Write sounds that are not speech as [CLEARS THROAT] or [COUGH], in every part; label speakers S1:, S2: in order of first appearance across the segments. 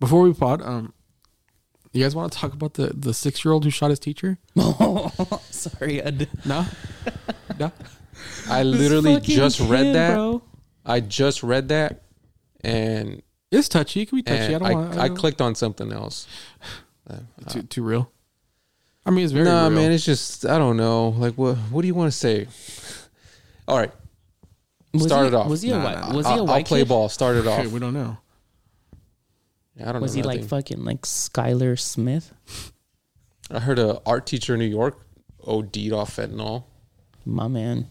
S1: Before we pod, um, you guys want to talk about the the six year old who shot his teacher?
S2: [LAUGHS] Sorry, I did.
S1: No, no.
S3: I literally
S2: fucking
S3: just read
S2: kid,
S3: that.
S2: bro.
S3: I just read that, and
S1: It's touchy. It can be touchy. I
S3: and
S1: don't
S3: Eh, I,
S1: want.
S3: I, clicked on something else. Uh,
S1: too too real. I mean, it's very
S3: nah,
S1: real.
S3: man, it's just I don't know. Like, what what do you want to say? All right,
S2: Was
S3: started
S2: he,
S3: off.
S2: Was he a
S1: Nah,
S2: white?
S1: nah.
S2: Was
S3: I'll,
S2: he a
S3: I'll
S2: white
S3: play
S2: kid?
S3: ball. Started off.
S1: [LAUGHS] okay, we don't know.
S3: I don't
S2: Was he
S3: know.
S2: like
S3: nothing.
S2: fucking like Skylar Smith?
S3: I heard a art teacher in New York OD'd off fentanyl.
S2: My man.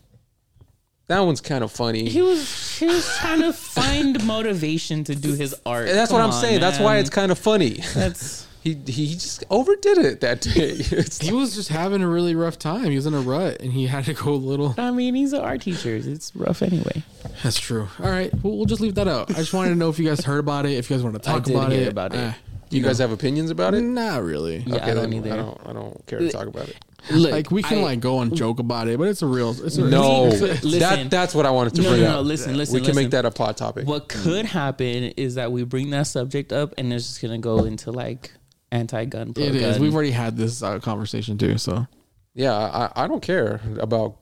S3: That one's kind of funny.
S2: He was he was trying to find motivation to do his art.
S3: And that's what
S2: Come
S3: I'm
S2: on,
S3: saying. That's why
S2: man.
S3: it's kind of funny. [LAUGHS]
S2: that's
S3: He he just overdid it that day. [LAUGHS] It's
S1: He
S3: like-
S1: was just having a really rough time. He was in a rut, and he had to go a
S2: [LAUGHS]
S1: little.
S2: I mean, he's an art teacher. It's rough anyway.
S1: That's true. All right, we'll, we'll just leave that out. I just wanted to know if you guys heard about it. If you guys want to talk
S2: did
S1: about
S2: hear
S1: it,
S2: about it.
S1: Eh,
S3: you guys have opinions about it?
S1: not really.
S2: Yeah, I don't
S3: then
S2: either.
S3: I don't. I don't care to talk about it.
S2: Look,
S1: Like we can
S2: I-
S1: like go and joke about it, but it's a real. It's a,
S3: No,
S1: it's a-
S2: Listen.
S3: that that's what I wanted to
S2: No,
S3: bring
S2: no, no,
S3: up.
S2: listen, listen,
S3: We can
S2: listen.
S3: make that a pod topic.
S2: What could happen is that we bring that subject up and it's just gonna go into like anti-gun.
S1: it is.
S2: pro-gun.
S1: We've already had this uh, conversation too. So
S3: Yeah, I, I don't care about.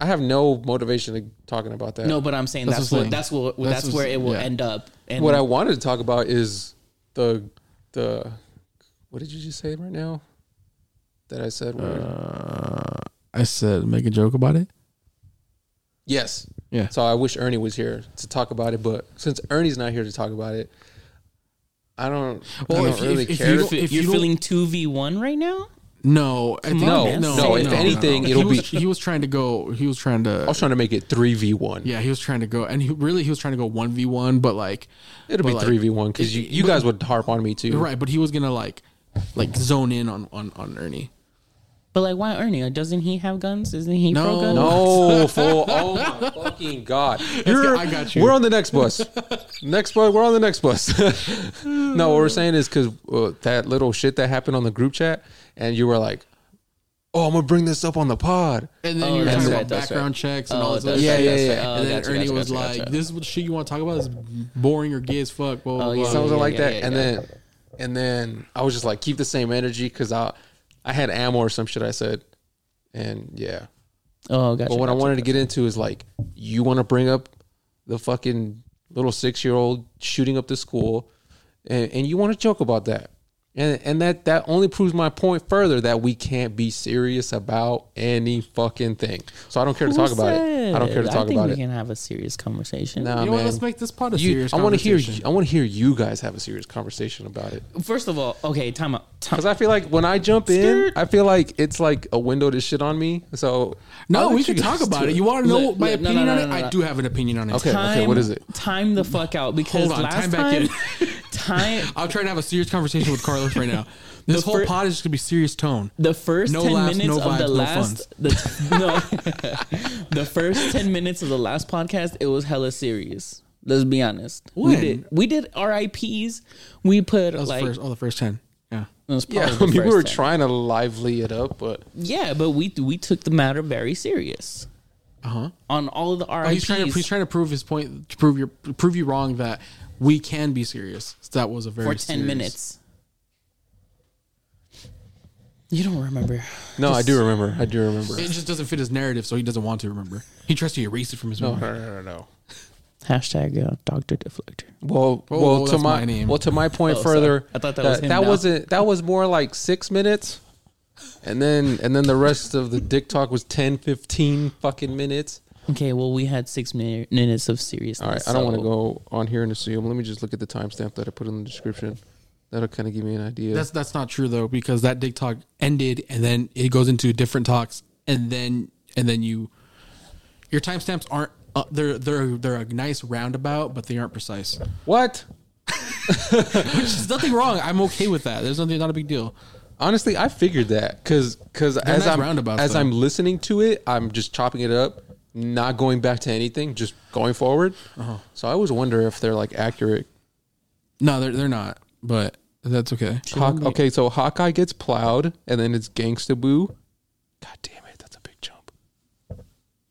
S3: I have no motivation to talking about that.
S2: no, but I'm saying
S1: That's
S2: that's
S1: what I'm
S2: what
S1: saying.
S2: that's what
S1: That's
S2: that's,
S1: what-
S2: where it will
S1: yeah.
S2: end up. And
S3: what I wanted to talk about is the the. What did you just say right now? That I said. weird?
S1: uh, I said make a joke about it.
S3: Yes.
S1: Yeah.
S3: So I wish Ernie was here to talk about it, but since Ernie's not here to talk about it, I don't.
S1: Well,
S3: I don't
S1: if-
S3: really
S1: if- if
S3: care.
S1: you
S2: you're,
S1: don't-
S2: fe-
S1: if
S2: you're
S1: you don't-
S2: feeling two v one right now.
S1: No, I
S2: Come
S1: think-
S2: on, man. Say it. No, if
S3: anything, it'll
S1: he was,
S3: be-
S1: He was trying to go. He was trying
S3: I was
S1: to.
S3: trying to make it three v one.
S1: Yeah, he was trying to go, and he really he was trying to go one v one, but like
S3: It'll be
S1: but, like,
S3: three v one because you, you guys would harp on me too.
S1: Right, but he was gonna like like zone in on on on Ernie.
S2: But like, why Ernie? Doesn't he have guns? Isn't he
S1: No.
S2: pro gun?
S3: No, fool. Oh my fucking god! You're,
S1: I got you.
S3: We're on the next bus. next bus. We're on the next bus. [LAUGHS] no, what we're saying is because uh, that little shit that happened on the group chat, and you were like, "Oh, I'm gonna bring this up on the pod."
S1: And then
S2: Oh,
S1: you were
S2: that's
S1: talking
S2: right,
S1: about
S2: that's
S1: background
S2: right.
S1: checks and all
S2: Oh,
S1: this
S2: that's
S1: other
S2: right,
S3: Yeah,
S1: shit.
S3: yeah,
S2: that's
S3: yeah.
S2: right. Oh,
S1: and then
S2: gotcha,
S1: Ernie
S2: gotcha,
S1: was
S2: gotcha,
S1: like,
S2: gotcha.
S1: "This is what shit you want to talk about is boring or gay as fuck." Blah, blah,
S2: Oh, yeah,
S1: blah.
S2: sounds
S3: something like
S2: yeah,
S3: that.
S2: yeah,
S3: and
S2: yeah.
S3: then, and then I was just like, keep the same energy because I, I had ammo or some shit. I said, and yeah.
S2: Oh, gotcha.
S3: But what I
S2: gotcha.
S3: wanted to get into is like, you want to bring up the fucking little six year old shooting up the school, and, and you want to joke about that, and and that that only proves my point further that we can't be serious about any fucking thing. So I don't care to
S2: Who
S3: talk about it. I don't
S2: said?
S3: care to talk
S2: think
S3: about
S2: we
S3: it.
S2: can have a serious conversation.
S3: Nah,
S1: you know what?
S3: man.
S1: Let's make this part a
S3: You-
S1: serious.
S3: I want to hear.
S1: conversation.
S3: you- I want to hear you guys have a serious conversation about it.
S2: First of all, okay, time out. Time,
S3: Because I feel like when I jump in,
S2: Skirt.
S3: I feel like it's like a window to shit on me. So I'll
S1: No,
S3: let
S1: we
S3: you
S1: can
S3: guys
S1: talk about
S3: do
S1: it. You want to know
S2: Look,
S1: my
S2: look, no,
S1: opinion
S2: no,
S1: on
S2: no,
S1: it?
S2: no, no.
S1: I do have an opinion on it.
S3: Okay.
S2: time,
S3: what is it?
S2: Time the fuck out because
S1: Hold on,
S2: last
S1: time back
S2: time,
S1: in.
S2: time [LAUGHS]
S1: I'm trying to have a serious conversation with Carlos right now. This whole
S2: fir-
S1: pod is just gonna be serious tone.
S2: the first
S1: No
S2: ten
S1: laughs,
S2: minutes
S1: no
S2: of the
S1: vibes, no
S2: last the, [LAUGHS] no the first ten minutes of the last podcast it was hella serious. Let's be honest. We
S1: When?
S2: did we did RIPS. We put
S1: That was
S2: like
S1: the first, oh, the first ten. Yeah.
S2: it was probably
S1: [LAUGHS]
S3: Yeah, [LAUGHS]
S2: the
S3: I mean, we
S2: first
S3: were
S2: 10.
S3: trying to lively it up, but
S2: Yeah, but we we took the matter very serious
S1: Uh huh.
S2: on all of the RIPS.
S1: Oh, he's trying to he's trying to prove his point, to prove your prove you wrong that we can be serious. So that was a very
S2: for 10
S1: serious-
S2: minutes. You don't remember.
S3: no, I do remember. I do remember.
S1: It just doesn't fit his narrative, so he doesn't want to remember. He tries to erase it from his
S3: No,
S1: memory.
S3: no, no, no, no.
S2: Hashtag uh, Dr. Deflector.
S3: Well,
S1: Oh,
S3: well, to
S1: that's
S3: my,
S1: my name.
S3: well, to my point
S2: Oh, sorry.
S3: further,
S2: I thought that was him now.
S3: wasn't that was more like six minutes, and then and then the rest of the dick talk was 10, 15 fucking minutes.
S2: Okay, well, we had six mi- minutes of seriousness.
S3: All right, I don't want to
S2: so-
S3: go on here and assume. Let me just look at the timestamp that I put in the description. That'll kind of give me an idea.
S1: That's that's not true though, because that dick talk ended and then it goes into different talks and then and then you your timestamps aren't uh, they're they're they're a nice roundabout, but they aren't precise.
S3: what?
S1: There's nothing wrong. I'm okay with that. There's nothing not a big deal.
S3: Honestly, I figured that because as
S1: nice
S3: I'm
S1: roundabouts,
S3: as
S1: though.
S3: I'm listening to it, I'm just chopping it up, not going back to anything, just going forward. So I always wonder if they're like accurate.
S1: No, they're they're not, but that's okay.
S3: Hawk, okay, so Hawkeye gets plowed, and then it's Gangsta Boo. God damn it, that's a big jump.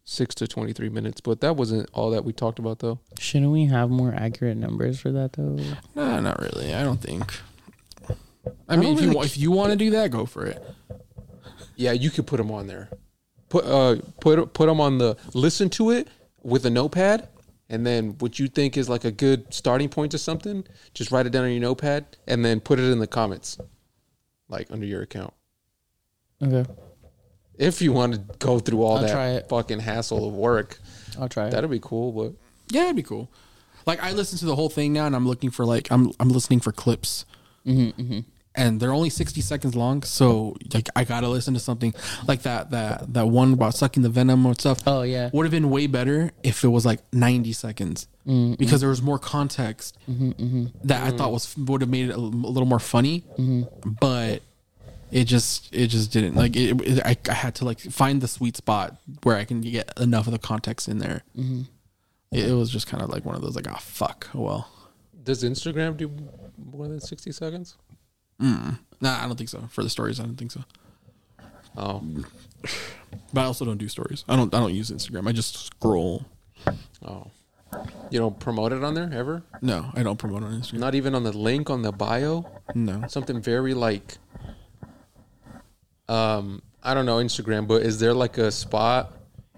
S3: six to twenty three minutes. But that wasn't all that we talked about though.
S2: Shouldn't we have more accurate numbers for that though?
S1: Nah, not really. I don't think. I,
S3: I
S1: mean,
S3: don't
S1: if
S3: really
S1: you wa- if you want to do that, go for it.
S3: Yeah, you could put them on there. Put uh put put them on the listen to it with a notepad, and then what you think is like a good starting point to something, just write it down on your notepad, and then put it in the comments, like under your account.
S2: Okay,
S3: If you want to go through all
S2: I'll try
S3: that
S2: it.
S3: fucking hassle of work,
S2: I'll try it.
S3: that'd be cool. But
S1: Yeah, it'd be cool. Like I listen to the whole thing now, and I'm looking for like I'm I'm listening for clips, and they're only sixty seconds long. So like I gotta listen to something like that that that one about sucking the venom or stuff.
S2: Oh, yeah.
S1: would have been way better if it was like ninety seconds because there was more context that I thought was would have made it a, l- a little more funny, but. It just, it just didn't like it. it- I, I had to like find the sweet spot where I can get enough of the context in there it, it was just kind of like one of those like ah fuck oh, well
S3: does Instagram do more than sixty seconds?
S1: nah i don't think so for the stories i don't think so
S3: Oh,
S1: but i also don't do stories i don't i don't use instagram i just scroll
S3: oh, you don't promote it on there ever?
S1: no i don't promote on instagram
S3: Not even on the link on the bio.
S1: no
S3: something very like um I don't know Instagram, but is there like a spot?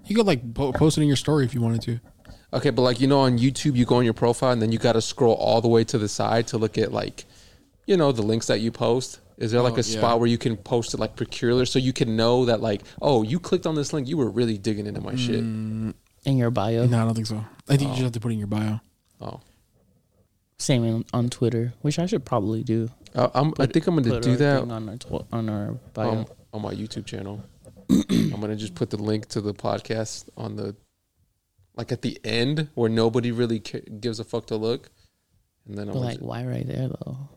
S1: you could like po- post it in your story if you wanted to
S3: Okay, but like you know on YouTube you go on your profile and then you got to scroll all the way to the side to look at like you know the links that you post. Is there like
S1: Oh,
S3: a
S1: yeah.
S3: spot where you can post it like peculiar so you can know that like oh you clicked on this link you were really digging into my shit.
S2: in your bio.
S1: no i don't think so i think you just have to put it in your bio
S3: Oh.
S2: Same on, on Twitter, which I should probably do.
S3: I, I'm, I think I'm going to
S2: Put
S3: do
S2: our
S3: that Oh,
S2: thing on our tw- on our bio.
S3: on, on my YouTube channel. I'm gonna just put the link to the podcast on the like at the end where nobody really ca- gives a fuck to look, and then I'm
S2: but like,
S3: like
S2: why right there though?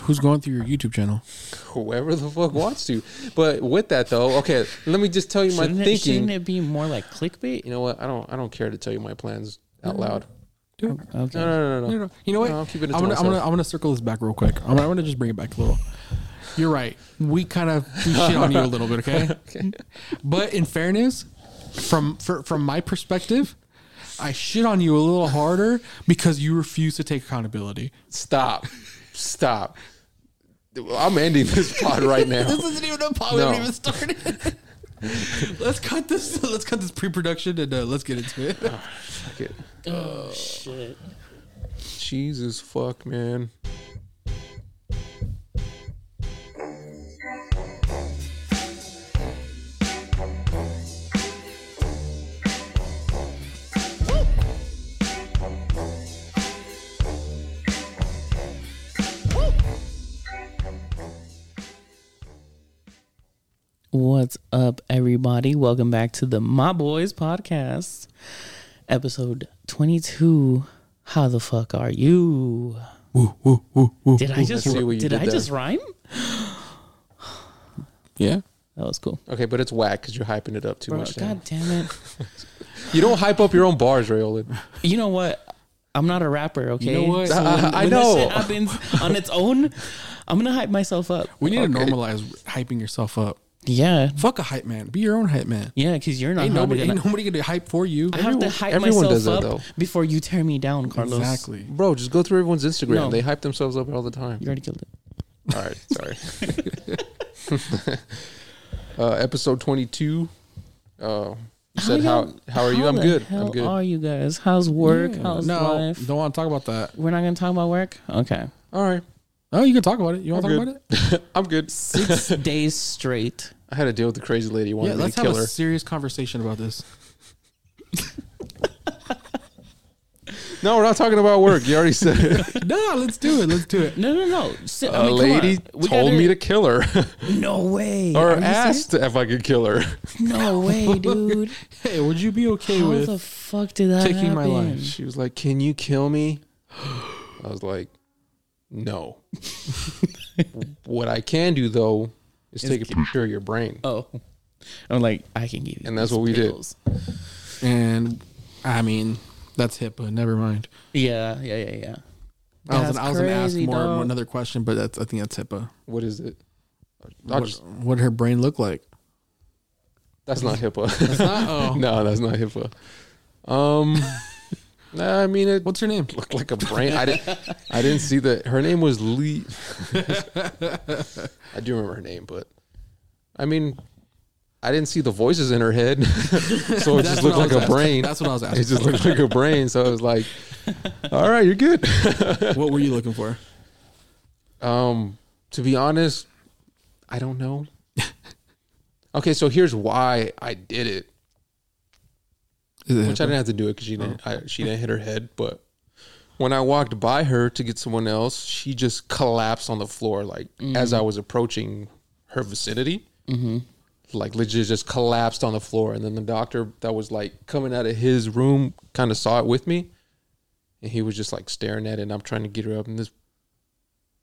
S1: who's going through your youtube channel
S3: [LAUGHS] whoever the fuck wants to. But with that though, okay, let me just tell you my
S2: Shouldn't it,
S3: thinking.
S2: shouldn't it be more like clickbait?
S3: you know what? I don't I don't care to tell you my plans out loud.
S2: Okay.
S3: No, no, no, no.
S1: no, no. you know what
S3: No, I'm keeping it to
S1: I'm, gonna, I'm
S3: myself.
S1: gonna i'm gonna circle this back real quick i'm, I'm gonna just bring it back a little you're right we kind [LAUGHS] of we shit on you a little bit [LAUGHS] okay, but in fairness from for, from my perspective i shit on you a little harder because you refuse to take accountability
S3: Stop, stop. I'm ending this pod right now.
S1: this isn't even a pod
S3: No.
S1: we haven't even started [LAUGHS] let's cut this let's cut this pre-production and uh, let's get into it
S3: Fuck it.
S2: Oh shit.
S3: Jesus fuck, man.
S2: What's up, everybody? Welcome back to the My Boys podcast, episode 22. How the fuck are you? Did I just
S3: see what you
S2: did,
S3: did
S2: I
S3: there.
S2: just rhyme?
S1: yeah
S2: That was cool.
S3: Okay, but it's whack because you're hyping it up too
S2: Bro,
S3: much. now.
S2: God damn it.
S3: You don't hype up your own bars, Rayolin.
S2: You know what? I'm not a rapper, okay?
S1: know what?
S2: So when,
S3: Uh, I
S2: when
S3: know.
S2: this shit happens on its own, I'm gonna hype myself up.
S1: we need to
S3: Okay.
S1: normalize hyping yourself up
S2: Yeah.
S1: fuck a hype man be your own hype man
S2: Yeah, because you're not
S1: Ain't
S2: hyping
S1: nobody,
S2: it up.
S1: ain't nobody gonna hype for you.
S2: I have to
S3: Everyone-
S2: hype
S3: everyone
S2: myself
S3: does that,
S2: up
S3: though.
S2: before you tear me down, Carlos.
S1: exactly.
S3: [LAUGHS] Bro, just go through everyone's Instagram.
S2: No.
S3: They hype themselves up all the time.
S2: You already killed it.
S3: [LAUGHS] All right, sorry. [LAUGHS] uh, episode 22. Uh, you said, how, how, are you? I'm
S2: the
S3: good.
S2: Hell
S3: I'm good.
S2: are you guys? How's work?
S1: Yeah.
S2: How's
S1: no,
S2: life?
S1: don't want to talk about that.
S2: We're not gonna talk about work. Okay.
S3: All right, [LAUGHS]
S1: Oh, you can talk about it. You want to
S3: I'm
S1: talk about it?
S3: I'm good. [LAUGHS]
S2: Six days straight.
S3: I had to deal with the crazy lady who wanted
S1: Yeah,
S3: me
S1: let's
S3: to
S1: have
S3: kill
S1: a
S3: her.
S1: serious conversation about this. [LAUGHS]
S3: No, we're not talking about work. You already [LAUGHS] said it.
S1: no, let's do it. Let's do it.
S2: No, no, no. Si-
S3: A lady told me to kill [LAUGHS] her
S2: No way.
S3: or [LAUGHS]
S2: Are you serious?
S3: asked if I could kill her.
S2: No way,
S3: [LAUGHS]
S2: dude.
S1: Hey, would you be okay
S2: How
S1: with
S2: the fuck did that
S1: taking my
S2: happen?
S1: life?
S3: She was like, Can you kill me? [GASPS] I was like, No. [LAUGHS] what I can do though is take a picture of your brain.
S2: Oh, I'm like, I can give you.
S3: And that's
S2: these
S3: what we did.
S2: pills.
S1: And I mean, that's HIPAA. Never mind.
S2: Yeah, yeah, yeah, yeah.
S1: I was,
S2: That's
S1: I was gonna ask
S2: crazy,
S1: more
S2: dog.
S1: another question, but that's I think that's HIPAA.
S3: What is it? I'll
S1: What,
S3: just- [LAUGHS]
S1: what her brain look like?
S3: That's not HIPAA.
S1: [LAUGHS] That's not. Oh,
S3: [LAUGHS] no, that's not HIPAA.
S1: [LAUGHS]
S3: Um, nah, I mean it
S1: what's her name?
S3: looked like a brain. I didn't. I didn't see that. Her name was Lee. [LAUGHS] I do remember her name, but I mean, I didn't see the voices in her head, [LAUGHS] so it
S1: That's
S3: just
S1: what
S3: looked
S1: I
S3: like
S1: was
S3: a
S1: asking.
S3: brain.
S1: That's what I was
S3: It
S1: asking.
S3: just looked like a brain. So I was like, "All right, you're good." [LAUGHS]
S1: what were you looking for?
S3: Um, to be honest, I don't know. [LAUGHS] okay, so here's why I did it,
S1: Is it
S3: which I didn't have to do it because she didn't. I, she didn't hit her head, but when I walked by her to get someone else, she just collapsed on the floor. Like as I was approaching her vicinity, like legit just collapsed on the floor. And then the doctor that was like coming out of his room kind of saw it with me, and he was just like staring at it. And I'm trying to get her up, and this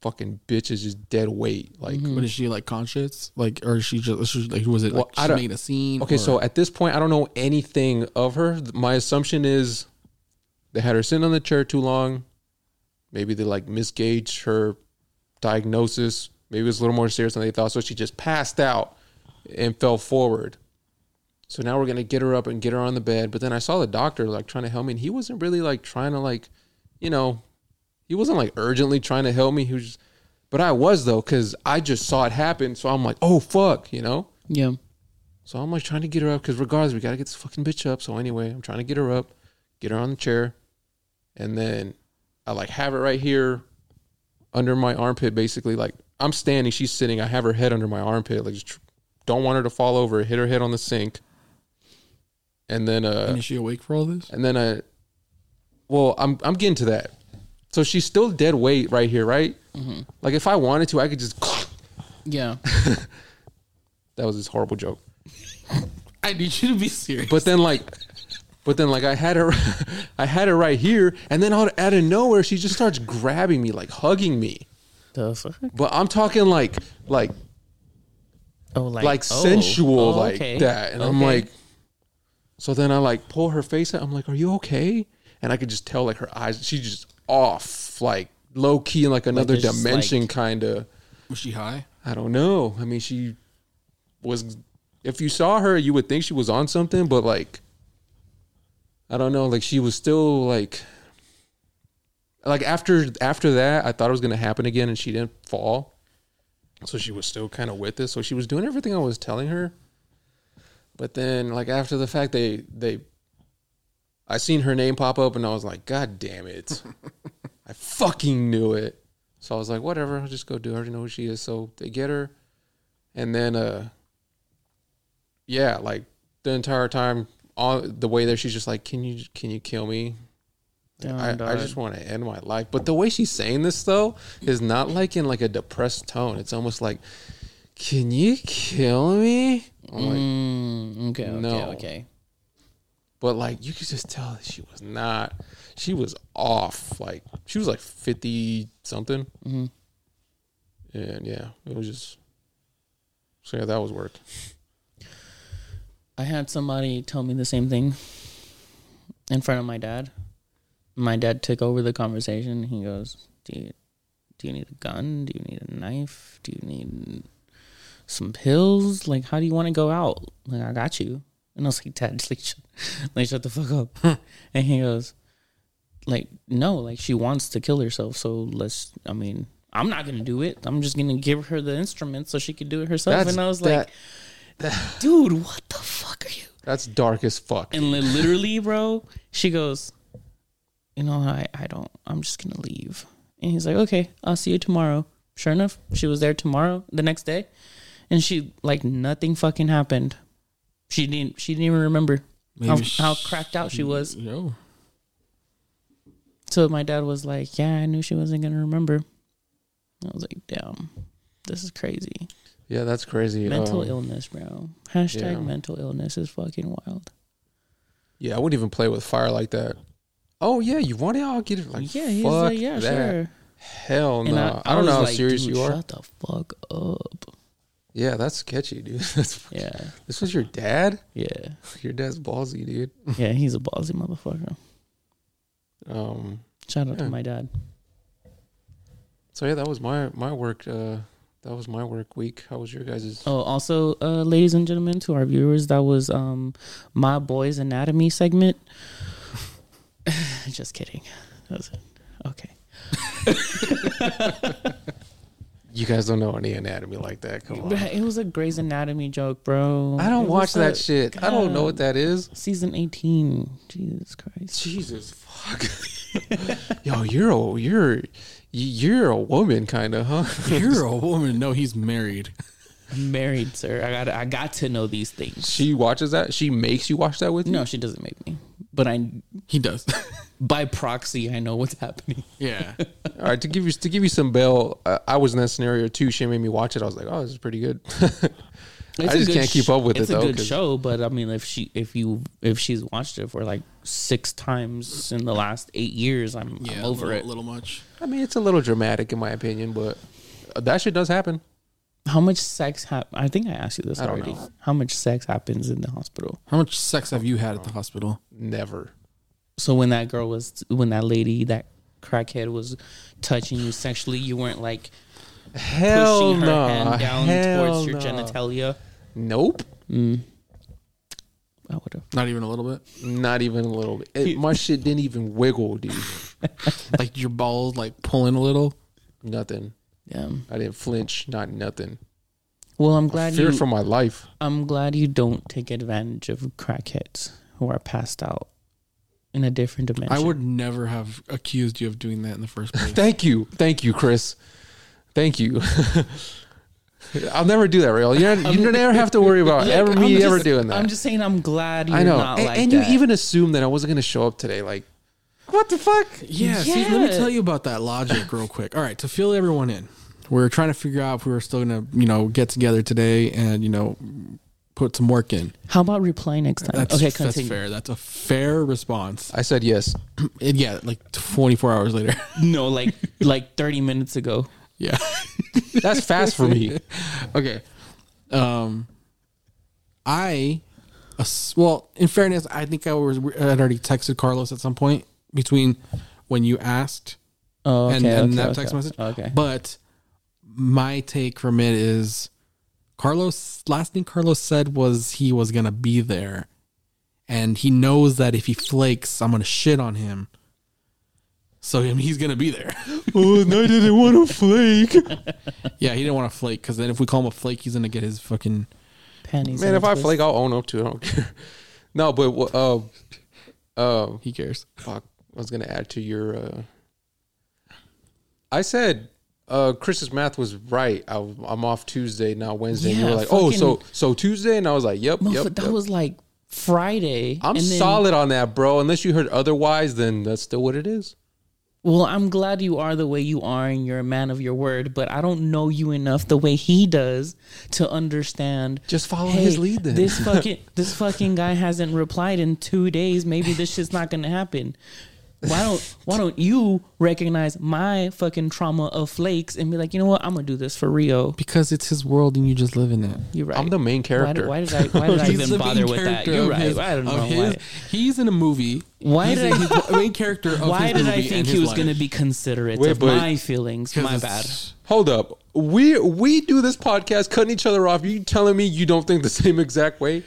S3: fucking bitch is just dead weight. Like
S1: But is she like conscious? Like, or is she just is she, like was it?
S3: Well,
S1: like,
S3: I
S1: she
S3: don't-
S1: making a scene.
S3: Okay,
S1: or-
S3: so at this point, I don't know anything of her. My assumption is they had her sitting on the chair too long. Maybe they like misgauged her diagnosis. Maybe it was a little more serious than they thought. So she just passed out and fell forward. So now we're gonna get her up and get her on the bed. But then I saw the doctor like trying to help me, and he wasn't really like trying to like, you know, he wasn't like urgently trying to help me. He was, just, but I was though, because I just saw it happen. So I'm like, oh fuck, you know.
S2: Yeah.
S3: So I'm like trying to get her up because regardless, we gotta get this fucking bitch up. So anyway, I'm trying to get her up, get her on the chair, and then I like have it right here under my armpit, basically. Like I'm standing, she's sitting. I have her head under my armpit, like just tr- don't want her to fall over, hit her head on the sink, and then uh,
S1: and is she awake for all this?
S3: and then I, well, I'm I'm getting to that. So she's still dead weight right here, right? Like if I wanted to, I could just. [SNIFFS]
S2: Yeah.
S3: That was this horrible joke.
S1: I need you to be serious.
S3: But then like, but then like I had her, [LAUGHS] I had her right here, and then out, out of nowhere she just starts grabbing me, like hugging me.
S2: The fuck?
S3: But I'm talking like, like,
S2: Oh, like,
S3: like
S2: oh.
S3: sensual,
S2: Oh,
S3: like
S2: okay.
S3: that. And I'm
S2: Okay.
S3: like, so then I like pull her face out. I'm like, are you okay? And I could just tell like her eyes, she's just off, like low key in like another
S2: they're just,
S3: dimension,
S2: like-
S3: kind of.
S1: was she high?
S3: I don't know. I mean, she was. If you saw her, you would think she was on something, but like, I don't know. Like she was still like, like after after that, I thought it was gonna happen again, and she didn't fall. So she was still kind of with us. So she was doing everything I was telling her. But then, like after the fact, they they, I seen her name pop up, and I was like, God damn it! I fucking knew it. So I was like, whatever, I'll just go do. it. I already know who she is. So they get her, and then, uh, yeah, like the entire time on the way there, she's just like, "Can you can you kill me?
S2: Damn,
S3: I, I
S2: dog.
S3: just want to end my life." But the way she's saying this though is not like in like a depressed tone. It's almost like, "Can you kill me?" I'm like,
S2: Mm, okay. Okay.
S3: No.
S2: Okay.
S3: but like you could just tell that she was not. She was off. Like she was like fifty something.
S2: Mhm.
S3: And yeah, it was just. So yeah, that was work.
S2: I had somebody tell me the same thing in front of my dad. My dad took over the conversation. He goes, "Do you do you need a gun? Do you need a knife? Do you need some pills? Like, how do you want to go out? Like, I got you." And I was like, "Dad, [LAUGHS] just like, shut, like shut the fuck up." [LAUGHS] and he goes, "Like, no, like she wants to kill herself. So let's. I mean, I'm not gonna do it. I'm just gonna give her the instrument so she could do it herself."
S3: That's-
S2: and I was
S3: that-
S2: like, "Dude, what the fuck are you?"
S3: That's dark as fuck.
S2: And li- literally, bro, she goes, You know, I, I don't, I'm just going to leave. And he's like, Okay, I'll see you tomorrow. Sure enough, she was there tomorrow, the next day. And she, like, nothing fucking happened. She didn't, she didn't even remember how,
S1: Maybe
S2: how
S1: she- Mm,
S2: cracked out she was.
S1: Yo,
S2: So my dad was like, Yeah, I knew she wasn't going to remember. I was like, Damn, this is crazy.
S3: Yeah, that's crazy.
S2: Mental
S3: Um,
S2: illness, bro. Hashtag
S3: yeah.
S2: mental illness is fucking wild.
S3: Yeah, I wouldn't even play with fire like that. Oh yeah, you want it? I'll get it. Like
S2: yeah, he's
S3: fuck
S2: like, Yeah,
S3: that.
S2: sure.
S3: Hell no.
S2: And
S3: I,
S2: was
S3: don't know how
S2: like,
S3: serious
S2: "Dude,
S3: you are.
S2: Shut the fuck up.
S3: Yeah, that's sketchy, dude. [LAUGHS] That's,
S2: Yeah,
S3: this was your dad. [LAUGHS]
S2: yeah,
S3: Your dad's ballsy, dude.
S2: yeah. He's a ballsy motherfucker.
S3: Um.
S2: Shout out
S3: Yeah.
S2: to my dad.
S3: So yeah, that was my my work. Uh, that was my work week. How was your guys'?
S2: Oh, also, uh, ladies and gentlemen, to our viewers, that was um, my boy's anatomy segment. [SIGHS] Just kidding. That was it. Okay.
S3: You guys don't know any anatomy like that. Come on.
S2: Bruh, It was a Grey's Anatomy joke, bro.
S3: I don't
S2: It was
S3: watch that
S2: a-
S3: shit. I don't know
S2: God.
S3: what that is.
S2: Season 18. Jesus Christ.
S3: Jesus fuck. Yo, you're a you're you're a woman, kind of, huh?
S1: You're a woman. No, he's married.
S2: I'm married, sir. I got to I got to know these things.
S3: She watches that. She makes you watch that with you.
S2: No, she doesn't make me. But I
S1: He does.
S2: by proxy, I know what's happening.
S1: yeah.
S3: All right, to give you to give you some bail, I, I was in that scenario too. She made me watch it. I was like, oh, this is pretty good. [LAUGHS] I
S2: a
S3: just
S2: good
S3: can't keep
S2: sh-
S3: up with
S2: it's
S3: it though.
S2: a good
S3: 'cause-
S2: show, but I mean, if she, if you, if she's watched it for like six times in the last eight years, I'm,
S1: Yeah.
S2: I'm over
S1: a little,
S2: it.
S1: little much.
S3: I mean, it's a little dramatic in my opinion, but uh, that shit does happen.
S2: How much sex hap I think I asked you this
S3: I don't
S2: already.
S3: know.
S2: How much sex happens in the hospital?
S1: How much sex have you had at the hospital?
S3: Never.
S2: So when that girl was, when that lady, that crackhead was touching you sexually, you weren't like
S3: Hell
S2: pushing her
S3: no.
S2: hand down towards
S3: Hell
S2: your
S3: no.
S2: genitalia. Mm.
S3: Nope.
S2: I would have.
S1: Not even a little
S3: [LAUGHS]
S1: bit.
S3: Not even a little bit. It- my shit didn't even wiggle, dude.
S1: Like your balls like pulling a little.
S3: Nothing.
S2: Yeah.
S3: I didn't flinch. Not nothing.
S2: Well, I'm glad
S3: Fear
S2: you.
S3: for my life.
S2: I'm glad you don't take advantage of crackheads who are passed out in a different dimension.
S1: I would never have accused you of doing that in the first place.
S3: Thank you. Thank you, Chris. Thank you. [LAUGHS] I'll never do that, Rail. You're, you never have to
S2: [LAUGHS]
S3: worry about
S2: Look,
S3: ever
S2: I'm
S3: me
S2: just-
S3: ever doing that.
S2: I'm just saying. I'm glad you're
S3: I know.
S2: not
S3: and
S2: like
S3: and
S2: that.
S3: you even assumed that I wasn't going to show up today. Like, what the fuck?
S1: Yeah, see, let me
S2: Yeah.
S1: tell you about that logic real quick. All right, to fill everyone in, we are trying to figure out if we were still gonna, you know, get together today and you know, put some work in.
S2: How about reply next time?
S1: That's,
S2: Uh, okay,
S1: that's
S2: continue.
S1: fair. That's a fair response.
S3: I said yes.
S1: And yeah, like 24 hours later. [LAUGHS]
S2: No,
S3: [LAUGHS]
S2: like like 30 minutes ago.
S1: yeah.
S2: [LAUGHS]
S3: That's fast for me.
S1: okay. Um, I, ass- well, in fairness, I think I was I had already texted Carlos at some point between when you asked
S2: Oh, okay,
S1: and, and
S2: okay,
S1: that
S2: okay,
S1: text message.
S2: Okay.
S1: But my take from it is Carlos last thing Carlos said was he was gonna be there. And he knows that if he flakes, I'm gonna shit on him. So I mean, he's gonna be there. [LAUGHS]
S3: oh, no, I didn't want to flake.
S1: yeah, he didn't want to flake because then if we call him a flake, he's gonna get his fucking
S2: Panties.
S3: Man,
S2: in a
S3: if I
S2: twist.
S3: flake, I'll own up to it. I don't care. No, but wha- uh, uh,
S1: he cares.
S3: fuck. I was going to add to your. Uh, I said uh, Chris's math was right. I, I'm off Tuesday, not Wednesday. and you
S2: Yeah,
S3: were like, oh, so
S2: fucking-
S3: so Tuesday, and I was like, yep,
S2: Motherfucker,
S3: yep.
S2: that
S3: yep.
S2: was like Friday.
S3: I'm
S2: and then-
S3: solid on that, bro. Unless you heard otherwise, then that's still what it is.
S2: Well, I'm glad you are the way you are and you're a man of your word, but I don't know you enough the way he does to understand.
S3: Oh, Just follow
S2: hey,
S3: his lead then. [LAUGHS]
S2: This fucking this fucking guy hasn't replied in two days. Maybe this shit's not gonna happen. Why don't why don't you recognize my fucking trauma of flakes and be like, you know what, I'm gonna do this for Rio.
S1: Because it's his world and you just live in it.
S2: You're right.
S3: I'm the main
S2: why did,
S3: character.
S2: why did I why did I
S1: He's the
S2: even
S1: main
S2: bother with that?
S1: character
S2: You're
S1: of
S2: right.
S1: his-
S2: I don't
S1: of
S2: know
S1: his- He's in a movie.
S2: Why
S1: He's
S2: did I-
S1: a- the main character? Of
S2: why. Why
S1: his
S2: did I
S1: movie and
S2: think
S1: his
S2: he was
S1: life.
S2: gonna be considerate
S3: Wait,
S2: of
S3: but-
S2: my feelings?
S1: 'Cause
S2: My bad.
S1: it's-
S3: Hold up. We we do this podcast cutting each other off. You telling me you don't think the [LAUGHS] same exact way?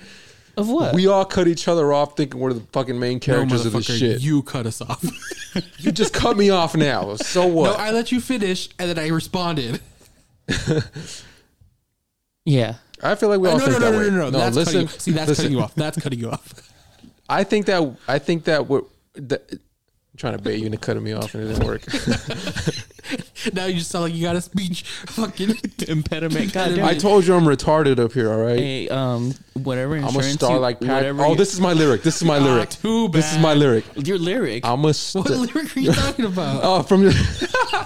S2: Of what?
S3: We all cut each other off thinking we're the fucking main
S1: No,
S3: characters of this
S1: motherfucker,
S3: shit. You,
S1: You cut us off.
S2: [LAUGHS]
S3: just cut me off now. So what?
S1: No, I let you finish, and then I responded.
S2: yeah.
S3: I, feel like we all
S1: Uh, no, no,
S3: think
S1: no,
S3: that
S1: no,
S3: way.
S1: no, no, That's
S3: listen.
S1: cutting you. See, that's
S3: listen,
S1: cutting you off. That's cutting you off.
S3: [LAUGHS]
S1: [LAUGHS]
S3: I think that I think that what that, I'm trying to bait you into cutting me off and it
S1: [LAUGHS]
S3: didn't work.
S1: now you just sound like you got a speech. [LAUGHS] Fucking
S2: Impediment. God damn
S3: I
S2: it.
S3: told you I'm retarded up here. All right.
S2: Hey, um, whatever
S3: I'm a
S2: insurance.
S3: star
S2: you,
S3: like Pat.
S2: whatever
S3: Oh,
S2: you-
S3: this is my lyric. This is my lyric.
S1: Ah, too
S3: This is
S1: bad.
S3: my lyric.
S2: your lyric.
S3: I'm a
S1: what
S3: star.
S1: lyric are you talking about?
S3: [LAUGHS] Oh, from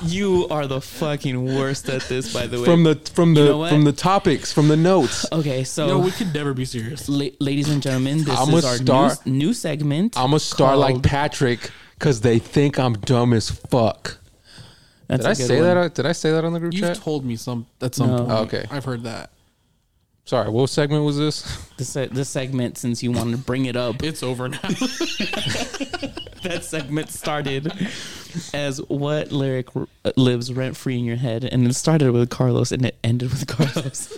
S2: you are the fucking worst at this, by the way.
S3: from the from the
S2: know what?
S3: from the topics from the notes.
S2: okay, so
S1: no, we could never be serious.
S2: la- ladies and gentlemen, this
S3: I'm a
S2: is our
S3: star.
S2: new, new
S1: Oh,
S2: segment.
S3: I'm a star like
S2: called-
S3: Patrick because they think I'm dumb as fuck.
S2: That's
S3: Did
S2: a
S3: I
S2: good
S3: say
S2: one.
S3: that? Did I say that on the group
S1: You've
S3: chat?
S1: told me some at some
S2: No.
S1: point.
S3: Okay.
S1: I've heard that.
S3: Sorry, what segment was this?
S2: This se- this segment, since you wanted to bring it up, [LAUGHS]
S1: It's over now.
S2: that segment started as what lyric r- uh, lives rent free in your head, and it started with Carlos and it ended with [LAUGHS] Carlos.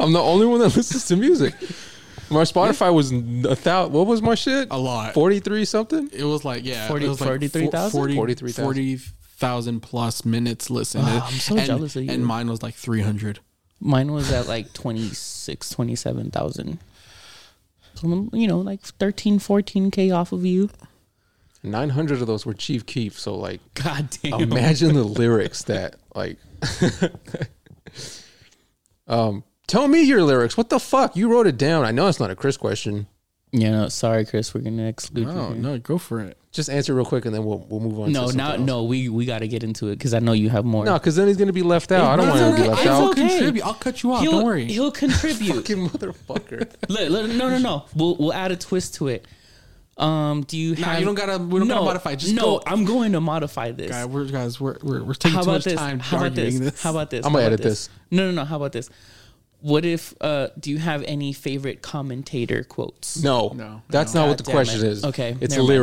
S3: I'm the only one that [LAUGHS] listens to music. My Spotify was a thousand. What was my shit?
S1: A lot.
S3: Forty three something.
S1: It was like yeah,
S2: 40
S1: it was like
S2: 43,000?
S1: 40
S3: 43,000.
S1: 40,000 plus minutes listened.
S2: Oh, I'm so
S1: and,
S2: jealous of you.
S1: And mine was like three hundred.
S2: Mine was at like 26, 27,000. So, you know, like 13, 14K off of you.
S3: Nine hundred of those were Chief Keef. So [LAUGHS] like,
S2: God
S3: Oh,
S2: damn.
S3: imagine the lyrics that like. [LAUGHS] um, tell me your lyrics. What the fuck? You wrote it down. I know it's not a Chris question.
S2: Yeah, no, sorry, Chris. We're going to exclude
S1: Oh
S2: you.
S1: no, go for it.
S3: Just answer real quick, and then we'll we'll move on.
S2: No,
S3: to
S2: no,
S3: something else.
S2: no. We, we got to get into it because I know you have more.
S3: no, because then he's gonna be left out. I don't want him to be left
S2: It's
S3: out.
S1: I'll
S2: okay.
S1: contribute. I'll cut you off.
S2: He'll,
S1: Don't worry. [LAUGHS]
S2: he'll contribute.
S3: Fucking motherfucker.
S2: Look, look, no, no, no. We'll, we'll add a twist to it. Um, do you
S1: Nah,
S2: have?
S1: you don't gotta- we don't gotta modify. Just
S2: no,
S1: go.
S2: I'm going to modify this.
S1: Guys, we're guys, we're we're, we're taking
S2: How
S1: too
S2: about
S1: much
S2: this?
S1: time
S2: How about this?
S1: arguing this.
S2: How about this?
S3: I'm gonna
S2: How about
S3: edit this.
S2: No, no, no. How about this? What if? Uh, do you have any favorite commentator quotes?
S3: [LAUGHS] No,
S1: No.
S3: that's
S2: No.
S3: not
S2: God
S3: what the
S2: damn
S3: question
S2: it.
S3: is.
S2: Okay,
S3: it's
S2: never mind.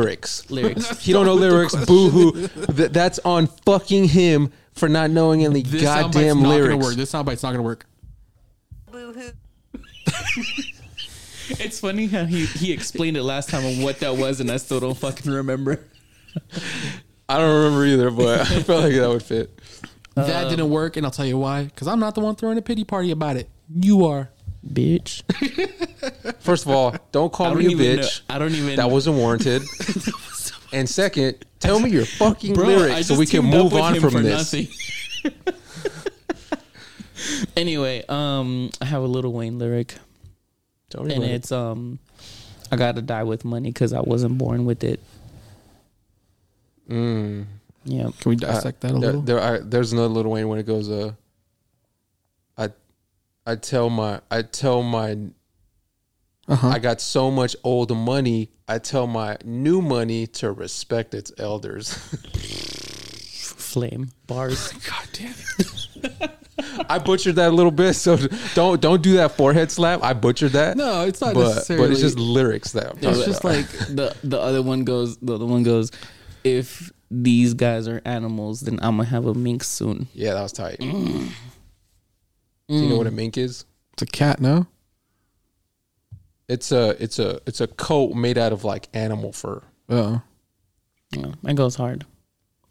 S2: [LAUGHS]
S3: lyrics.
S2: Lyrics.
S3: He don't know lyrics. Boo hoo. Th- that's on fucking him for not knowing any
S1: this soundbite's
S3: goddamn
S1: not gonna work.
S3: lyrics.
S1: This soundbite's not gonna work.
S4: Boo-hoo.
S2: [LAUGHS] it's funny how he he explained it last time on what that was, and I still don't fucking remember.
S3: I don't remember
S2: [LAUGHS]
S3: either, but I felt like that would fit.
S1: that didn't work, and I'll tell you why. Because I'm not the one throwing a pity party about it. You are.
S2: Bitch.
S3: First of all, don't
S2: I
S3: call
S2: don't
S3: me a
S2: even. Know,
S3: bitch.
S2: I don't even.
S3: That wasn't
S2: [LAUGHS]
S3: warranted. and second, tell me your fucking
S2: Bro, I
S3: lyrics so
S2: just
S3: we can
S2: teamed up
S3: move
S2: with
S3: on
S2: him
S3: from
S2: for
S3: this.
S2: nothing. [LAUGHS] anyway, um, I have a little Wayne lyric,
S3: Don't
S2: and
S3: worry.
S2: it's um, I gotta die with money because I wasn't born with it.
S3: Mm.
S2: Yeah,
S1: Can we dissect that a
S3: Uh, there,
S1: little?
S3: There are, there's another Little Wayne when it goes. Uh, I, I tell my, I tell my,
S1: Uh-huh.
S3: I got so much old money. I tell my new money to respect its elders. [LAUGHS]
S2: flame bars.
S1: [LAUGHS] God damn it.
S3: I butchered that a little bit, so don't don't do that forehead slap. I butchered that.
S1: No, it's not
S3: but,
S1: necessarily.
S3: But it's just lyrics that. I'm
S2: It's
S3: talking
S2: just
S3: about.
S2: like the the other one goes. The other one goes. If these guys are animals, then I'm gonna have a mink soon.
S3: yeah, that was tight.
S1: Mm.
S3: Do you know what a mink is?
S1: it's a cat, no?
S3: It's a it's a it's a coat made out of like animal fur.
S1: Oh.
S2: Yeah, it goes hard.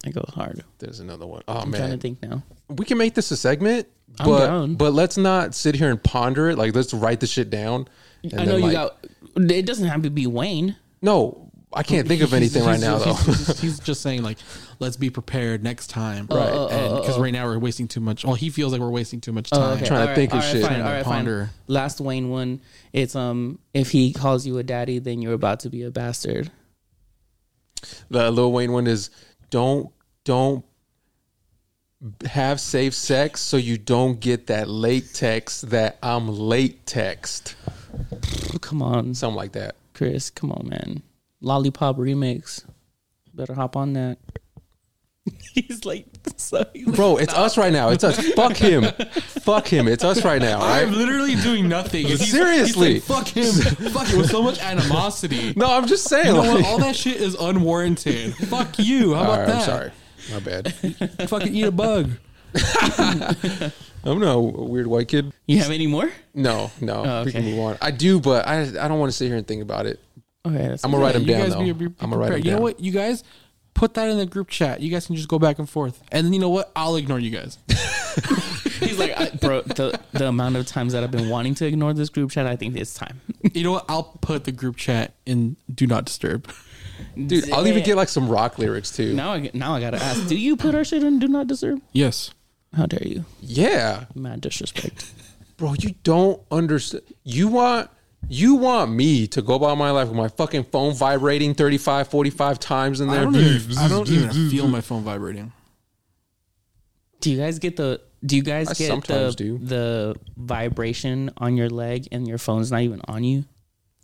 S2: It goes hard.
S3: There's another one. Oh
S2: I'm trying to
S3: man,
S2: think now.
S3: we can make this a segment,
S2: I'm
S3: but
S2: down.
S3: but let's not sit here and ponder it. Like let's write the shit down. and
S2: I know
S3: then,
S2: you
S3: like-
S2: got. It doesn't have to be Wayne.
S3: No, I can't think of anything right now
S1: [LAUGHS]
S3: though.
S1: He's, he's- he's just saying like, let's be prepared next time, right?
S2: uh, uh,
S1: Because right now we're wasting too much. Well, he feels like we're wasting too
S3: Oh,
S1: much time.
S2: Oh, okay.
S3: trying to
S2: Alright,
S3: think of
S2: alright,
S3: shit.
S2: Fine,
S1: Trying to
S2: all right, fine.
S1: ponder.
S2: Last Wayne one. It's um, if he calls you a daddy, then you're about to be a bastard. [LAUGHS]
S3: The Lil Wayne one is don't don't have safe sex so you don't get that late text that I'm late text.
S2: Oh, come on,
S3: Something like that.
S2: Chris. Come on, man. Lollipop remix. Better hop on that. [LAUGHS] he's like, so he's like-
S3: Bro, it's us right now.
S1: [LAUGHS]
S3: It's us. Fuck him. Fuck him. It's us right now. all
S1: I'm
S3: right?
S1: literally doing nothing. He's- he's
S3: Seriously.
S1: like, fuck him. fuck it with so much animosity.
S3: [LAUGHS] No, I'm just saying.
S1: You know what?
S3: like-
S1: All that shit is unwarranted. Fuck you. How
S3: all
S1: about
S3: right,
S1: that?
S3: I'm sorry. My bad. [LAUGHS]
S1: Fucking eat a bug.
S3: I'm not a weird white kid.
S2: [LAUGHS] You have any more?
S3: No, no.
S2: Oh,
S3: We can
S2: okay.
S3: move on. I do, but I I don't want to sit here and think about it.
S2: Okay, that's
S3: I'm gonna write
S1: Yeah,
S3: him
S1: you
S3: down
S1: guys
S3: though.
S1: be- be- be
S3: I'm gonna write him
S1: prepared. You
S3: down.
S1: know what, you guys put that in the group chat. You guys can just go back and forth, and then you know what? I'll ignore you
S3: [LAUGHS]
S1: guys.
S2: He's like, I, bro, the, the amount of times that I've been wanting to ignore this group chat, I think it's time.
S1: you know what? I'll put the group chat in do not disturb. [LAUGHS]
S3: Dude, I'll even get like some rock lyrics too.
S2: Now I now I gotta ask, do you put our shit in Do Not Disturb?
S1: Yes.
S2: How dare you?
S3: Yeah.
S2: Mad disrespect.
S3: bro you don't understand you want you want me to go by my life with my fucking phone vibrating 35 45 times in
S1: I
S3: there
S1: don't even, I don't
S3: [LAUGHS]
S1: even feel my phone vibrating.
S2: Do you guys get the? Do you guys
S3: I
S2: get
S3: sometimes
S2: the
S3: do.
S2: the vibration on your leg and your phone's not even on you?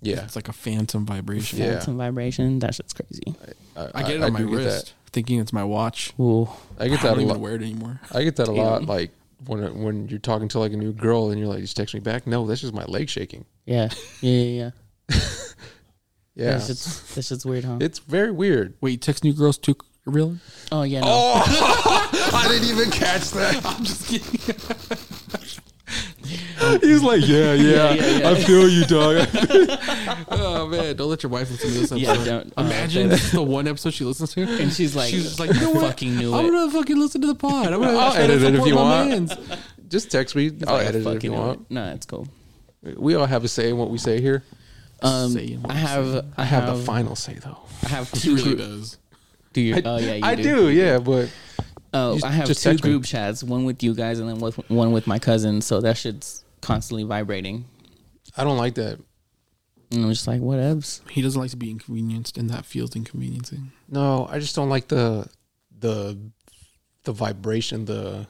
S3: yeah
S1: It's like a phantom vibration.
S3: Yeah.
S2: Phantom vibration. That shit's crazy.
S1: I get it on my
S3: do get
S1: wrist, thinking it's my watch.
S2: Ooh,
S3: that. i get
S1: I
S3: that
S1: don't
S3: a
S1: even
S3: lot
S1: wear it anymore.
S3: i get that a lot
S2: Damn.
S3: like when when you're talking to like a new girl and you're like, just text me back. No, that's just my leg shaking.
S2: Yeah. Yeah.
S3: [LAUGHS]
S2: Yeah. yeah.
S3: Yeah,
S2: This, shit's, this shit's weird, huh?
S3: it's
S1: [LAUGHS]
S3: very weird.
S1: Wait, you text new girls too? Really? [LAUGHS]
S2: oh, yeah. No.
S3: I didn't even catch that. I'm just kidding. He's like, yeah,
S2: yeah,
S3: yeah,
S2: yeah.
S3: I feel
S2: [LAUGHS]
S3: you, dog.
S1: Oh man, don't let your wife listen to
S3: [LAUGHS]
S1: this
S2: Yeah,
S1: episode.
S2: don't. Oh,
S1: Imagine
S2: that-
S1: this is the one episode she listens to,
S2: And she's like,
S1: she's just like, you know
S2: I
S1: what?
S2: fucking knew
S1: I'm
S2: it.
S1: gonna fucking listen to the pod. I'm gonna
S3: I'll
S1: I'm gonna
S3: edit it if you
S1: support my
S3: want.
S1: mans.
S3: Just text me. I'll
S2: Like, I
S3: edit it if
S2: fucking
S3: you
S2: knew
S3: want.
S2: it. No, that's cool.
S3: We all have a say in what we say here.
S1: Saying
S2: Um,
S1: what
S2: I
S1: I'm
S2: have, I
S3: I
S2: have,
S3: have the final say though.
S2: I
S3: [LAUGHS]
S2: have
S1: She
S2: two.
S1: really
S2: group-
S1: does.
S2: do you? oh yeah, you
S3: I
S2: do.
S3: do, yeah, but
S2: Oh,
S3: You
S2: I have
S3: just
S2: two
S3: text me.
S2: group chats. One with you guys, and then with, one with my cousin. So that shit's constantly vibrating.
S3: I don't like that.
S2: And I'm just like, what else?
S1: He doesn't like to be inconvenienced, and that feels inconveniencing.
S3: No, I just don't like the the the vibration, the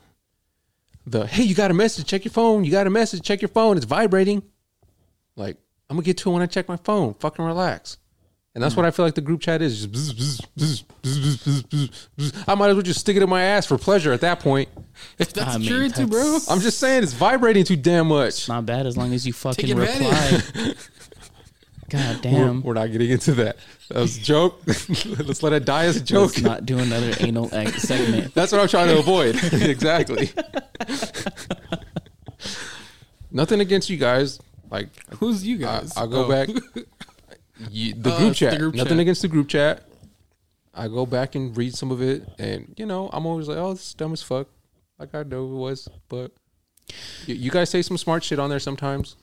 S3: the hey, you got a message, check your phone, you got a message, check your phone, it's vibrating. Like, I'm gonna get to it when I check my phone. Fucking relax. And
S2: Hmm.
S3: that's what I feel like the group chat is. Just bzz, bzz, bzz, bzz, bzz, bzz, bzz. I might as well just stick it in my ass for pleasure at that point.
S1: If that's
S2: I
S1: what
S2: mean,
S1: you're into, bro.
S2: that's-
S3: I'm just saying it's vibrating too damn much.
S2: Not bad as long as
S3: [LAUGHS]
S2: you fucking reply.
S1: advantage.
S2: God
S3: We're,
S2: damn.
S3: we're not getting into that. That was a joke. [LAUGHS] Let's let it die as a joke.
S2: Let's not do another anal ex
S3: [LAUGHS]
S2: segment.
S3: That's what I'm trying
S2: [LAUGHS]
S3: to avoid. exactly. Nothing against you guys. Like
S1: Who's you
S3: I,
S1: guys?
S3: I'll go
S1: Oh. [LAUGHS]
S3: back. You- the
S1: Oh,
S3: group
S1: it's the
S3: chat.
S1: group
S3: Nothing
S1: chat.
S3: against the group chat. I go back and read some of it, and you know, I'm always like, "Oh, this is dumb as fuck." Like I know it was, but you, you guys say some smart shit on there sometimes.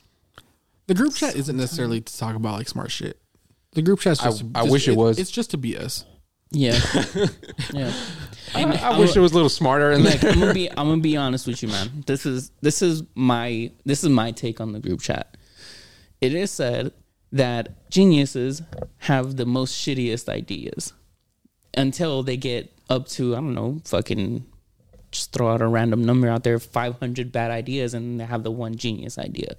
S1: The group chat isn't necessarily to talk about like smart shit. The group chat's
S3: I-
S1: just.
S3: I
S1: just-
S3: wish it was.
S1: It's just to be us.
S2: Yeah. Yeah.
S3: I, I wish it was a little smarter.
S2: [LAUGHS]
S3: And
S2: Like, I'm gonna be I'm gonna be honest with you, man. This is this is my this is my take on the group chat. It is said that geniuses have the most shittiest ideas until they get up to I don't know fucking just throw out a random number out there 500 bad ideas and they have the one genius idea.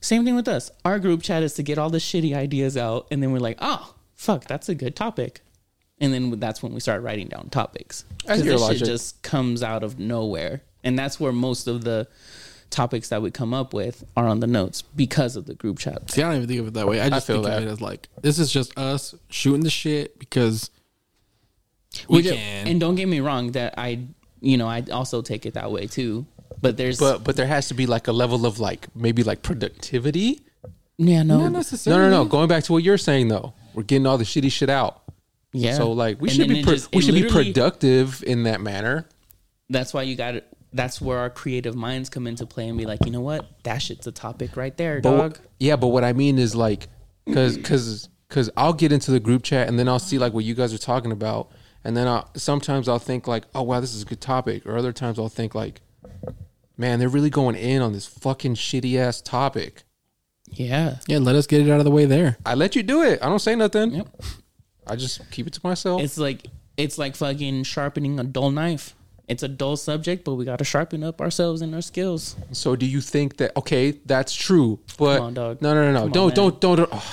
S2: Same thing with us. Our group chat is to get all the shitty ideas out, and then we're like, oh, fuck, that's a good topic. And then that's when we start writing down topics.
S3: I
S2: Because
S3: hear
S2: this
S3: logic.
S2: shit just comes out of nowhere. And that's where most of the topics that we come up with are on the notes because of the group chat.
S1: See, I don't even think of it that way. I just
S3: feel
S1: think
S3: that.
S1: of it as like this is just us shooting the shit because we,
S2: We do-
S1: can.
S2: And don't get me wrong that I, you know, I also take it that way too. But there's,
S3: but but there has to be like a level of like maybe like productivity.
S2: yeah, no, [LAUGHS]
S1: Not
S3: No,
S1: necessarily.
S3: no,
S2: Mm-hmm.
S3: no. Going back to what you're saying though, we're getting all the shitty shit out.
S2: yeah.
S3: So like we
S2: And
S3: should
S2: then
S3: be
S2: it
S3: pro-
S2: just-
S3: we
S2: it
S3: should be
S2: literally-
S3: productive in that manner.
S2: that's why you got to That's where our creative minds come into play and be like, you know what? That shit's a topic right there,
S3: But
S2: dog.
S3: what- yeah, but what I mean is like, cause cause cause I'll get into the group chat and then I'll see like what you guys are talking about, and then I sometimes I'll think like, oh wow, this is a good topic, or other times I'll think like, man, they're really going in on this fucking shitty ass topic.
S2: Yeah.
S1: Yeah, let us get it out of the way there.
S3: I let you do it. I don't say nothing.
S2: Yep.
S3: I just keep it to myself.
S2: It's like it's like fucking sharpening a dull knife. It's a dull subject, but we got to sharpen up ourselves and our skills.
S3: So do you think that okay, that's true, but
S2: Come on, dog.
S3: no, no, no, no,
S2: Come
S3: don't,
S2: on,
S3: don't, don't, don't.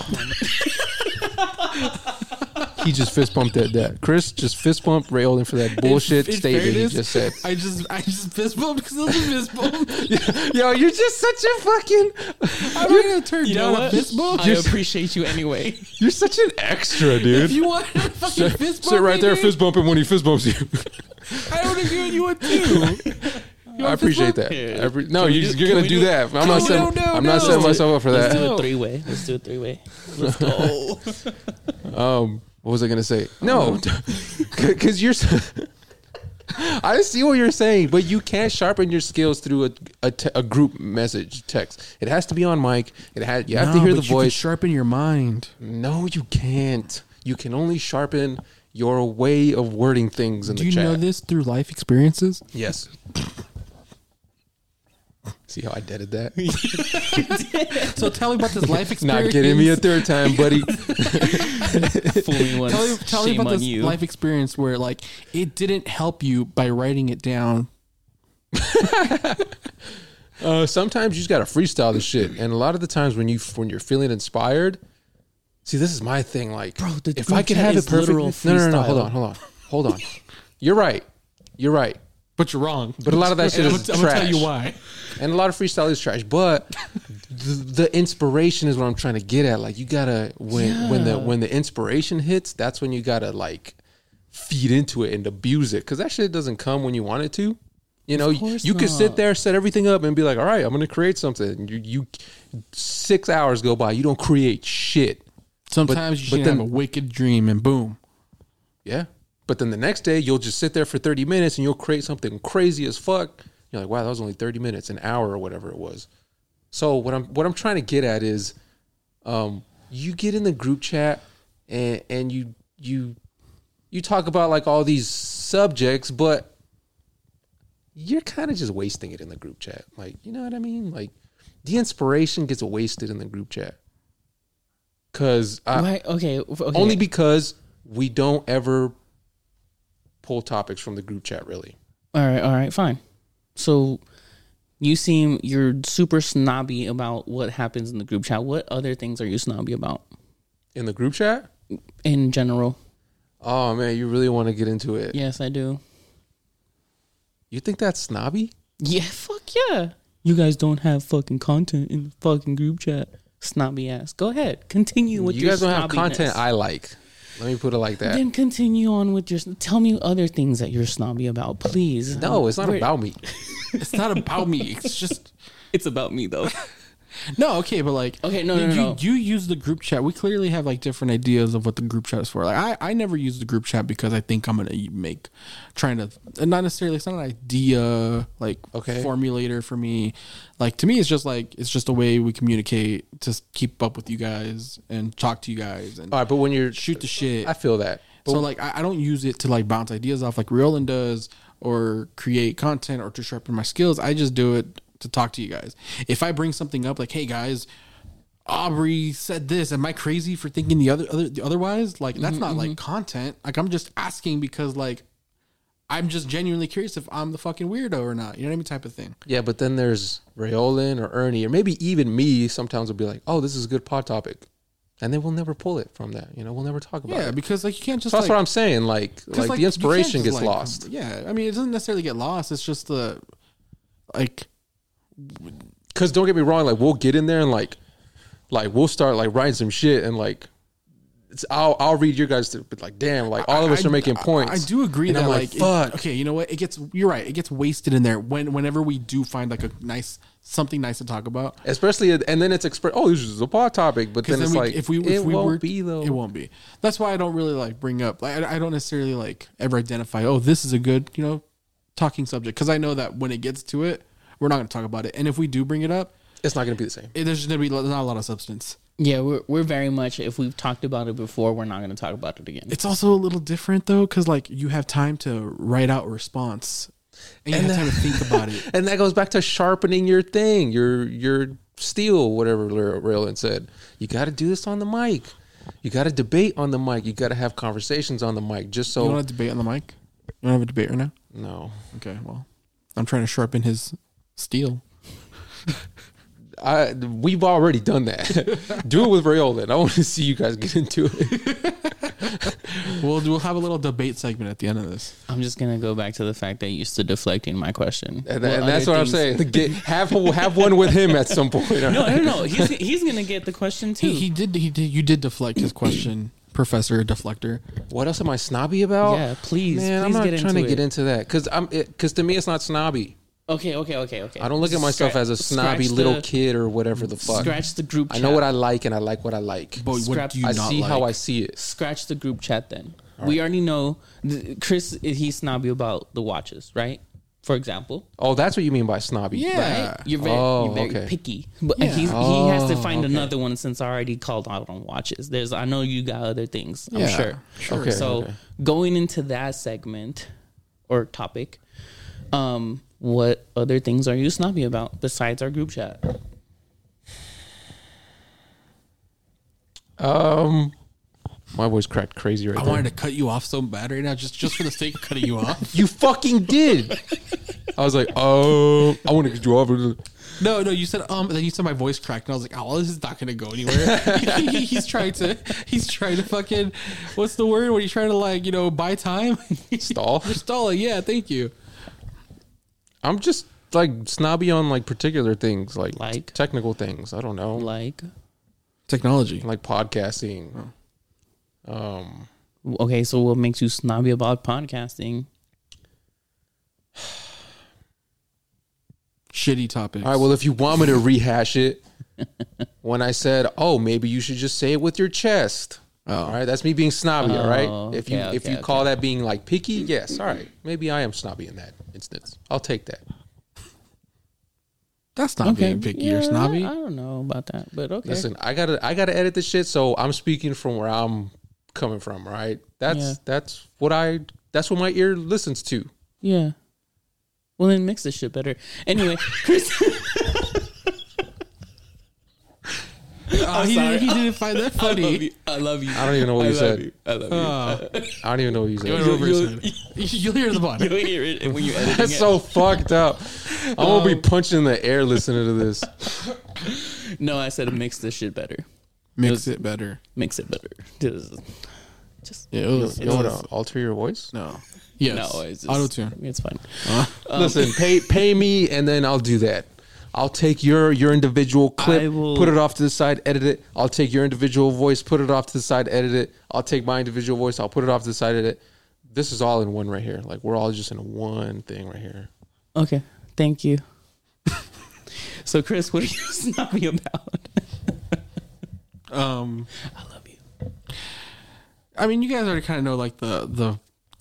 S3: [LAUGHS] he just fist bumped that. That Chris just fist bumped Ray Olin for that bullshit
S1: In- in
S3: statement
S1: fairness,
S3: he just said. [LAUGHS]
S1: I just I just fist bumped because it was a fist bump.
S3: Yo, you're just such a fucking.
S1: I'm not gonna turn down a fist bump.
S2: I appreciate you anyway.
S3: You're such an extra,
S1: if
S3: [LAUGHS] dude.
S1: you want a fucking fist bump,
S3: Sit right there,
S1: dude,
S3: fist bumping when he fist bumps you.
S1: I would have given you a two.
S3: [LAUGHS] I appreciate that. I appre- no, you, you're gonna do, that. I'm not
S1: we
S3: setting.
S1: do- no,
S3: I'm not
S1: no.
S3: setting myself up for
S2: Let's
S3: that.
S2: do a three way. Let's do a three way. Let's go.
S3: Um, what was I gonna say?
S1: Oh,
S3: No, [LAUGHS] because you're. s- I see what you're saying, but you can't sharpen your skills through a a, te- a group message text. It has to be on mic. It has you have to hear the voice.
S1: sharpen your mind.
S3: no, you can't. You can only sharpen your way of wording things in
S1: Do
S3: the
S1: you
S3: chat.
S1: know this through life experiences?
S3: Yes. [LAUGHS] see how I
S1: [LAUGHS]
S3: deaded that?
S1: So tell me about
S3: [LAUGHS]
S1: this life experience.
S3: Not getting me a third
S1: [LAUGHS]
S3: time, buddy.
S2: Fool me once.
S1: tell me, tell me
S2: shame
S1: about
S2: on
S1: this
S2: you.
S1: life experience where like it didn't help you by writing it down.
S3: Uh, sometimes you just gotta freestyle this shit, and a lot of the times when you when you're feeling inspired, see, this is my thing. Like,
S2: Bro, the
S3: if
S2: group
S3: I could
S2: chat
S3: have
S2: is
S3: it perfect, no,
S2: literal
S3: no, no, no, hold
S2: freestyle.
S3: on, hold on, hold on. you're right, you're right.
S1: but you're wrong.
S3: But a lot of that shit
S1: I'm
S3: is
S1: gonna- I'm gonna
S3: trash.
S1: tell you why.
S3: and a lot of freestyle is trash. But the, the inspiration is what I'm trying to get at. Like you gotta when when the when the inspiration hits, that's when you gotta like feed into it and abuse it because that shit doesn't come when you want it to. You know, you,
S2: course
S3: you could sit
S2: not.
S3: there, set everything up, and be like, "All right, I'm gonna create something." You, you six hours go by, you don't create shit.
S1: Sometimes you
S3: but
S1: can
S3: then-
S1: have a wicked dream and boom.
S3: Yeah. But then the next day, you'll just sit there for 30 minutes and you'll create something crazy as fuck. You're like, wow, that was only 30 minutes, an hour or whatever it was. So what I'm what I'm trying to get at is, um, you get in the group chat and and you you you talk about like all these subjects, but you're kind of just wasting it in the group chat. Like, you know what I mean? Like, the inspiration gets wasted in the group chat. Cause I,
S2: Why? Okay. okay.
S3: only because we don't ever pull topics from the group chat really
S2: All right, all right, fine. So you seem you're super snobby about what happens in the group chat. What other things are you snobby about
S3: in the group chat
S2: in general?
S3: oh man you really want to get into it
S2: Yes, I do.
S3: you think that's snobby
S2: Yeah, fuck yeah. You guys don't have fucking content in the fucking group chat. Snobby ass. Go ahead. Continue with
S3: you
S2: your
S3: guys don't have content
S2: snobbiness.
S3: i like let me put it like that
S2: then continue on with your. Tell me other things that you're snobby about, please.
S3: no it's not about me
S1: It's not about me. It's just
S2: It's about me though.
S1: no, okay, but like
S2: Okay, no,
S1: you,
S2: no, no.
S1: you use the group chat. We clearly have like different ideas of what the group chat is for. Like I, I never use the group chat because I think I'm gonna make trying to and not necessarily it's not an idea like
S3: Okay.
S1: formulator for me. Like to me it's just like it's just a way we communicate to keep up with you guys and talk to you guys and
S3: all right but when you're
S1: shoot the shit.
S3: i feel that but
S1: So like I, I don't use it to like bounce ideas off like Riolan does or create content or to sharpen my skills. I just do it to talk to you guys. If I bring something up like, hey guys, Aubrey said this. Am I crazy for thinking the other, other the otherwise? Like
S3: Mm-hmm,
S1: that's not like content. Like I'm just asking because like I'm just genuinely curious if I'm the fucking weirdo or not. You know what I mean? Type of thing.
S3: yeah but then there's Rayolan or ernie or maybe even me sometimes will be like oh this is a good pod topic and then we'll never pull it from that you know we'll never talk about
S1: Yeah,
S3: it
S1: because like you can't just
S3: so that's
S1: like,
S3: what i'm saying like like,
S1: Because,
S3: the
S1: you can't
S3: inspiration
S1: just,
S3: gets
S1: like,
S3: lost
S1: Yeah, I mean it doesn't necessarily get lost. It's just the like
S3: Cause don't get me wrong, like we'll get in there and like, like we'll start like writing some shit and like, it's I'll I'll read your guys to but like damn like all of us
S1: I-
S3: are making
S1: I-
S3: points.
S1: I, do agree
S3: And
S1: that
S3: I'm
S1: like, it-
S3: fuck.
S1: okay, you know what? It gets you're right. It gets wasted in there when whenever we do find like a nice something nice to talk about.
S3: Especially and then it's express. Oh, this is a pod topic, but then
S1: Because
S3: it's
S1: then we,
S3: like
S1: if we
S3: it
S1: if we
S3: won't
S1: were
S3: be though.
S1: it won't be. That's why I don't really like bring up. Like, I, I don't necessarily like ever identify. Oh, this is a good you know talking subject because I know that when it gets to it, we're not going to talk about it. And if we do bring it up,
S3: It's not gonna be the same.
S1: it, there's just going to be lo- not a lot of substance.
S2: [LAUGHS] Yeah, we're we're very much. If we've talked about it before, we're not going to talk about it again.
S1: It's also a little different though because like you have time to write out a response and you have time to think about it.
S3: And that goes back to sharpening your thing, your your steel, whatever Ra- Raylan said. You got to do this on the mic. You got to debate on the mic. You got to have conversations on the mic. Just
S1: You
S3: so
S1: want to debate on the mic? You want to have a debate right now?
S3: no,
S1: Okay, well, I'm trying to sharpen his steel.
S3: I we've already
S2: [LAUGHS]
S3: done that. Do it with Rayola. I want to see you guys get into it.
S1: We'll we'll have a little debate segment at the end of this.
S2: I'm just gonna go back to the fact that you're still deflecting my question.
S3: And,
S2: What
S3: and that's
S2: other
S3: what I'm
S2: things-
S3: saying. Get, have have one with him at some point.
S2: [LAUGHS] No, no, no. He's he's gonna get the question too.
S1: He, he did he did you did deflect his question, [CLEARS THROAT] Professor Deflector.
S3: What else am I snobby about?
S2: Yeah, please,
S3: oh, man.
S2: please
S3: I'm not
S2: get
S3: trying
S2: into
S3: to get
S2: it.
S3: into that because I'm because to me it's not snobby.
S2: okay, okay, okay, okay.
S3: I don't look at myself
S2: Scra-
S3: as a snobby
S2: scratch
S3: little
S2: the-
S3: kid or whatever the fuck.
S2: Scratch the group.
S3: I
S2: Chat.
S3: know what I like and I like what I like.
S1: But what
S2: Scrap-
S1: do you
S3: I
S1: not
S3: see
S1: like?
S3: how I see it.
S2: Scratch the group chat. Then we already know. th- Chris, he's snobby about the watches, right? For example,
S3: Oh, that's what you mean by snobby.
S1: Yeah.
S2: right? You're very,
S3: Oh,
S2: you're very
S3: okay.
S2: picky, but
S1: Yeah.
S2: he's, he has to
S3: Oh,
S2: find
S3: okay.
S2: another one since I already called out on watches. There's, I know you got other things. I'm
S1: Yeah,
S2: sure.
S1: sure.
S3: Okay,
S2: So
S3: okay.
S2: going into that segment or topic, um, what other things are you snobby about besides our group chat?
S3: Um, my voice cracked crazy right
S1: I
S3: there.
S1: wanted to cut you off so bad right now, just just for the sake of cutting you off.
S3: You fucking
S2: [LAUGHS]
S3: did. I was like, oh, I want to get you off.
S1: [LAUGHS] No, no, you said um, and then you said my voice cracked, and I was like, oh, well, this is not gonna go [LAUGHS] anywhere. he's trying to, he's trying to fucking, what's the word? When you trying to like, you know, buy time, [LAUGHS]
S3: Stall?
S1: You're stalling. Yeah, thank you.
S3: I'm just like snobby on like particular things, like,
S2: Like?
S3: technical things. I don't know, like,
S2: Like,
S1: Technology.
S3: podcasting. Um,
S2: okay, so what makes you snobby about podcasting?
S1: Shitty topics.
S3: all right. Well, if you want me to
S2: [LAUGHS]
S3: rehash it, when I said, "Oh, maybe you should just say it with your chest." All right, that's me being snobby. all
S2: Oh,
S3: right, if you
S2: okay,
S3: if
S2: okay,
S3: you call that being like picky, yes. All right, maybe I am snobby in that instance. I'll take that.
S1: That's not being picky or
S2: yeah,
S1: snobby.
S2: I, I don't know about that, but okay.
S3: Listen, I gotta I gotta edit this shit, so I'm speaking from where I'm coming from, right? That's
S2: Yeah.
S3: that's what I that's what my ear listens to.
S2: Yeah. Well, then mix this shit better.
S1: [LAUGHS]
S2: Anyway, Chris,
S1: oh, he,
S2: sorry.
S1: didn't, he didn't find that
S2: [LAUGHS] I love
S1: [LAUGHS] funny.
S2: you. I love you.
S3: I don't even know what you
S2: love
S3: said.
S2: you. I love
S1: Oh,
S3: I don't even know what you
S1: you
S3: said.
S1: went over his
S2: You'll-
S1: head. [LAUGHS] You'll hear the
S2: you.
S1: bottom.
S2: You'll hear it, and [LAUGHS]
S3: [LAUGHS]
S2: when you edit it, Um,
S3: That's so
S2: [LAUGHS]
S3: fucked up. I'm gonna be punching in the air listening to this.
S2: no, I said mix this shit better.
S1: Mix it better.
S2: Mix it better. Just, just
S1: Yeah, it was,
S3: You know what? uh, Alter your voice.
S1: no. Yes.
S2: no, it's just,
S1: Auto tune.
S2: It's fine.
S3: Um, Listen, pay pay me, and then I'll do that. I'll take your your individual
S2: I
S3: clip,
S2: will-
S3: put it off to the side, edit it. I'll take your individual voice, put it off to the side, edit it. I'll take my individual voice, I'll put it off to the side, edit it. This is all in one right here. Like we're all just in one thing right here.
S2: Okay, thank you. [LAUGHS] so, Chris, what are you [LAUGHS] snobby about?
S1: Um,
S2: I love you.
S1: I mean, you guys already kind of know like the the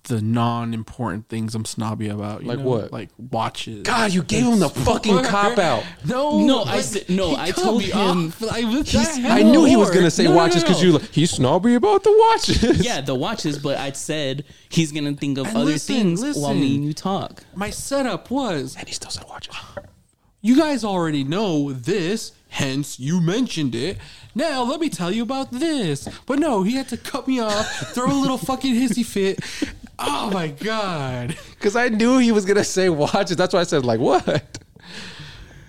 S1: the non-important things I'm snobby about. you
S3: Like
S1: know?
S3: what?
S1: Like watches.
S3: God, you gave him
S1: [LAUGHS]
S3: the fucking cop out.
S1: No,
S2: No, I
S1: like,
S2: said- no,
S1: he
S2: I
S1: cut
S2: told
S1: me
S2: him-
S1: off. I, was
S2: He's-
S1: that
S3: I knew he was
S1: hard.
S3: gonna say
S2: No, no, no,
S3: watches because
S2: no.
S3: you like, he's snobby about the watches.
S2: Yeah, the watches, but I said he's gonna think of
S1: And
S2: other
S1: listen,
S2: things while
S1: listen.
S2: me and you talk.
S1: My setup was
S3: [LAUGHS] and he still said watches.
S1: you guys already know this, hence you mentioned it. Now let me tell you about this. But no, he had to cut me off, throw a little fucking hissy fit. Oh my god.
S3: Because I knew he was gonna say watches. That's why I said like what.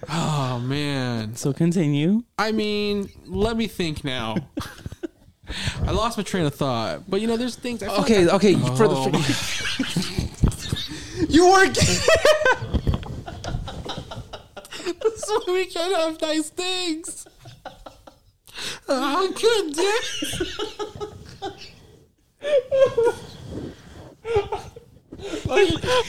S1: Oh man.
S2: So continue.
S1: I mean, let me think now. I lost my train of thought, but you know, there's things. I feel like
S3: Okay, okay. For
S1: Oh
S3: the you were
S1: That's why [LAUGHS] we can't have nice things. How could this?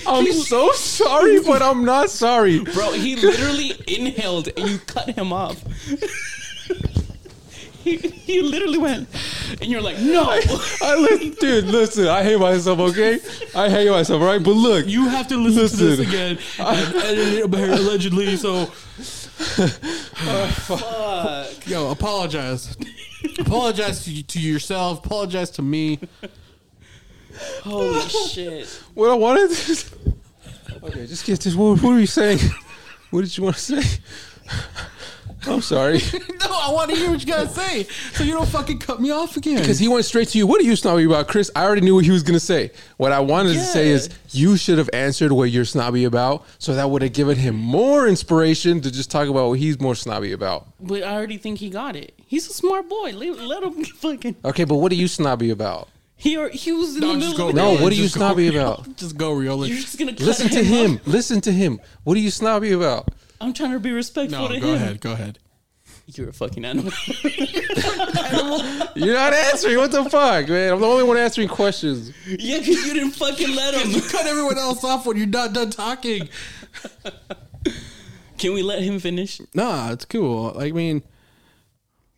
S3: I'm so sorry, but I'm not sorry.
S2: Bro, he literally inhaled and you cut him off. [LAUGHS] he, he literally went, and you're
S1: [LAUGHS]
S2: like, no.
S3: I listen, dude. Listen, I hate myself. Okay, I hate myself. Right, but look, you.
S1: You have to listen, to this
S3: Listen.
S1: again. and edit it back, allegedly, [LAUGHS] so
S2: Fuck.
S1: yo, apologize. apologize to, you- to yourself. Apologize to me.
S2: Holy shit.
S3: What I wanted. okay, just get this. What, what were you saying? What did you want to say? I'm sorry.
S1: no, I want to hear what you gotta say, so you don't fucking cut me off again.
S3: Because he went straight to you. What are you snobby about, Chris? I already knew what he was going to say. What I wanted to say is
S2: Yeah.
S3: you should have answered what you're snobby about, so that would have given him more inspiration to just talk about what he's more snobby about.
S2: But I already think he got it. He's a smart boy. Let, let him [LAUGHS] fucking.
S3: Okay, but what are you snobby about?
S2: He, are, he was in
S1: No,
S2: the
S1: just
S2: middle
S1: go
S2: of
S3: No,
S2: it.
S1: Riola,
S3: what are you
S1: just go
S3: snobby
S1: Riola.
S3: about?
S1: just go, Riola.
S2: You're just going to cut
S3: [LAUGHS] Listen to
S2: him. off.
S3: him. Listen to him. What are you snobby about?
S2: I'm trying to be
S1: No,
S2: respectful to
S1: go
S2: him.
S1: ahead. Go ahead.
S2: You're a fucking animal. [LAUGHS]
S3: You're not answering. What the fuck, man? I'm the only one answering questions.
S2: yeah, because you didn't fucking let
S1: You
S2: him. [LAUGHS]
S1: cut everyone else off when you're not done talking.
S2: Can we let
S1: [LAUGHS]
S2: him finish?
S1: Nah, it's cool. Like, I mean,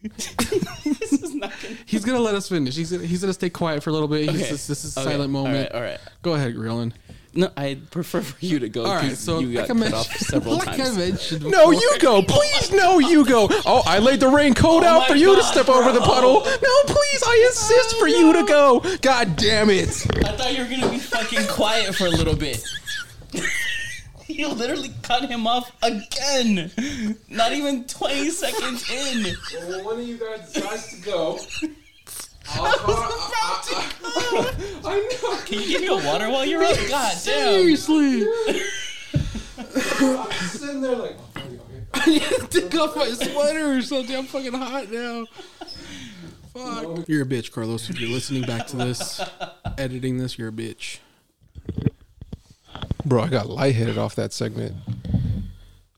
S2: this is not [LAUGHS] going to.
S1: he's gonna let us finish. He's gonna, he's gonna stay quiet for a little bit. He's
S2: Okay.
S1: just- this is a
S2: Okay.
S1: silent
S2: All
S1: moment.
S2: right, all right.
S1: Go ahead, Grillin.
S2: No, I prefer for you to go.
S1: All right,
S2: 'cause
S1: so
S2: you got
S1: like I
S2: cut
S1: mentioned,
S2: off
S1: [LAUGHS]
S2: several
S1: like
S2: times.
S1: I mentioned,
S3: No,
S1: before-
S3: you go. Please, no, you go. Oh, I laid the raincoat
S2: my
S3: out for you to
S2: God,
S3: step over the
S2: bro.
S3: puddle. No, please, I insist for you to go. God damn it.
S2: I thought you were gonna be fucking quiet for a little bit. [LAUGHS] you literally cut him off again. Not even twenty seconds in.
S3: Well, one of you guys decides to [LAUGHS] go. [LAUGHS] I
S2: Can you give me a water while you're up? [LAUGHS] God damn.
S1: seriously.
S3: know. I'm sitting there like.
S1: I need to [LAUGHS] take off my sweater or something. I'm fucking hot now. Fuck. You're a bitch, Carlos. If you're listening back to this, editing this, you're a bitch.
S3: Bro, I got lightheaded off that segment.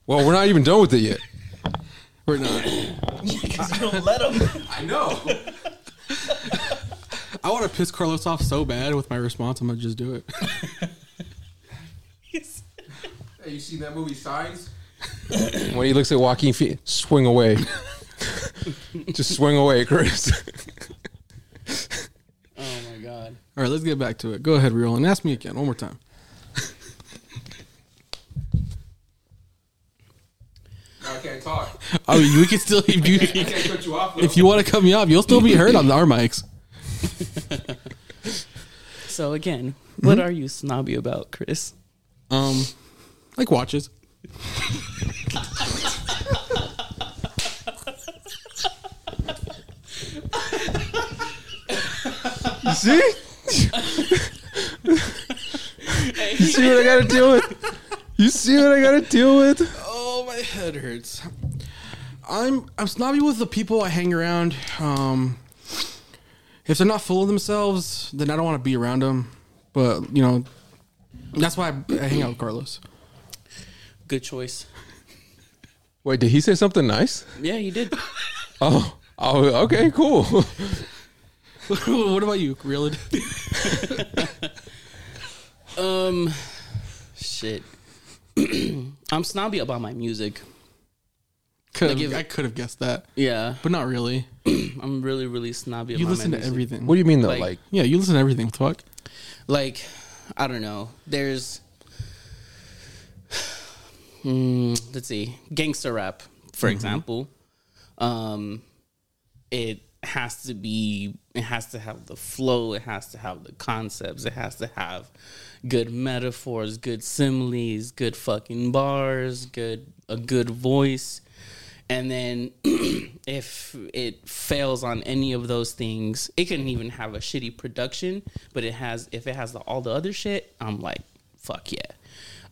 S3: Well, we're not even done with it yet.
S1: We're not.
S2: Because you don't let them.
S3: I know. [LAUGHS]
S1: I want to piss Carlos off so bad with my response. I'm gonna just do it. [LAUGHS]
S3: you seen that movie Signs? [CLEARS THROAT] when he looks at Joaquin Phoenix, swing away. [LAUGHS] Just swing away, Chris.
S2: oh my god.
S1: All right, let's get back to it. Go ahead, Riol, and ask me again one more time.
S3: I can't [LAUGHS] talk.
S1: I mean, we Oh, can still if you
S3: cut you off.
S1: [LAUGHS] if you want to cut me off, you'll still be heard on our mics.
S2: So again, what are you snobby about, Chris?
S1: Um, like watches.
S3: see? you see what I gotta deal with? You see what I gotta deal with?
S1: Oh, my head hurts. I'm I'm snobby with the people I hang around. Um, if they're not full of themselves, then I don't want to be around them. But you know, that's why I, I hang out with Carlos.
S2: Good choice.
S3: Wait, did he say something nice?
S2: Yeah, you [LAUGHS] did.
S3: Oh, oh okay, cool.
S1: what about you, Riol?
S2: [LAUGHS] Um, shit. [CLEARS THROAT] I'm snobby about my music.
S1: Could've-
S2: Like if-
S1: I could have guessed that,
S2: Yeah,
S1: but not really.
S2: I'm really, really snobby.
S1: You
S2: about
S1: listen
S2: my
S1: to
S2: music.
S1: everything.
S3: What do you mean though?
S2: Like-
S3: like
S1: Yeah, you listen to everything. What the fuck?
S2: Like, I don't know. There's, Hmm, let's see, gangster rap, for example. Um, it has to be. It has to have the flow. It has to have the concepts. It has to have good metaphors, good similes, good fucking bars, good a good voice. And then [CLEARS THROAT] if it fails on any of those things, it can even have a shitty production, but it has if it has the, all the other shit, I'm like, fuck yeah.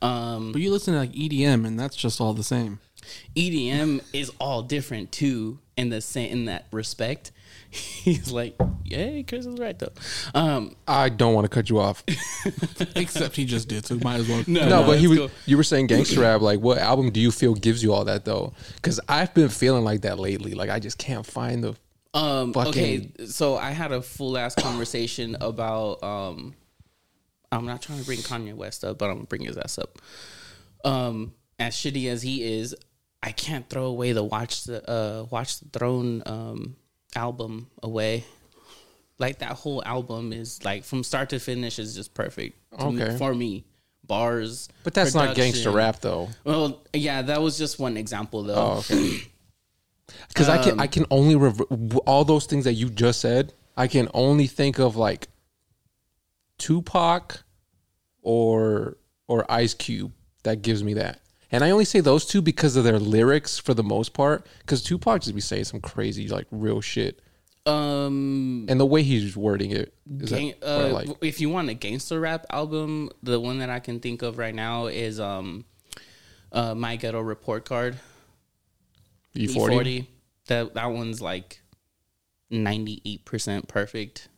S2: Um
S1: But you listen to like EDM, and that's just all the same.
S2: EDM E is all different too in the same in that respect. [LAUGHS] He's like, yeah, Chris is right though. Um
S3: I don't want to cut you off.
S1: [LAUGHS] Except he just did, so might as well.
S3: No,
S2: No,
S3: but he was.
S2: let's go.
S3: You were saying gangster rap. Like, what album do you feel gives you all that though? Because I've been feeling like that lately. Like, I just can't find the.
S2: Um,
S3: Fucking-
S2: okay, so I had a full ass conversation about. Um, I'm not trying to bring Kanye West up, but I'm gonna bring his ass up. Um, as shitty as he is, I can't throw away the Watch the uh, Watch the Throne um, album away. Like that whole album is like from start to finish is just perfect. to me-
S3: Okay.
S2: for me, bars.
S3: But that's not gangster
S2: production.
S3: rap Oh, though,
S2: Well, yeah, that was just one example though.
S3: because I
S2: Um,
S3: can. I can only rever- all those things that you just said. I can only think of like Tupac or or Ice Cube that gives me that. And I only say those two because of their lyrics for the most part. Because Tupac just be saying some crazy like real shit,
S2: Um,
S3: and the way he's wording it is
S2: Gang,
S3: that what I
S2: uh,
S3: like.
S2: If you want a gangster rap album, the one that I can think of right now is um, uh, My Ghetto Report Card
S3: E
S2: E
S3: E40.
S2: That that one's like ninety eight percent perfect.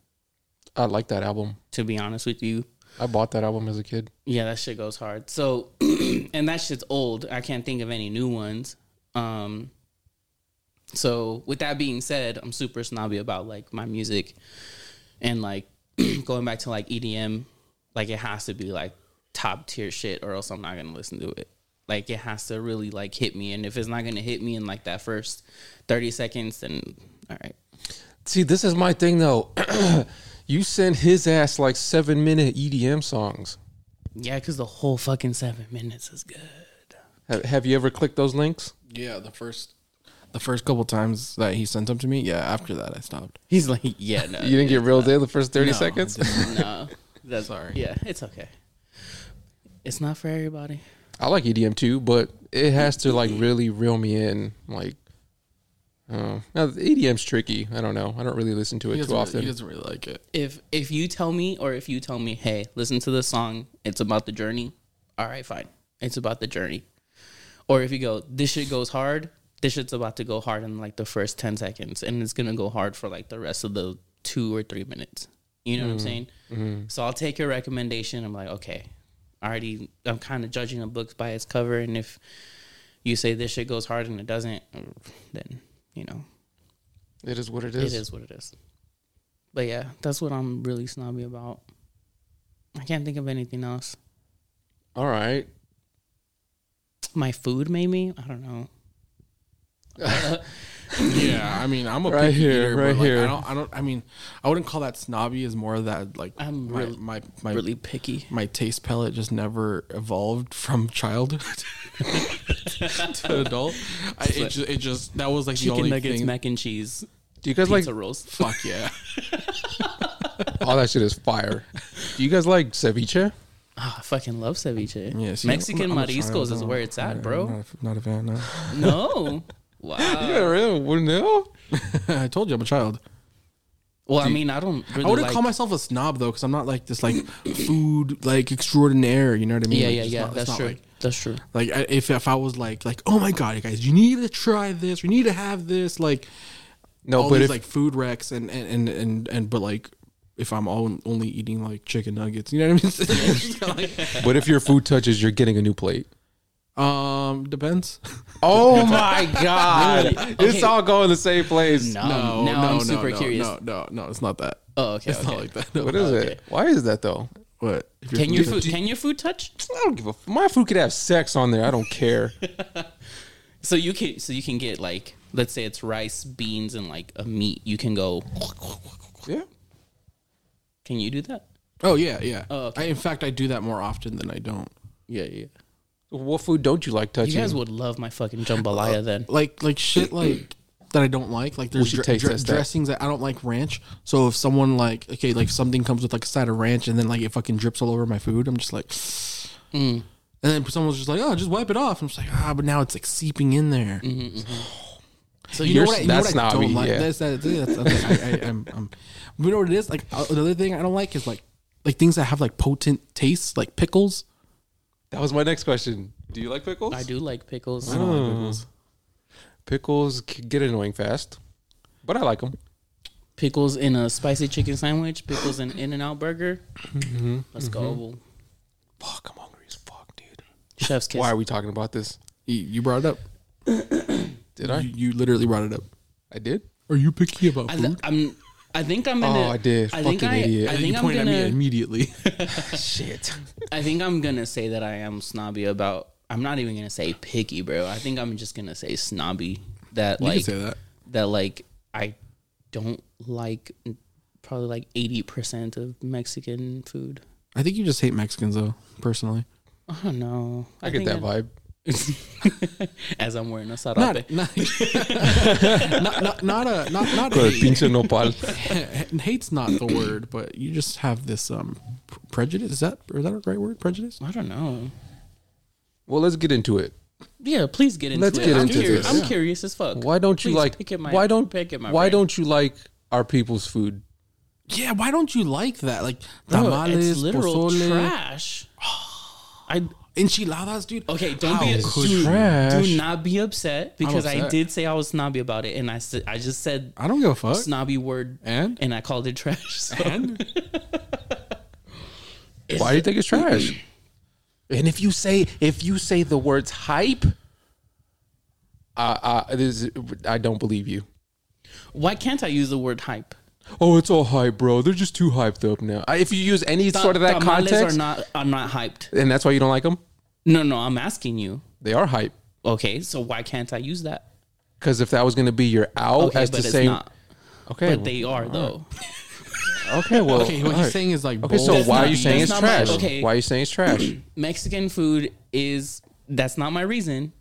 S3: I like that album.
S2: To be honest with you,
S3: I bought that album as a kid.
S2: yeah, that shit goes hard. So, [CLEARS THROAT] and that shit's old. I can't think of any new ones. Um, so with that being said, I'm super snobby about like my music, and like [CLEARS THROAT] going back to like EDM, like it has to be like top tier shit, or else I'm not gonna listen to it. Like it has to really like hit me, and if it's not gonna hit me in like that first thirty seconds, then all right,
S3: See, this is my thing though. [CLEARS THROAT] you send his ass like seven minute EDM songs.
S2: yeah, because the whole fucking seven minutes is good.
S3: Have, have you ever clicked those links?
S1: Yeah, the first, the first couple times that he sent them to me. Yeah, after that I stopped.
S2: He's like, yeah, [LAUGHS] no,
S3: You didn't get real day the first 30
S1: No, I
S3: seconds?
S1: didn't.
S2: no, that's
S1: Sorry.
S2: Yeah, it's okay. It's not for everybody.
S3: [LAUGHS] I like EDM too, but it has to like really reel me in. Like, uh, now the EDM's tricky. I don't know. I don't really listen to
S1: He
S3: it
S1: doesn't,
S3: too
S1: really, he
S3: often.
S1: doesn't really like it.
S2: If if you tell me or if you tell me, hey, listen to this song, it's about the journey. All right, fine. It's about the journey. Or if you go, this shit goes hard. This shit's about to go hard in like the first ten seconds, and it's gonna go hard for like the rest of the two or three minutes. You know what I'm saying? So I'll take your recommendation. I'm like, okay, already I'm kind of judging a book by its cover, and if you say this shit goes hard and it doesn't, then you know
S3: It is what it
S2: it
S3: is.
S2: is what it is. But yeah, that's what I'm really snobby about. I can't think of anything else.
S3: All right.
S2: My food, maybe I don't know.
S1: Yeah, I mean, I'm a
S3: Right
S1: picky
S3: here,
S1: eater, but,
S3: right
S1: like,
S3: here.
S1: I don't, I don't. I mean, I wouldn't call that snobby. Is more that like
S2: I'm
S1: my
S2: really-
S1: my my,
S2: really picky.
S1: my taste palette just never evolved from childhood [LAUGHS] to adult. I, it, just, it just that was like the
S2: [LAUGHS] Chicken
S1: only
S2: nuggets,
S1: thing.
S2: mac and cheese,
S3: Do you guys
S2: pizza
S3: like
S2: rolls.
S1: Fuck
S2: [LAUGHS]
S1: yeah,
S3: all that shit is fire? Do you guys like ceviche?
S2: Ah, I fucking love ceviche.
S1: yeah. see,
S2: Mexican
S1: I'm a- I'm a
S2: mariscos is
S1: child,
S2: where it's
S1: I'm
S2: at, bro.
S1: Not a, not a fan. No. [LAUGHS]
S2: No. Wow.
S3: Yeah, really? What now?
S1: I told you I'm a child.
S2: Well, I mean, I don't. Really
S1: I wouldn't
S2: like,
S1: call myself a snob though, because I'm not like this like food like extraordinaire. You know what I mean?
S2: Yeah,
S1: Like,
S2: yeah,
S1: it's
S2: yeah.
S1: not- it's
S2: that's
S1: not
S2: true.
S1: like-
S2: that's
S1: [LAUGHS]
S2: true.
S1: Like I- if if I was like like oh my god, you guys, you need to try this. You need to have this. Like
S3: No,
S1: all
S3: but
S1: these
S3: if
S1: like food wrecks and and and and, and but like. If I'm all, only eating like chicken nuggets, you know what I mean? [LAUGHS] It's just kinda like-
S3: but if your food touches, you're getting a new plate.
S1: um, depends.
S3: Oh my god! It's
S2: Okay.
S3: all going the same place.
S2: No,
S1: [LAUGHS]
S2: Oh, no, now I'm super
S1: no,
S2: curious.
S1: No, no, no, it's not that.
S2: Oh, okay.
S1: It's
S2: okay.
S1: not like that. No.
S3: What is it? Why is that though?
S1: What? If your
S2: Can your
S1: food-
S2: food? Can your food touch?
S3: I don't give a. F- my food could have sex on there. I don't care.
S2: So you can. So you can get like, let's say it's rice, beans, and like a meat. You can go.
S3: yeah.
S2: Can you do that?
S1: Oh yeah, yeah.
S2: Oh, okay.
S1: I, in fact, I do that more often than I don't.
S2: Yeah, yeah.
S3: What food don't you like touching?
S2: You guys would love my fucking jambalaya then.
S1: like like shit like that I don't like. Like there's
S3: should
S1: dre-
S3: taste
S1: dre-
S3: test that.
S1: dressings that I don't like ranch. So if someone like okay like something comes with like a side of ranch and then like it fucking drips all over my food, I'm just like. [SNIFFS] And then someone's just like, "Oh, just wipe it off." I'm just like, "Ah, but now it's like seeping in there."
S2: So
S1: You
S2: you
S1: know
S3: You're-
S1: what? I, you know
S3: that's
S1: what I
S3: not
S1: don't
S3: me,
S1: like.
S3: yeah.
S1: That's, that's, that's, that's like, I, I, I'm, I'm, you know what it is? Like uh, another thing I don't like is like, like things that have like potent tastes, like pickles.
S3: That was my next question. Do you like pickles?
S2: I do like pickles.
S1: I don't like pickles.
S3: Pickles c- get annoying fast, but I like them.
S2: Pickles in a spicy chicken sandwich. Pickles in In and Out burger.
S1: Mm-hmm,
S2: Let's go,
S3: Fuck, I'm hungry as fuck, dude.
S2: chef's kiss.
S3: Why are we talking about this?
S1: You, you brought it up.
S3: Did I?
S1: You, you literally brought it up.
S3: I did.
S1: Are you picky about
S2: I
S1: food?
S2: th- I'm. I think I'm gonna.
S3: Oh, I did.
S2: I think
S3: Fucking
S2: I,
S3: idiot.
S2: I
S1: And
S2: think
S1: you
S2: I'm
S1: point
S2: gonna.
S1: at me immediately.
S3: Shit.
S2: I think I'm gonna say that I am snobby about. I'm not even gonna say picky, bro. I think I'm just gonna say snobby. That
S1: you
S2: like
S1: can say that.
S2: that like I don't like probably like eighty percent of Mexican food.
S1: I think you just hate Mexicans, though. Personally,
S2: I don't know.
S3: I get that vibe.
S2: vibe. As I'm wearing a sarape.
S1: not not, [LAUGHS] not not not a not not
S3: Con el
S1: hate.
S3: pinche nopal.
S1: [LAUGHS] Hate's not the word, but you just have this um pr- prejudice. Is that is that a right word? Prejudice.
S2: I don't know.
S3: Well, let's get into it.
S2: Yeah, please get into
S3: Let's
S2: it.
S3: get
S2: I'm
S3: into
S2: curious.
S3: this.
S2: I'm
S3: Yeah.
S2: curious as fuck.
S3: Why don't you
S2: Please
S3: like?
S2: pick at my-
S3: why don't
S2: pick at my
S3: Why
S2: brain.
S3: don't you like our people's food?
S1: Yeah. Why don't you like that? Like
S2: Bro,
S1: tamales,
S2: it's literal
S1: pozole,
S2: trash. I
S1: enchiladas, dude.
S2: Okay, don't
S1: How
S2: be
S1: could
S2: dude,
S3: trash.
S2: Do not be upset because I
S1: upset.
S2: did say I was snobby about it, and I said I just said
S1: I don't give a fuck.
S2: snobby word,
S1: And?
S2: and I called it trash. [LAUGHS] So
S1: And
S3: Why do you think it's trash? [CLEARS THROAT] and if you say if you say the words hype, uh, I I, this, I don't believe you.
S2: why can't I use the word hype?
S3: Oh, it's all hype, bro. They're just too hyped up now. I- If you use any sort of that
S2: Tamales
S3: context,
S2: are not are not hyped.
S3: and that's why you don't like them,
S2: No, no, I'm asking you.
S3: they are hype.
S2: Okay, so why can't I use that?
S3: Because if that was going to be your out
S2: Okay,
S3: Oh, as
S2: but
S3: the
S2: it's
S3: same,
S2: not.
S3: okay,
S2: But they are though.
S3: okay, well,
S1: okay, what
S3: all
S1: he's
S3: right.
S1: saying is like
S3: okay. So
S1: bold.
S3: why are
S2: not-
S3: you saying
S2: that's
S3: it's
S2: not my-
S3: trash?
S2: okay.
S3: Why are you saying it's trash? [CLEARS THROAT]
S2: Mexican food is that's not my reason.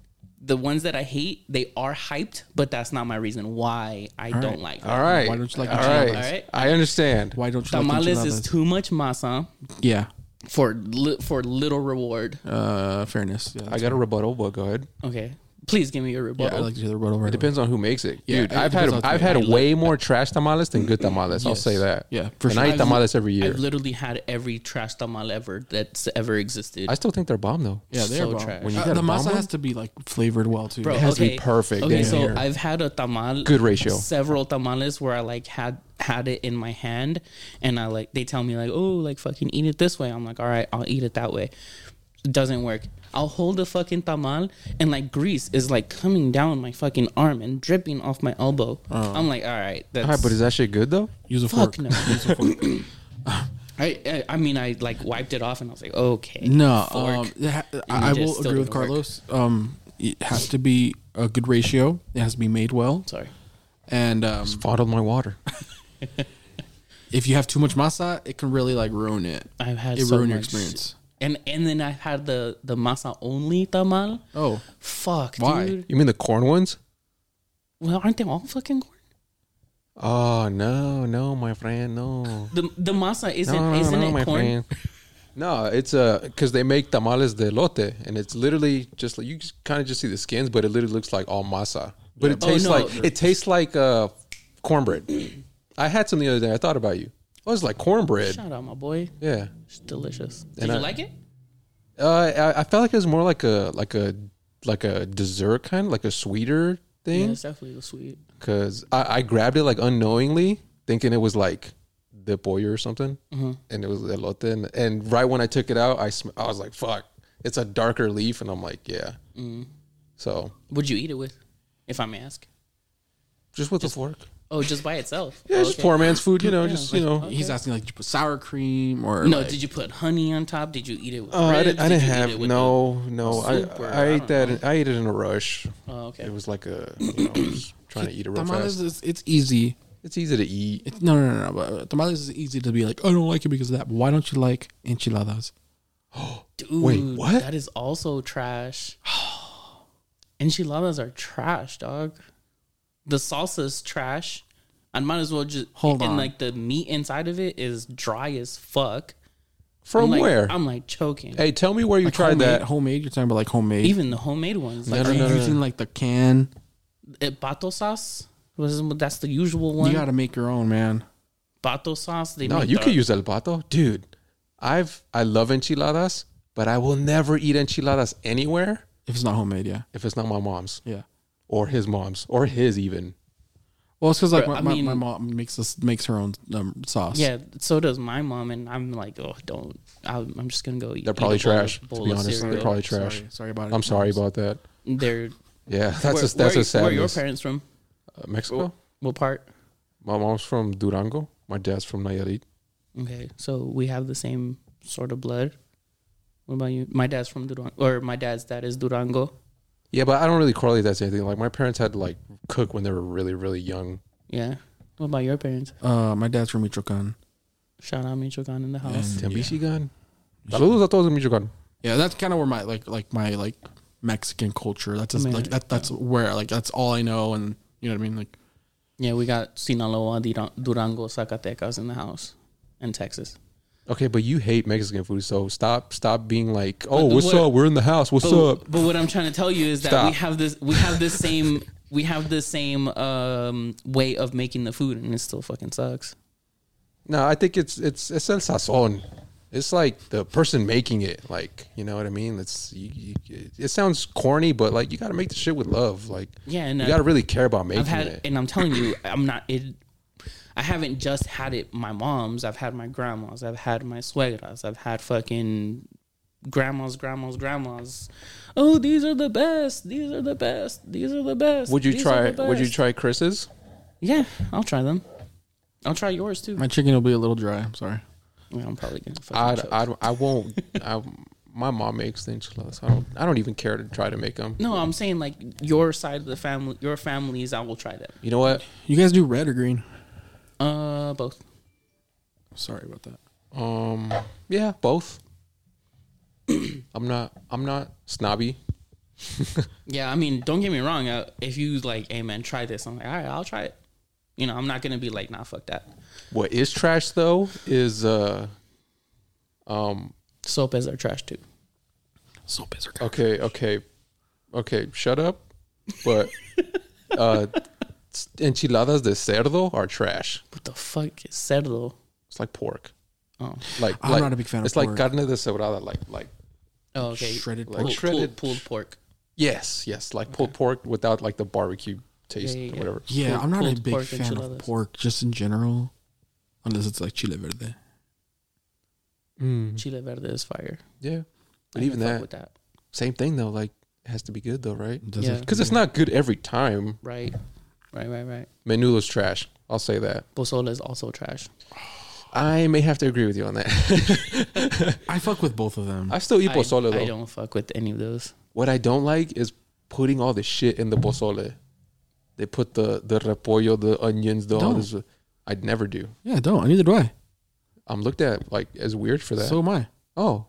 S2: The ones that I hate, they are hyped, but that's not my reason why I don't like them.
S3: All right.
S1: Why don't you like
S3: All right.
S1: enchiladas?
S2: All right.
S3: I understand.
S1: Why don't you like
S2: Tamales
S1: enchiladas?
S2: is too much masa
S1: yeah.
S2: for li- for little reward.
S1: Uh, fairness. Yeah,
S3: I got a rebuttal, but go ahead.
S2: Okay, please give me your
S1: yeah, I
S2: rebuttal.
S1: like to hear the rebuttal right away.
S3: Depends on who makes it,
S1: Yeah,
S3: dude.
S1: it
S3: I've had
S1: depends on
S3: I've
S1: who-
S3: had way more trash tamales than good tamales. I'll
S1: Yes.
S3: say that.
S1: Yeah, for
S3: and
S1: sure.
S3: I eat tamales every year.
S2: I've literally had every trash tamal ever that's ever existed.
S3: I still think they're bomb though.
S1: yeah, they're
S2: so
S1: bomb.
S2: trash.
S3: When you
S1: Uh,
S3: got
S1: the
S3: a bomb
S1: masa
S3: one?
S1: has to be like flavored well too.
S2: Bro,
S3: has to be
S2: okay.
S3: perfect
S2: Okay,
S3: damn
S2: so
S3: near.
S2: I've had a tamal.
S3: Good ratio.
S2: Several tamales where I like had had it in my hand, and I like they tell me like, oh, like fucking eat it this way. I'm like, all right, I'll eat it that way. doesn't work. I'll hold a fucking tamal and like grease is like coming down my fucking arm and dripping off my elbow. I'm like, all right, that's
S3: Oh. All right, but is that shit good though?
S1: Use a
S2: Fuck
S1: fork.
S2: no.
S1: Use a fork.
S2: I, I I mean I like wiped it off and I was like, okay.
S1: No,
S2: fork.
S1: um, it ha-
S2: it
S1: I, I
S2: just
S1: will
S2: still
S1: agree with
S2: didn't work.
S1: Carlos. Um, it has to be a good ratio. It has to be made well.
S2: Sorry.
S1: And um,
S3: Bottled my
S1: [LAUGHS]
S3: water.
S1: if you have too much masa, it can really like ruin it.
S2: I've had
S1: it
S2: so
S1: ruin your
S2: much-
S1: experience.
S2: And and then I had the the masa only tamal.
S1: Oh,
S2: Fuck,
S1: Why?
S2: dude.
S3: You mean the corn ones?
S2: Well, aren't they all fucking corn?
S3: Oh no, no, my friend, no.
S2: The the masa isn't
S3: No, no,
S2: isn't
S3: no,
S2: it
S3: my
S2: corn?
S3: friend. [LAUGHS] No, it's a because they make tamales de lote, and it's literally just like you kind of just see the skins, but it literally looks like all masa. But it
S2: Oh,
S3: tastes
S2: no.
S3: like it tastes like uh, cornbread. [CLEARS THROAT] I had some the other day. I thought about you. Oh, it's like cornbread.
S2: Shout out, my boy.
S3: Yeah,
S2: It's delicious. Did
S3: And
S2: you
S3: I-
S2: like it?
S3: uh, I, I felt like it was more like a like a like a dessert kind, like a sweeter
S2: Yeah,
S3: thing.
S2: it's definitely sweet.
S3: Because I, I grabbed it like unknowingly, thinking it was like the pollo or something,
S2: Mm-hmm.
S3: and it was elote. And, and right when I took it out, I sm- I was like, "Fuck, it's a darker leaf," and I'm like, "Yeah."
S2: Mm.
S3: So
S2: What'd you eat it with, if I may ask?
S3: just with the fork,
S2: Oh, just by itself.
S3: [LAUGHS] yeah,
S2: Oh,
S3: just
S2: okay. uh,
S3: poor man's food, you know, just you know.
S1: he's asking like, did you put sour cream or
S2: No,
S1: like-
S2: did you put honey on top? Did you eat it with?
S3: Uh, I
S2: ribs?
S3: didn't,
S2: Did
S3: I didn't
S2: you eat
S3: have
S2: it with
S3: no, no. I,
S2: soup or-
S3: I,
S2: I
S3: ate
S2: don't
S3: that. in- I ate it in a rush.
S2: the- Oh, okay.
S3: It was like a you know, just trying to eat it real
S1: tamales?
S3: fast.
S1: Is, it's easy.
S3: It's easy to eat.
S1: It's, no, no, no, no. But uh, tamales is easy to be like, I don't like it because of that. But why don't you like enchiladas?
S2: Dude,
S3: Wait, what?
S2: That is also
S3: [GASPS]
S2: trash. Enchiladas are trash, dog. The salsa's trash. I might as well just
S1: Hold
S2: and
S1: on.
S2: like the meat inside of it is dry as fuck.
S3: From
S2: I'm like,
S3: where?
S2: I'm like choking.
S3: hey, tell me where you
S1: Like
S3: tried
S1: homemade,
S3: that.
S1: homemade. You're talking about like homemade.
S2: Even the homemade ones,
S1: like,
S2: like
S3: No,
S1: are
S3: no,
S1: you
S3: no, no.
S1: using like the can?
S2: eh, bato sauce. Was that's the usual one?
S1: You got to make your own, man.
S2: bato sauce. They
S3: No,
S2: make
S3: you
S2: the-
S3: could use el pato, dude. I've I love enchiladas, but I will never eat enchiladas anywhere
S1: If it's not homemade, yeah,
S3: if it's not my mom's
S1: yeah.
S3: or his mom's or his even.
S1: Well, it's because like
S2: Bro,
S1: my,
S2: I
S1: my,
S2: mean-
S1: my mom makes us makes her own um, sauce.
S2: Yeah, so does my mom, and I'm like, oh, don't. I'm I'm just gonna go eat.
S3: They're
S2: eat
S3: probably
S2: a bowl of-
S3: trash, to
S2: bowl
S3: be
S2: of
S3: honest. They're
S2: cereal.
S3: probably trash.
S1: Sorry, sorry about it.
S3: I'm sorry about that.
S2: They're
S3: Yeah, [LAUGHS] that's
S2: where,
S3: a that's
S2: where,
S3: a
S2: where are your parents
S3: sadness.
S2: from?
S3: Uh, Mexico.
S2: What part?
S3: My mom's from Durango. My dad's from Nayarit.
S2: Okay, so we have the same sort of blood. What about you? My dad's from Durango, or my dad's dad is Durango.
S3: Yeah, but I don't really correlate that to anything. Like my parents had to like cook when they were really really young.
S2: Yeah. What about your parents?
S1: Uh, my dad's from Michoacan.
S2: Shout out Michoacan in the house.
S1: And, yeah.
S3: Michigan. Saludos a todos en Michigan.
S1: yeah, that's kind of where my like like my like Mexican culture. That's just,
S2: Man,
S1: like that. That's where like that's all I know, and you know what I mean. Like
S2: Yeah, we got Sinaloa, Dura- Durango, Zacatecas in the house, and Texas.
S3: Okay, but you hate Mexican food, so stop stop being like, oh, what's
S2: what-
S3: up? We're in the house. What's
S2: but,
S3: up?
S2: but what I'm trying to tell you is that we
S3: Stop.
S2: have this we have this same [LAUGHS] we have the same um, way of making the food and it still fucking sucks.
S3: No, I think it's it's it's el sazón. It's like the person making it, like you know what I mean. It's you, you, it sounds corny, but like you got to make the shit with love. Like
S2: Yeah, and
S3: you
S2: I-
S3: got to really care about making
S2: I've had
S3: it.
S2: and I'm telling you, I'm not it I haven't just had it my mom's, I've had my grandma's, I've had my suegras, I've had fucking grandma's grandma's grandma's. Oh, these are the best. These are the best. These are the best.
S3: Would you
S2: these
S3: try?
S2: are the
S3: Would you
S2: best."
S3: try Chris's?
S2: Yeah, I'll try them. I'll try yours too.
S1: my chicken will be a little dry. I'm sorry.
S2: Yeah, I'm probably gonna fucking
S3: I'd,
S2: choke.
S3: I'd, I won't. I, my mom makes the enchiladas. I don't. I don't even care to try to make them.
S2: No, I'm saying like your side of the family, your families. I will try them.
S3: You know what?
S1: You guys do red or green?
S2: Uh, both.
S1: Sorry about that.
S3: Um, yeah, both. [CLEARS THROAT] I'm not. I'm not snobby.
S2: Yeah, I mean, don't get me wrong. Uh, if you like, hey man, try this. I'm like, all right, I'll try it. You know, I'm not gonna be like, nah, fuck that.
S3: What is trash though is uh, um,
S2: Sopes are trash too.
S1: So bizarre.
S3: Okay, okay, okay. Shut up. But uh, s- enchiladas de cerdo are trash.
S2: What the fuck is cerdo?
S3: It's like pork.
S2: Oh,
S3: Like
S1: I'm
S3: like-
S1: not a big fan of
S3: It's like
S1: pork.
S3: carne de cebrada. Like like
S2: oh okay.
S1: Shredded
S2: Pulled-
S1: pork.
S2: pulled-
S3: Shredded.
S2: pulled pork.
S3: yes, yes, like pulled pork without like the barbecue taste
S2: Yeah, yeah,
S3: or
S2: yeah.
S3: whatever.
S1: Yeah,
S2: Pulled-
S1: I'm not a
S2: pulled
S1: big
S2: pork
S1: fan of
S2: enchiladas.
S1: pork, just in general, unless it's like chile verde.
S3: Mm,
S2: Chile verde is fire.
S3: yeah. But
S2: I
S3: even
S2: can fuck
S3: that-
S2: with that,
S3: Same thing though. Like it has to be good though, right?
S1: Does
S2: Yeah.
S1: it-
S3: Because it's not good every time.
S2: right, right, right, right.
S3: Menula's trash. I'll say that.
S2: Bosola is also trash.
S3: I may have to agree with you on that.
S1: I fuck with both of them.
S3: [LAUGHS] I still eat
S2: I-
S3: pozole though.
S2: I don't fuck with any of those.
S3: What I don't like is putting all the shit in the pozole. They put the the repollo, the onions, the all
S1: Don't.
S3: this. I'd never do.
S1: yeah, don't. Neither do I.
S3: I'm looked at like as weird for that.
S1: So am I.
S3: oh,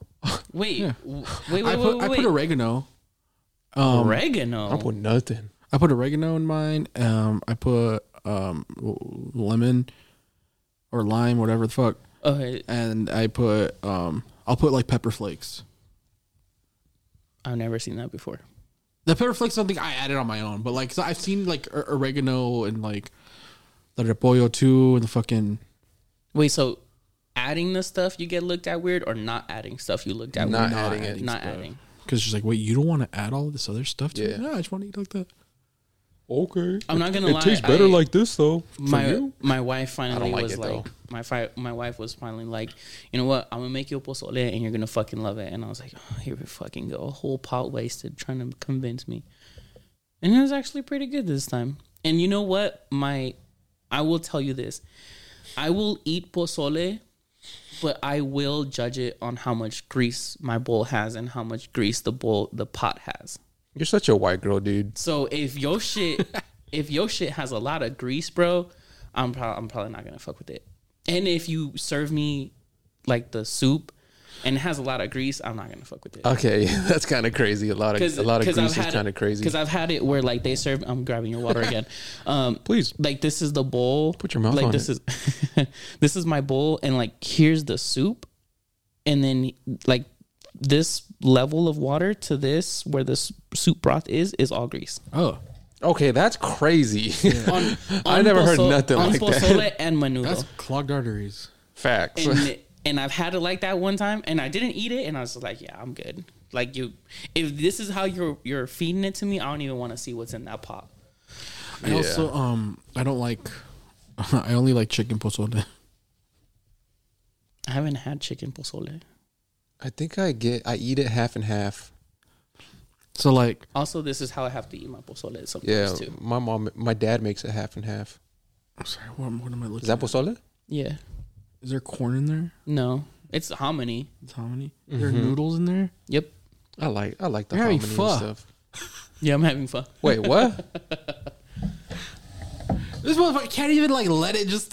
S2: Wait,
S1: Yeah.
S2: w- wait, wait,
S1: I
S2: wait,
S1: put,
S2: wait,
S1: I
S2: wait.
S1: put oregano. Um,
S2: oregano.
S3: I'm with nothing.
S1: I put oregano in mine. Um, I put um, w- lemon or lime, whatever the fuck.
S2: okay,
S1: And I put um, I'll put like pepper flakes.
S2: I've never seen that before.
S1: The pepper flakes, is something I added on my own, but like so I've seen like o- oregano and like the repollo too, and the fucking
S2: Wait, so adding the stuff you get looked at weird, or not adding stuff you looked at
S3: Not
S2: weird?
S3: adding it.
S2: Not adding.
S1: because she's like, wait, you don't want to add all this other stuff to it?
S3: Yeah.
S1: No, I just want to eat like that.
S3: Okay.
S2: I'm not gonna
S3: it
S2: lie,
S3: tastes better
S2: I-
S3: like this though. For
S2: My
S3: you?
S2: my wife
S3: I
S2: finally
S3: don't like
S2: was
S3: it,
S2: like
S3: though.
S2: my fi- my wife was finally like, you know what? I'm gonna make you a pozole and you're gonna fucking love it. And I was like, oh, here we fucking go. A whole pot wasted trying to convince me. And it was actually pretty good this time. And you know what? My I will tell you this. I will eat pozole, but I will judge it on how much grease my bowl has and how much grease the bowl the pot has.
S3: You're such a white girl, dude.
S2: So if your
S3: [LAUGHS]
S2: shit, if your shit has a lot of grease, bro, I'm probably I'm probably not gonna fuck with it. And if you serve me like the soup and it has a lot of grease, I'm not gonna fuck with it.
S3: Okay, [LAUGHS] that's kind of crazy. A lot of Uh, a lot of grease is kind of crazy.
S2: Because I've had it where like they serve. I'm grabbing your water
S3: [LAUGHS]
S2: again. Um,
S3: Please.
S2: like this is the bowl.
S3: Put your mouth
S2: like
S3: on
S2: this is [LAUGHS] this is my bowl, and like here's the soup, and then like this level of water to this where the s- soup broth is is all grease.
S1: Oh,
S3: Okay, that's crazy.
S2: on,
S3: I never heard nothing
S2: on
S3: like that.
S2: pozole and menudo.
S1: that's clogged arteries.
S3: [LAUGHS] Facts.
S2: and, and I've had it like that one time, and I didn't eat it, and I was like, yeah, I'm good. Like you, if this is how you're you're feeding it to me, I don't even want to see what's in that pot.
S1: I also um I don't like [LAUGHS] I only like chicken pozole. [LAUGHS]
S2: I haven't had chicken pozole.
S3: I think I get I eat it half and half.
S1: So like
S2: Also, this is how I have to eat my pozole sometimes
S3: Yeah,
S2: too.
S3: my mom, my dad makes it half and half.
S1: I'm sorry, what, am- what am I looking
S3: Is that
S1: at?
S3: pozole?
S2: Yeah,
S1: Is there corn in there?
S2: no, it's hominy.
S1: It's how many? Is
S2: Mm-hmm.
S1: there noodles in there?
S2: Yep.
S3: I like I like the
S1: You're having
S3: hominy and
S1: pho.
S3: stuff.
S2: Yeah, I'm having fun.
S3: Wait, what?
S1: [LAUGHS] This motherfucker can't even like let it just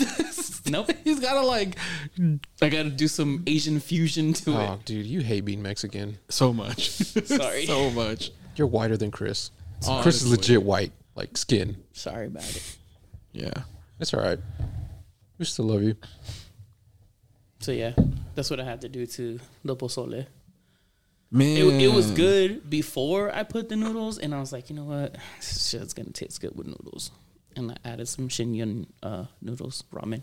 S1: [LAUGHS]
S2: Nope.
S1: He's gotta like
S2: I got to do some Asian fusion to
S3: oh, dude, you hate being Mexican.
S1: so much. [LAUGHS]
S2: Sorry.
S1: so much.
S3: You're whiter than Chris. Chris is legit white, like skin.
S2: it. Sorry about it.
S1: Yeah.
S3: That's all right. We still love you.
S2: So yeah, that's what I had to do to the pozole.
S1: Man.
S2: It, it
S3: Mm.
S2: was good before I put the noodles, and I was like, you know what, [SIGHS] this shit's gonna taste good with noodles. And I added some shinyan uh, noodles ramen.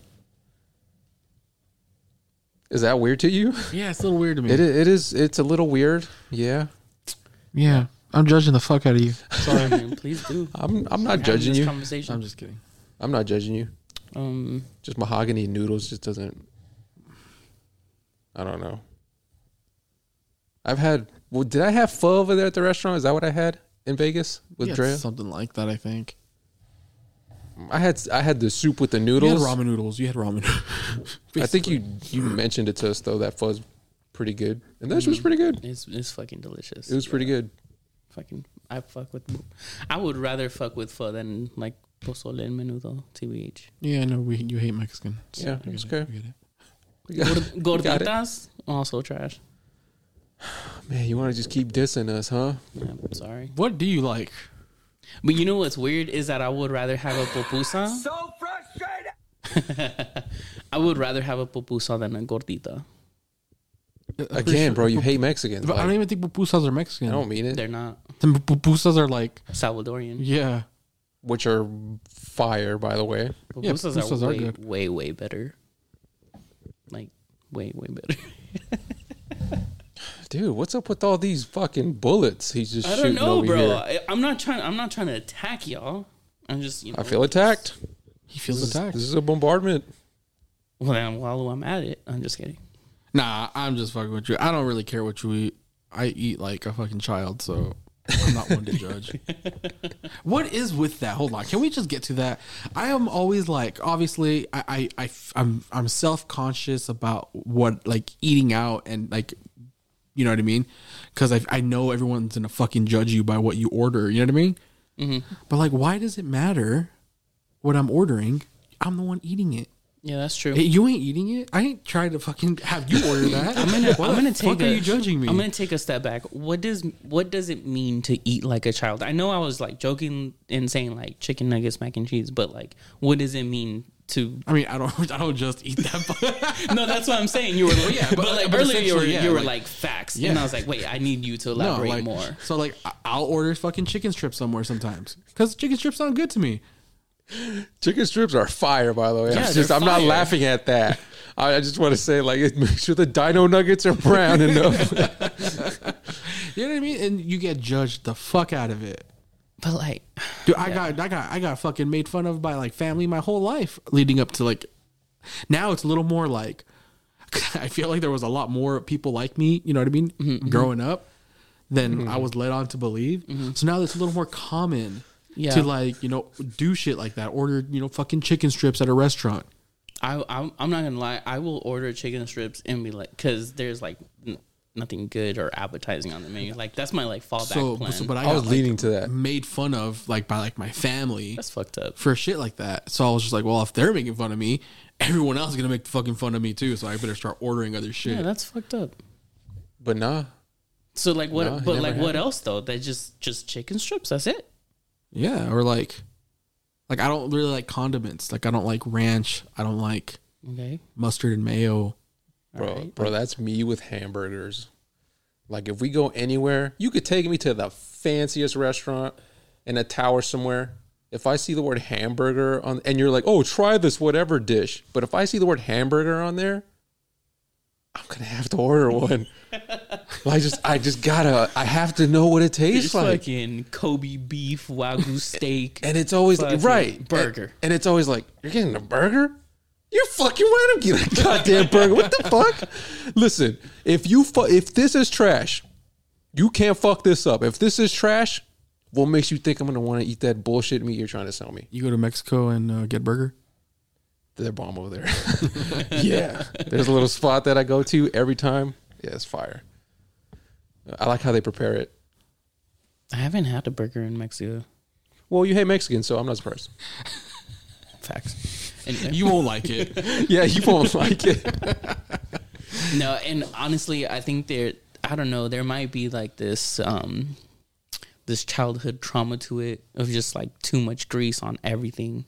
S3: Is that weird to you?
S1: Yeah, it's a little weird to me.
S3: It is, it is. It's a little weird. Yeah.
S1: Yeah. I'm judging the fuck out of you.
S2: Sorry, man,
S3: [LAUGHS]
S2: please do.
S3: I'm. I'm
S2: Having
S3: not judging
S2: this
S3: you.
S1: [LAUGHS] I'm
S2: Conversation.
S1: just kidding.
S3: I'm not judging you.
S2: Um,
S3: Just mahogany noodles just doesn't. I don't know. I've had. Well, did I have pho over there at the restaurant? Is that what I had in Vegas with
S1: Yeah,
S3: Drea?
S1: Something like that, I think.
S3: I had. I had the soup with the
S1: You had
S3: noodles.
S1: ramen noodles. You had ramen. [LAUGHS]
S3: I think you you mentioned it to us though that pho's pretty good, and that
S2: Mm-hmm.
S3: was pretty good.
S2: it's it's fucking delicious.
S3: It was pretty good.
S2: fucking. I fuck with. I would rather fuck with pho than like pozole and menudo.
S3: [LAUGHS]
S2: Tbh.
S1: Yeah, I know we you hate Mexican.
S3: Yeah,
S1: I get
S3: it's
S1: it,
S3: okay.
S1: I get it.
S3: Got it.
S2: Gorditas also trash.
S3: [LAUGHS] Man, you want to just keep dissing us, huh?
S2: I'm sorry,
S1: What do you like?
S2: but you know what's weird is that I would rather have a pupusa.
S4: so frustrated.
S2: [LAUGHS] I would rather have a pupusa than a gordita.
S3: Again, bro, you hate Mexicans.
S1: But I
S3: Like,
S1: don't even think pupusas are Mexican.
S3: I don't mean it.
S2: They're not
S1: Then pupusas are like,
S2: Salvadorian.
S1: yeah.
S3: Which are fire, by the way.
S1: Yeah,
S2: Pupusas
S1: pupusas
S2: are,
S1: are
S2: way,
S1: good.
S2: way, way better. Like, way, way better.
S3: Dude, what's up with all these fucking bullets? He's just
S2: I
S3: shooting
S2: don't know,
S3: over
S2: bro.
S3: here.
S2: I, I'm not trying. I'm not trying to attack y'all. I'm just. You know,
S3: I feel attacked.
S1: He feels
S3: This is,
S1: attacked.
S3: this is a bombardment.
S2: Well, then, while I'm at it, I'm just kidding.
S1: Nah, I'm just fucking with you. I don't really care what you eat. I- I eat like a fucking child, so I'm not [LAUGHS] one to judge. what is with that? Hold on, can we just get to that? I am always like, obviously, I, I, I I'm, I'm self conscious about what like eating out and like, you know what I mean? Because I, I know everyone's gonna fucking judge you by what you order. You know what I mean? But like, why does it matter what I'm ordering? I'm the one eating it.
S2: Yeah, that's true.
S1: Hey, you ain't eating it. I ain't trying to fucking have you order that.
S2: [LAUGHS] I'm gonna,
S1: Why
S2: I'm
S1: the
S2: gonna take.
S1: fuck
S2: a-
S1: are you judging me?
S2: I'm gonna take a step back. What does what does it mean to eat like a child? I know I was like joking and saying like chicken nuggets, mac and cheese, but like, what does it mean to?
S1: I mean, I don't, [LAUGHS] I don't just eat that. But
S2: [LAUGHS] No, that's what I'm saying. You were like,
S1: yeah,
S2: but,
S1: but-
S2: like
S1: but
S2: earlier you were
S1: essentially, yeah,
S2: you were like,
S1: like-
S2: facts, and
S1: Yeah.
S2: I was like, wait, I need you to
S1: no,
S2: elaborate
S1: like,
S2: more.
S1: so like, I- I'll order fucking chicken strips somewhere sometimes because chicken strips sound good to me.
S3: Chicken strips are fire, by the way.
S2: Yeah,
S3: I'm, just,
S2: they're
S3: I'm not
S2: fire.
S3: laughing at that. I, I just want to say, like, [LAUGHS] make sure the dino nuggets are
S2: [LAUGHS]
S3: brown enough.
S1: You know what I mean? And you get judged the fuck out of it.
S2: But like,
S1: Dude, I got, I got, I got fucking made fun of by like family my whole life leading up to like. Now it's a little more like, [LAUGHS] I feel like there was a lot more people like me. You know what I mean?
S2: Mm-hmm,
S1: Growing up, than I was led on to believe. So now it's a little more common
S2: Mm-hmm. Yeah.
S1: to like you know do shit like that. Order you know fucking chicken strips at a restaurant.
S2: I I'm, I'm not gonna lie. I will order chicken strips and be like, because there's like n- nothing good or appetizing on the menu. Like that's my like fallback
S1: So,
S2: plan.
S1: so- but I,
S3: I
S1: got,
S3: was
S1: like,
S3: leaning to that.
S1: made fun of like by like my family
S2: that's fucked up.
S1: for shit like that. So I was just like, well, if they're making fun of me, everyone else is gonna make fucking fun of me too. So I better start ordering other shit.
S2: Yeah, that's fucked up.
S3: But nah,
S2: So like what?
S3: No, it
S2: but
S3: never
S2: like what else though? That just just chicken strips. That's it.
S1: Yeah, or like, like I don't really like condiments. Like I don't like ranch. I don't like
S2: Okay.
S1: mustard and mayo.
S3: bro,
S2: Alright.
S3: bro, that's me with hamburgers. Like, if we go anywhere, you could take me to the fanciest restaurant in a tower somewhere. If I see the word hamburger on, and you're like, oh, try this whatever dish. But if I see the word hamburger on there, I'm gonna have to order one. I just, I just gotta, I have to know what it tastes
S2: It's
S3: like.
S2: fucking Kobe beef, wagyu steak.
S3: And it's always
S2: Fucking
S3: right
S2: burger.
S3: And, and it's always like you're getting a burger. You're fucking right. [LAUGHS] I'm getting a goddamn burger. What the fuck? Listen, if you fu- if this is trash, you can't fuck this up. If this is trash, what makes you think I'm gonna want to eat that bullshit meat you're trying to sell me?
S1: You go to Mexico and uh, get burger.
S3: They're bomb over there. [LAUGHS] yeah, there's a little spot that I go to every time. Yeah, it's fire. I like how they prepare it.
S2: [LAUGHS] I haven't had a burger in Mexico.
S3: Well, you hate Mexicans, so I'm not surprised. [LAUGHS]
S2: Facts. And,
S1: You won't like it.
S3: Yeah, you won't like it.
S2: no, and honestly, I think there. I don't know. There might be like this, um, this childhood trauma to it of just like too much grease on everything.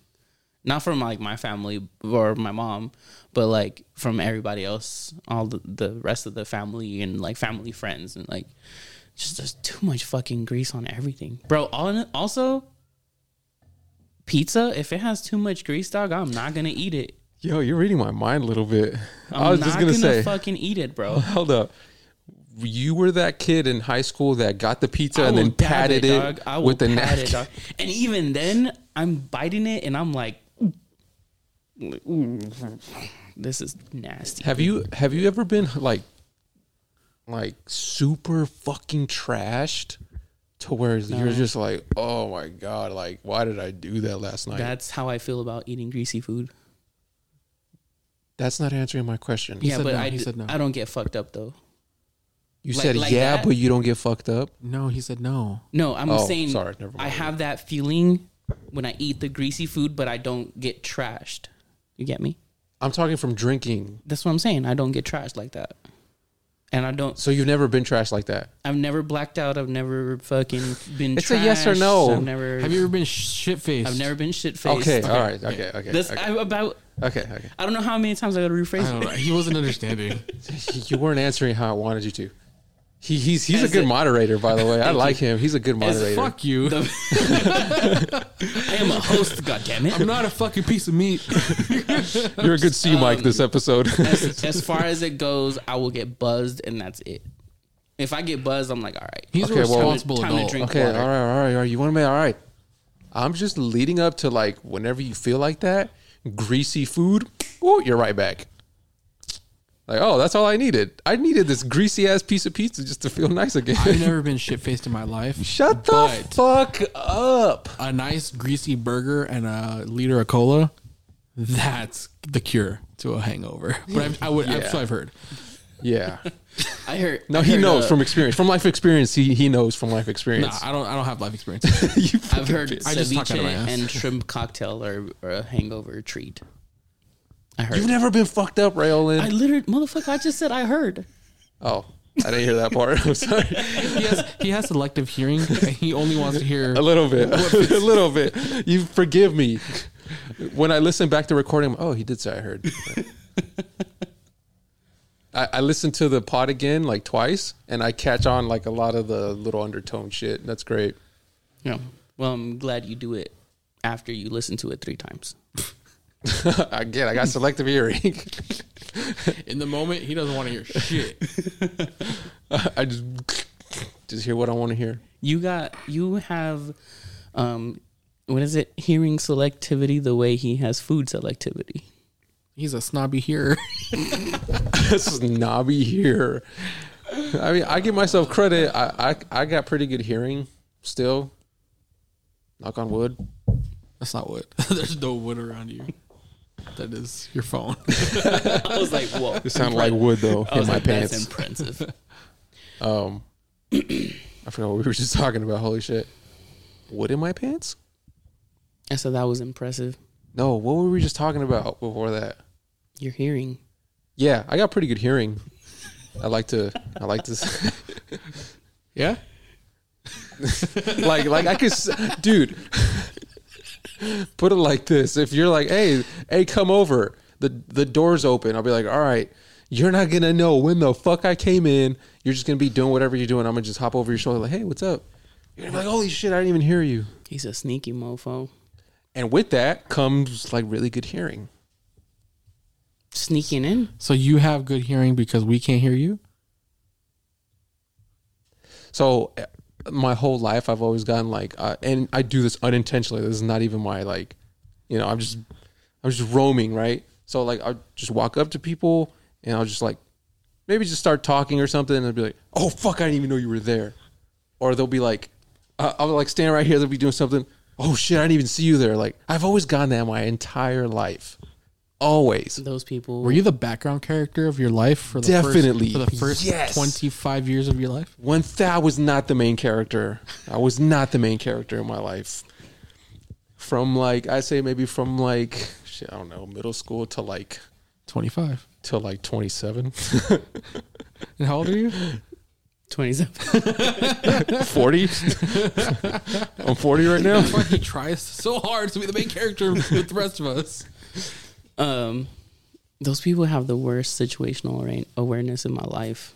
S2: Not from like my family or my mom, but like from everybody else, all the, the rest of the family and like family friends and like just there's too much fucking grease on everything, bro. On also pizza, if it has too much grease, dog, I'm not gonna eat it.
S3: Yo, you're reading my mind a little bit.
S2: I'm
S3: I was
S2: not
S3: just gonna, say.
S2: fucking eat it, bro.
S3: Hold up. You were that kid in high school that got the pizza and
S2: I will
S3: then
S2: dab
S3: patted
S2: dog.
S3: it,
S2: I will
S3: with the
S2: pat
S3: napkin.
S2: it, dog. And even then, I'm biting it and I'm like, "Mm, this is nasty.
S3: Have you have you ever been like like super fucking trashed to where you're just like, "Oh my god, like why did I do that last night?"
S2: That's how I feel about eating greasy food.
S3: That's not answering my question.
S2: yeah,
S1: said
S2: but
S1: no,
S2: I,
S1: he
S2: d-
S1: said no.
S2: I don't get fucked up though.
S3: You
S2: Like-
S3: said,
S2: like
S3: "Yeah,
S2: that?
S3: but you don't get fucked up."
S1: [LAUGHS] No, he said no.
S2: No, I'm
S3: Oh,
S2: saying
S3: sorry, never mind.
S2: I have that feeling when I eat the greasy food, but I don't get trashed. You get me?
S3: I'm talking from drinking.
S2: That's what I'm saying. I don't get trashed like that. And I don't.
S3: So you've never been trashed like that.
S2: I've never blacked out. I've never fucking been.
S3: It's a yes or
S2: trashed.
S3: no.
S2: I've never.
S1: Have you ever been shit faced?
S2: I've never been shit faced.
S3: Okay, all right. Okay, okay.
S2: That's
S3: okay,
S2: I, about.
S3: okay, okay.
S2: I don't know how many times I got to
S1: I
S2: rephrase
S1: don't
S2: it.
S1: know. He wasn't understanding.
S3: [LAUGHS] you weren't answering how I wanted you to. He, he's he's
S2: As
S3: a good
S2: a-
S3: moderator, by the way. I like him. He's a good
S1: As
S3: moderator.
S1: fuck you.
S2: I am a host. God damn it.
S1: I'm not a fucking piece of meat.
S3: You're a good C Mike this episode. [LAUGHS]
S2: As, as far as it goes, I will get buzzed, and that's it. If I get buzzed, I'm like, all right.
S1: He's
S3: Okay,
S1: a
S3: well-
S1: responsible
S2: Time to
S1: adult.
S2: drink.
S3: okay, all
S2: water.
S3: right, all right, all right. You want to make all right. I'm just leading up to like whenever you feel like that, greasy food. Oh, you're right back. Like, oh, that's all I needed. I needed this greasy ass piece of pizza just to feel nice again.
S1: I've never been shit faced in my life.
S3: [LAUGHS] Shut the
S1: But-
S3: fuck up.
S1: A nice greasy burger and a liter of cola, that's the cure to a hangover. But I've, I would,
S3: Yeah.
S1: that's what I've heard.
S3: Yeah.
S2: I heard.
S3: No,
S2: I
S3: he
S2: heard,
S3: knows
S2: uh,
S3: from experience. From life experience, he he knows from life
S1: Nah,
S3: experience.
S1: I don't. I don't have life experience.
S3: [LAUGHS] You
S2: I've
S3: fucking
S2: heard
S3: bitch.
S1: I just talked out
S2: ceviche
S1: of my ass.
S2: and
S1: [LAUGHS]
S2: shrimp cocktail are, are a hangover treat. I heard.
S3: You've never been fucked up, Rayolin.
S2: I literally, motherfucker, I just said I heard.
S3: oh, I didn't hear that part. I'm sorry.
S1: he has he has selective hearing. And he only wants to hear.
S3: A little bit. [LAUGHS] a little bit. You forgive me. When I listen back to recording, oh, he did say I heard. I, I listened to the pod again like twice, and I catch on like a lot of the little undertone shit. That's great. [LAUGHS]
S2: Yeah. Well, I'm glad you do it after you listen to it three times.
S3: Again, I got selective hearing. [LAUGHS]
S1: In the moment, he doesn't want to hear shit.
S3: I just just hear what I want to hear.
S2: You got, you have, um, what is it? Hearing selectivity the way he has food selectivity.
S1: He's a snobby hearer. [LAUGHS]
S3: this is knobby here. I mean, I give myself credit. I, I I got pretty good hearing still. Knock on wood.
S1: That's not wood. [LAUGHS] There's no wood around you. That is your phone. [LAUGHS]
S2: I was like, whoa.
S3: It sounded like wood [LAUGHS] though
S2: [LAUGHS] I
S3: in
S2: was
S3: my
S2: like, that's
S3: pants.
S2: impressive.
S3: um, [CLEARS THROAT] I forgot what we were just talking about. Holy shit! Wood in my pants?
S2: I said that was impressive.
S3: No. What were we just talking about before that?
S2: Your hearing.
S3: Yeah, I got pretty good hearing. I like to. I like to. s- [LAUGHS]
S1: Yeah.
S3: like like I could, s- dude. [LAUGHS] Put it like this: If you're like, hey, hey, come over. The the door's open. I'll be like, all right. You're not gonna know when the fuck I came in. You're just gonna be doing whatever you're doing. I'm gonna just hop over your shoulder, like, hey, what's up? You're gonna be like, holy shit, I didn't even hear you.
S2: He's a sneaky mofo.
S3: And with that comes like really good hearing.
S2: Sneaking in?
S1: So you have good hearing because we can't hear you.
S3: So eh, my whole life, I've always gotten like, uh, and I do this unintentionally. This is not even my like, you know, I'm just, I'm just roaming, right? So like, I just walk up to people and I'll just like, maybe just start talking or something, and I'll be like, oh fuck, I didn't even know you were there, or they'll be like, I- I'll like stand right here, they'll be doing something. Oh shit, I didn't even see you there. Like I've always gotten that my entire life, always.
S2: Those people.
S1: Were you the background character of your life for the
S3: Definitely.
S1: first, for the first
S3: Yes.
S1: 25 years of your life?
S3: One thing I was not the main character. I was not the main character in my life. From like I say maybe from like shit, I don't know, middle school to like
S1: 25.
S3: to like twenty [LAUGHS] seven.
S1: And how old are you? [LAUGHS]
S2: 27.
S3: 40 [LAUGHS] i'm 40 right now
S1: That's why he tries so hard to be the main character with the rest of us.
S2: [LAUGHS] um, those people have the worst situational arra- awareness in my life.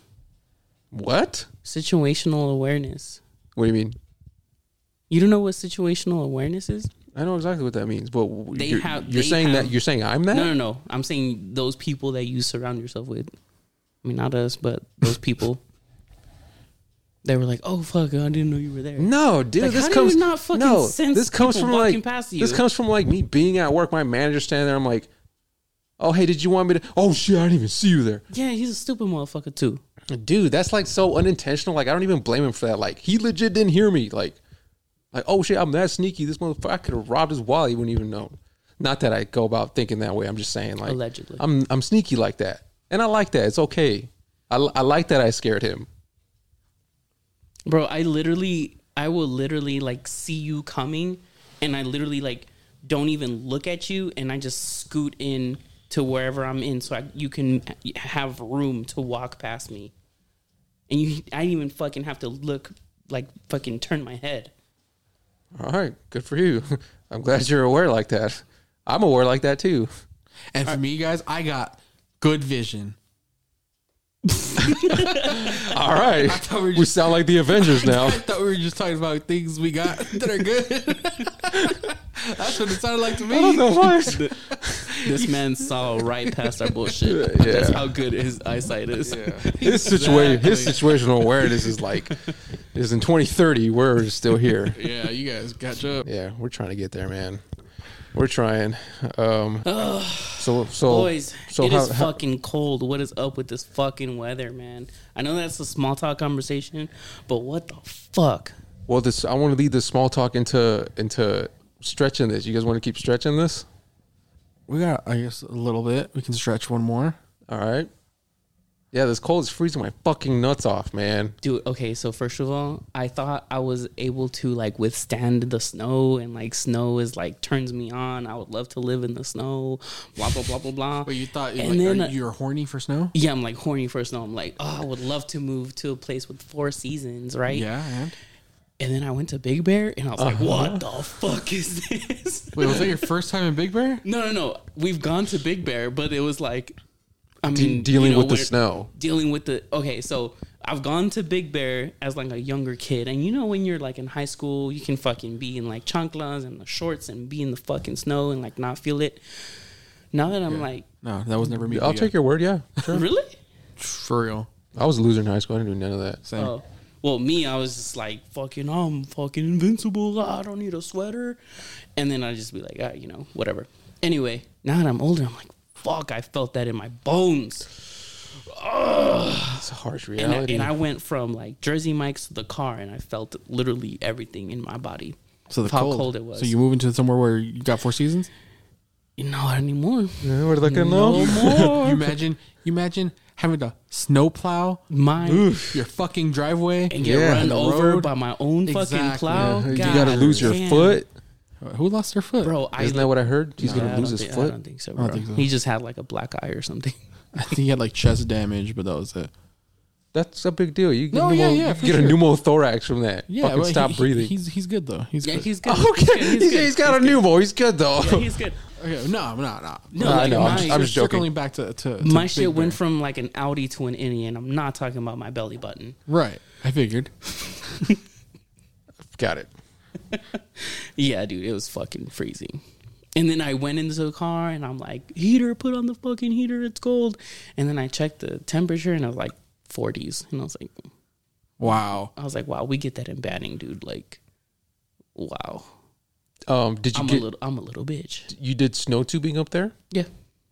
S3: what
S2: Situational awareness.
S3: what do you mean
S2: You don't know what situational awareness is?
S3: i know exactly what that means but w-
S2: They
S3: you're,
S2: have-
S3: you're
S2: they
S3: saying that
S2: have-
S3: you're saying i'm that
S2: No, no, no. I'm saying those people that you surround yourself with. I mean, not us, but those people. [LAUGHS] they were like, "Oh fuck, I didn't know you were there."
S3: No, dude,
S2: Like,
S3: this
S2: how do you
S3: comes
S2: not fucking
S3: no.
S2: sense
S3: this comes
S2: people
S3: from
S2: walking
S3: like
S2: past you?
S3: this comes from like me being at work. My manager standing there. I'm like, oh hey, did you want me to? Oh shit, I didn't even see you there,
S2: Yeah, he's a stupid motherfucker too.
S3: dude. That's like so unintentional. Like I don't even blame him for that. Like he legit didn't hear me. Like, like oh shit, I'm that sneaky. This motherfucker, I could have robbed his wallet. He wouldn't even know. Not that I go about thinking that way. I'm just saying like
S2: Allegedly.
S3: I'm I'm sneaky like that, and I like that. It's okay. I I like that I scared him.
S2: Bro, I literally, I will literally like see you coming, and I literally like don't even look at you, and I just scoot in to wherever I'm in, so I, you can have room to walk past me. And you, I didn't even fucking have to look, like fucking turn my head.
S3: All right, good for you. [LAUGHS] I'm glad you're aware like that. I'm aware like that too. [LAUGHS]
S1: And for me, guys, I got good vision.
S3: All
S1: [LAUGHS]
S3: right.
S1: thought we
S3: we,
S1: were just-
S3: sound like
S1: [LAUGHS]
S3: the Avengers now.
S1: I thought we were just talking about things we got [LAUGHS] that are good. That's what it sounded like to me. [LAUGHS]
S2: [LAUGHS] This man saw right past our bullshit.
S3: Yeah.
S2: That's how good his eyesight is. [LAUGHS]
S3: His situation, his situational awareness is like, is in 2030. We're still here.
S2: [LAUGHS]
S1: Yeah, you guys catch up.
S3: Yeah, we're trying to get there, man. We're trying.
S2: [SIGHS]
S3: Um, so so
S2: Boys,
S3: so
S2: it
S3: how,
S2: is
S3: how-
S2: fucking cold. What is up with this fucking weather, man? I know that's a small talk conversation, but what the fuck?
S3: well this I want to lead this small talk into into stretching this. You guys want to keep stretching this?
S1: We got, I guess, a little bit. We can stretch one more.
S3: All right. Yeah, this cold is freezing my fucking nuts off, man.
S2: Dude, okay, so first of all, I thought I was able to like withstand the snow and like snow is like turns me on. I would love to live in the snow, blah blah blah blah blah.
S1: But you thought
S2: and then
S1: you were horny for snow?
S2: yeah, I'm like horny for snow. I'm like, oh, I would love to move to a place with four seasons, right?
S1: Yeah, and
S2: And then I went to Big Bear and I was like, what
S3: Uh-huh.
S2: the fuck is this? [LAUGHS]
S1: wait, was that your first time in Big Bear?
S2: No, no, no. We've gone to Big Bear, but it was like, I mean, you
S3: dealing
S2: know,
S3: with the
S2: we're-
S3: snow.
S2: Dealing with the okay, so I've gone to Big Bear as like a younger kid, and you know when you're like in high school, you can fucking be in like chanclas and the shorts and be in the fucking snow and like not feel it. Now that I'm like,
S1: No, that was never me.
S3: I'll take your word, yeah. [LAUGHS] Sure.
S2: really?
S1: for real.
S3: I was a loser in high school. I didn't do none of that.
S1: Same.
S2: Oh, well, me, I was just like, fucking, I'm fucking invincible. I don't need a sweater. And then I'd just be like, ah, you know, whatever. Anyway, now that I'm older, I'm like, fuck, I felt that in my bones.
S3: It's a harsh
S2: and I,
S3: reality.
S2: and I went from like Jersey Mike's to the car, and I felt literally everything in my body.
S1: So the
S2: of how
S1: cold.
S2: cold. it was.
S1: So you move into somewhere where you got four seasons.
S2: not anymore.
S3: Yeah, we're looking low.
S2: No
S3: [LAUGHS]
S1: You
S2: more.
S1: imagine, you imagine having to snowplow
S2: My
S1: your fucking driveway.
S2: and get
S3: Yeah.
S2: run
S3: And the
S2: over
S1: road.
S2: by my own fucking
S1: Exactly.
S2: plow.
S3: You
S2: God
S3: gotta lose your
S2: damn.
S3: foot.
S1: Who lost their foot?
S2: bro. I
S3: Isn't that what I heard? He's
S2: Yeah,
S3: gonna
S2: I
S3: lose
S2: don't
S3: his
S2: thi- I
S3: foot.
S2: don't think so,
S1: don't
S2: bro.
S1: think so.
S2: He just had like a black eye or something. [LAUGHS]
S1: I think he had like chest damage, but that was it.
S3: That's a big deal. You get,
S1: No,
S3: pneumo-
S1: yeah, yeah,
S3: you
S1: for
S3: get
S1: sure.
S3: a pneumothorax from that.
S1: Yeah,
S3: Fucking
S1: well, he-
S3: stop
S1: he-
S3: breathing.
S1: he's he's good though. He's
S2: Yeah,
S1: good.
S2: he's good.
S3: [LAUGHS] okay, [LAUGHS] He's- he's got a newborn. He's good though.
S2: Yeah, he's good.
S1: okay. No, no, no.
S2: No,
S3: I
S2: like
S3: know, I'm
S2: my-
S3: just- I'm just joking.
S1: Circling back to, to, to
S2: My
S1: Big
S2: shit went
S1: Bear.
S2: from like an Audi to an innie, and I'm not talking about my belly button.
S1: right. I [LAUGHS] figured.
S3: Got it.
S2: Yeah, dude, it was fucking freezing. And then I went into the car and I'm like, heater, put on the fucking heater, it's cold. And then I checked the temperature and I was like, 40s. And I was like,
S1: Wow.
S2: I was like, wow, we get that in Banning, dude. Like, wow,
S3: [LAUGHS] Um, did you
S2: I'm a
S3: get
S2: little, I'm a little bitch.
S3: you did snow tubing up there?
S2: Yeah,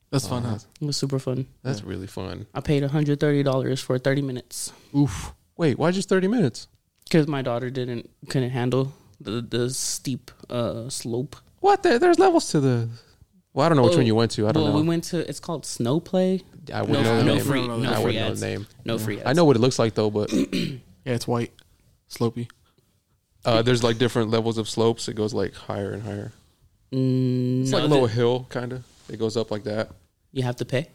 S1: That's fun.
S3: Uh-huh.
S1: Huh?
S2: it was super fun.
S3: That's really fun.
S2: I paid 130 dollars for 30 minutes
S1: Oof.
S3: Wait, why just thirty minutes?
S2: because my daughter didn't couldn't handle the the steep uh slope.
S3: What? There, there's levels to the. Well, I don't know which
S2: Oh,
S3: one you went to. I don't
S2: well,
S3: know.
S2: we went to it's called snow play.
S3: I
S2: No,
S3: wouldn't know
S2: no,
S3: the name.
S2: free,
S1: I
S2: no,
S3: I
S2: free
S3: wouldn't know
S2: ads.
S3: the name.
S2: No free ads.
S3: I know what it looks like though, but
S1: Yeah, it's white, slopey.
S3: uh, there's like different levels of slopes. It goes like higher and higher.
S2: Mm,
S3: It's
S2: no,
S3: like a
S2: the-
S3: little hill kind of. It goes up like that.
S2: You have to pay.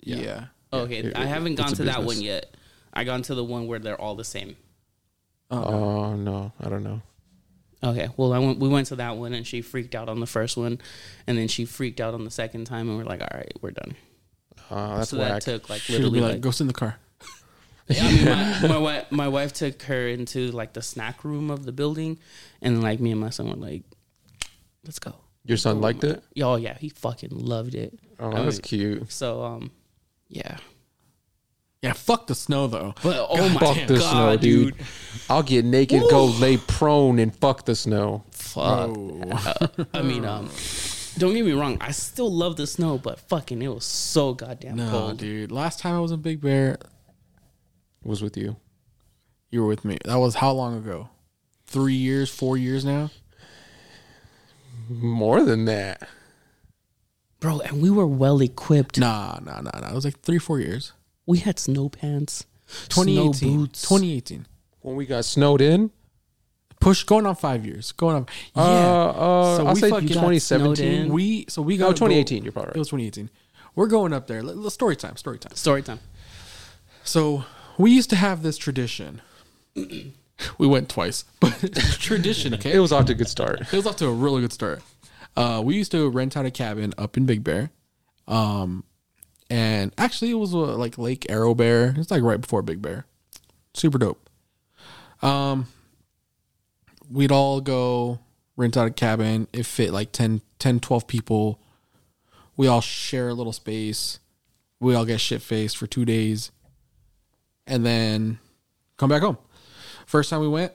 S1: Yeah.
S2: Okay,
S3: it-
S2: I
S3: it-
S2: haven't
S3: it's
S2: gone
S3: a
S2: to that
S3: business.
S2: one yet. I gone to the one where they're all the same.
S1: Oh, no.
S3: Oh no, I don't know.
S2: Okay, well, I went. We went to that one, and she freaked out on the first one, and then she freaked out on the second time, and we're like, "All right, we're done."
S3: Uh, that's
S2: so
S3: whack.
S2: that took like
S1: Should
S2: literally
S1: be like,
S2: like.
S1: go sit in the car.
S2: Yeah, I mean, [LAUGHS] my, my wife, my wife took her into like the snack room of the building, and like me and my son were like, "Let's go."
S3: Your son liked it.
S2: Oh yeah, he fucking loved it.
S3: Oh,
S2: I
S3: that's
S2: mean-
S3: cute.
S2: So um, yeah.
S1: Yeah, fuck the snow though.
S2: But oh my
S3: fuck the
S2: god,
S3: snow, dude.
S2: dude.
S3: I'll get naked, go lay prone, and fuck the snow.
S2: Fuck. Uh, I mean, um, don't get me wrong. I still love the snow, but fucking, it was so goddamn
S1: No,
S2: cold.
S1: dude. Last time I was in Big Bear,
S3: Was with you.
S1: you were with me. That was how long ago? Three years, four years now.
S3: More than that.
S2: bro. And we were well equipped.
S1: Nah, nah, nah, nah. It was like three, four years.
S2: We had snow pants, snow
S1: 2018.
S2: boots.
S1: 2018.
S3: When we got snowed in.
S1: Push going on five years. Going on. Yeah.
S3: Uh, uh,
S1: So
S3: I'll
S1: we
S3: say
S1: fucking got snowed
S3: 2017.
S2: in.
S1: we so we got
S3: No,
S1: to go-
S3: 2018, you're probably right.
S1: It was 2018. We're going up there. Let- let- Story time. Story time.
S2: Story time.
S1: So we used to have this
S3: [CLEARS THROAT]
S1: tradition. we went twice, but it's a [LAUGHS] tradition. Okay,
S3: It was off to a good start.
S1: it was off to a really good start. Uh, we used to rent out a cabin up in Big Bear, um, and actually it was uh, like Lake Arrow Bear. It's like right before Big Bear. Super dope. Um, we'd all go rent out a cabin. It fit like 10, 10 12 people. We all share a little space. We all get shit faced for two days, and then come back home. First time we went,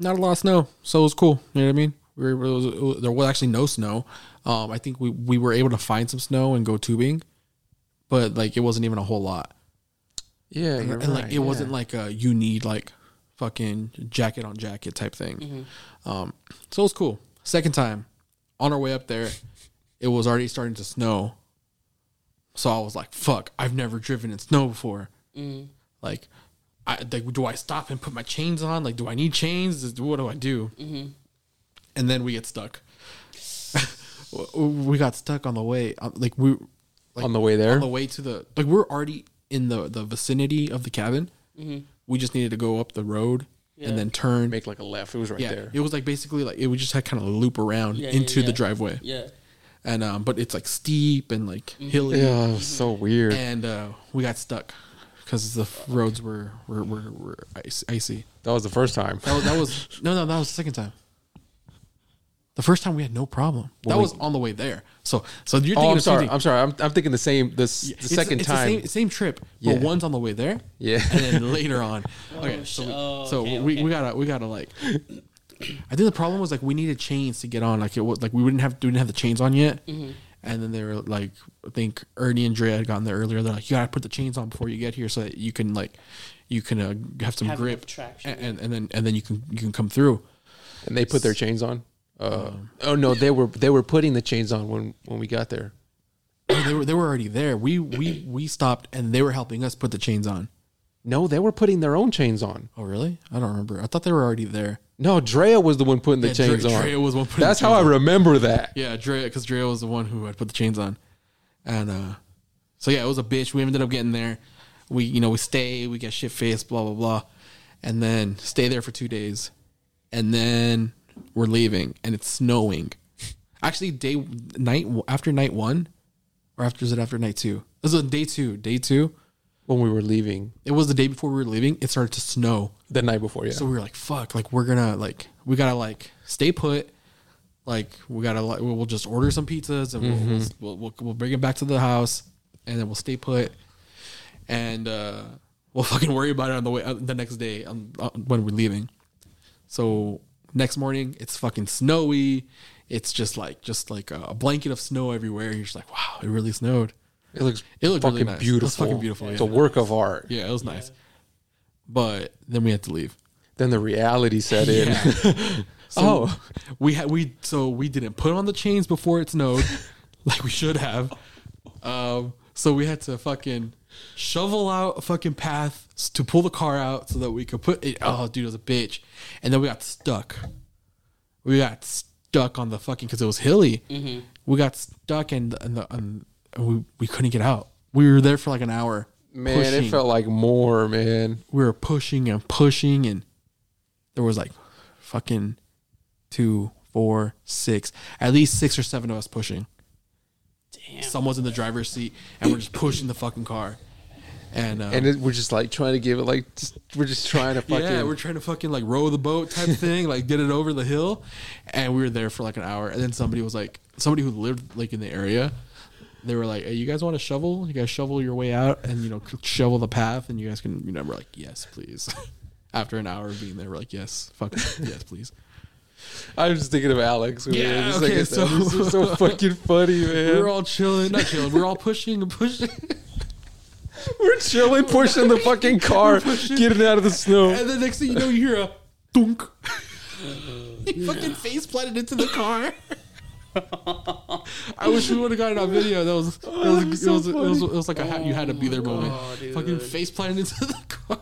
S1: not a lot of snow, so it was cool. You know what I mean? We were, it was- there was actually no snow. Um, I think we, we were able to find some snow and go tubing, but like it wasn't even a whole lot.
S3: Yeah,
S1: And,
S3: you're
S1: and, like
S3: right,
S1: it wasn't
S3: yeah.
S1: like a you need like fucking jacket on jacket type thing.
S3: Mm-hmm.
S1: Um, so it was cool. Second time on our way up there, it was already starting to snow. So I was like, fuck, I've never driven in snow before.
S3: Mm-hmm.
S1: Like, I like, do I stop and put my chains on? Like, do I need chains? Is- What do I do?
S3: Mm-hmm.
S1: And then we get stuck. [LAUGHS] we got stuck on the way. on- Like we, like
S3: on the way there.
S1: on the way to the like we're already in the the vicinity of the cabin. We just needed to go up the road
S2: Mm-hmm. Yeah.
S1: and then turn.
S3: make like a left. It was right
S1: yeah,
S3: there.
S1: it was like basically like it would just had kind of loop around
S2: Yeah, yeah,
S1: into
S2: yeah.
S1: the driveway,
S2: Yeah.
S1: and um, but it's like steep and like
S2: Mm-hmm.
S1: hilly,
S3: Yeah, it was so weird.
S1: and uh, we got stuck because the f- roads were were were, were ice, icy.
S3: That was the first time.
S1: That
S3: [LAUGHS]
S1: was that was [LAUGHS] no no that was the second time. The first time we had no problem. That
S3: Well, we-
S1: was on the way there. So so you're thinking
S3: Oh, I'm
S1: of
S3: sorry.
S1: something-
S3: I'm sorry. I'm, I'm thinking the same. The, s- the
S1: It's-
S3: second
S1: it's
S3: time.
S1: the same, same trip,
S3: Yeah.
S1: but one's on the way there,
S3: Yeah.
S1: and then later on. Okay,
S2: sh-
S1: so, we,
S2: [LAUGHS] oh,
S1: so
S2: okay,
S1: we,
S2: okay.
S1: we gotta we gotta like. I think the problem was like we needed chains to get on. Like it was like we wouldn't have we didn't have the chains on yet,
S2: Mm-hmm.
S1: and then they were like I think Ernie and Dre had gotten there earlier. They're like you gotta put the chains on before you get here so that you can like you can uh, have some
S2: Have enough
S1: grip
S2: traction,
S1: and, and and then and then you can you can come through.
S3: and they put their chains on. Uh, oh no, they were they were putting the chains on when when we got there.
S1: they were they were already there. We we we stopped and they were helping us put the chains on.
S3: No, they were putting their own chains on.
S1: Oh really? I don't remember. I thought they were already there.
S3: No, Drea was the one putting the
S1: Yeah, Dre-
S3: chains on.
S1: Drea was one putting
S3: That's
S1: the
S3: how I
S1: chains
S3: remember that.
S1: Yeah, Dre, because Dre was the one who had put the chains on, and uh, so yeah, it was a bitch. We ended up getting there. We, you know, we stay, we get shit faced, blah blah blah, and then stay there for two days, and then we're leaving, and it's snowing. [LAUGHS] Actually, day night after night one, or after is it after night two? It was on day two. Day two.
S3: When we were leaving
S1: It was the day before we were leaving. It started to snow.
S3: the night before, yeah.
S1: So we were like, fuck, like we're gonna like we gotta like stay put. Like we gotta like we'll we'll just order some pizzas and we'll, we'll, we'll we'll bring it back to the house and then we'll stay put and uh, we'll [LAUGHS] fucking worry about it on the way uh, the next day on, on, when we're leaving. So next morning it's fucking snowy. It's just like just like a a blanket of snow everywhere. You're just like, wow, it really snowed.
S3: it looks
S1: It looked
S3: fucking
S1: really nice. It
S3: beautiful.
S1: was fucking beautiful,
S3: It's
S1: yeah.
S3: a work of art.
S1: Yeah, it was nice. But then we had to leave.
S3: Then the reality set in.
S1: So oh, we had we so we didn't put on the chains before it snowed, [LAUGHS] like we should have. Um, so we had to fucking shovel out a fucking path s- to pull the car out so that we could put it. Oh, dude, it was a bitch. And then we got stuck. We got stuck on the fucking because it was hilly. We got stuck and and, the, and we we couldn't get out. We were there for like an hour.
S3: Man, it
S1: pushing
S3: felt like more, man.
S1: we were pushing and pushing and there was like fucking two, four, six, at least six or seven of us pushing.
S2: Damn.
S1: Someone's in the driver's seat and we're just pushing the fucking car. And, uh,
S3: And it, we're just like trying to give it like just, we're just trying to
S1: [LAUGHS]
S3: fucking
S1: yeah, we're trying to fucking like row the boat type thing, like get it over the hill. And we were there for like an hour. And then somebody was like, somebody who lived like in the area, they were like, hey, you guys want to shovel? You guys shovel your way out and, you know, shovel the path. And you guys can, you know, we're like, yes, please. [LAUGHS] After an hour of being there, we're like, yes, fuck, yes, please.
S3: I was just thinking of Alex. We
S1: Yeah,
S3: were just
S1: okay,
S3: like,
S1: so-
S3: this is so fucking funny, man.
S1: We [LAUGHS] were all chilling, not chilling, we we're all pushing and pushing.
S3: We're chilling, pushing the
S1: [LAUGHS]
S3: fucking car, getting out of the snow.
S1: And the next thing you know, you hear a thunk. [LAUGHS] he fucking face planted into the car. I wish we would have got it on video. That was, that was,
S3: that's
S1: it, was
S3: so
S1: it was it was like a ha- you had to be there moment.
S2: dude.
S1: fucking face planted into the car.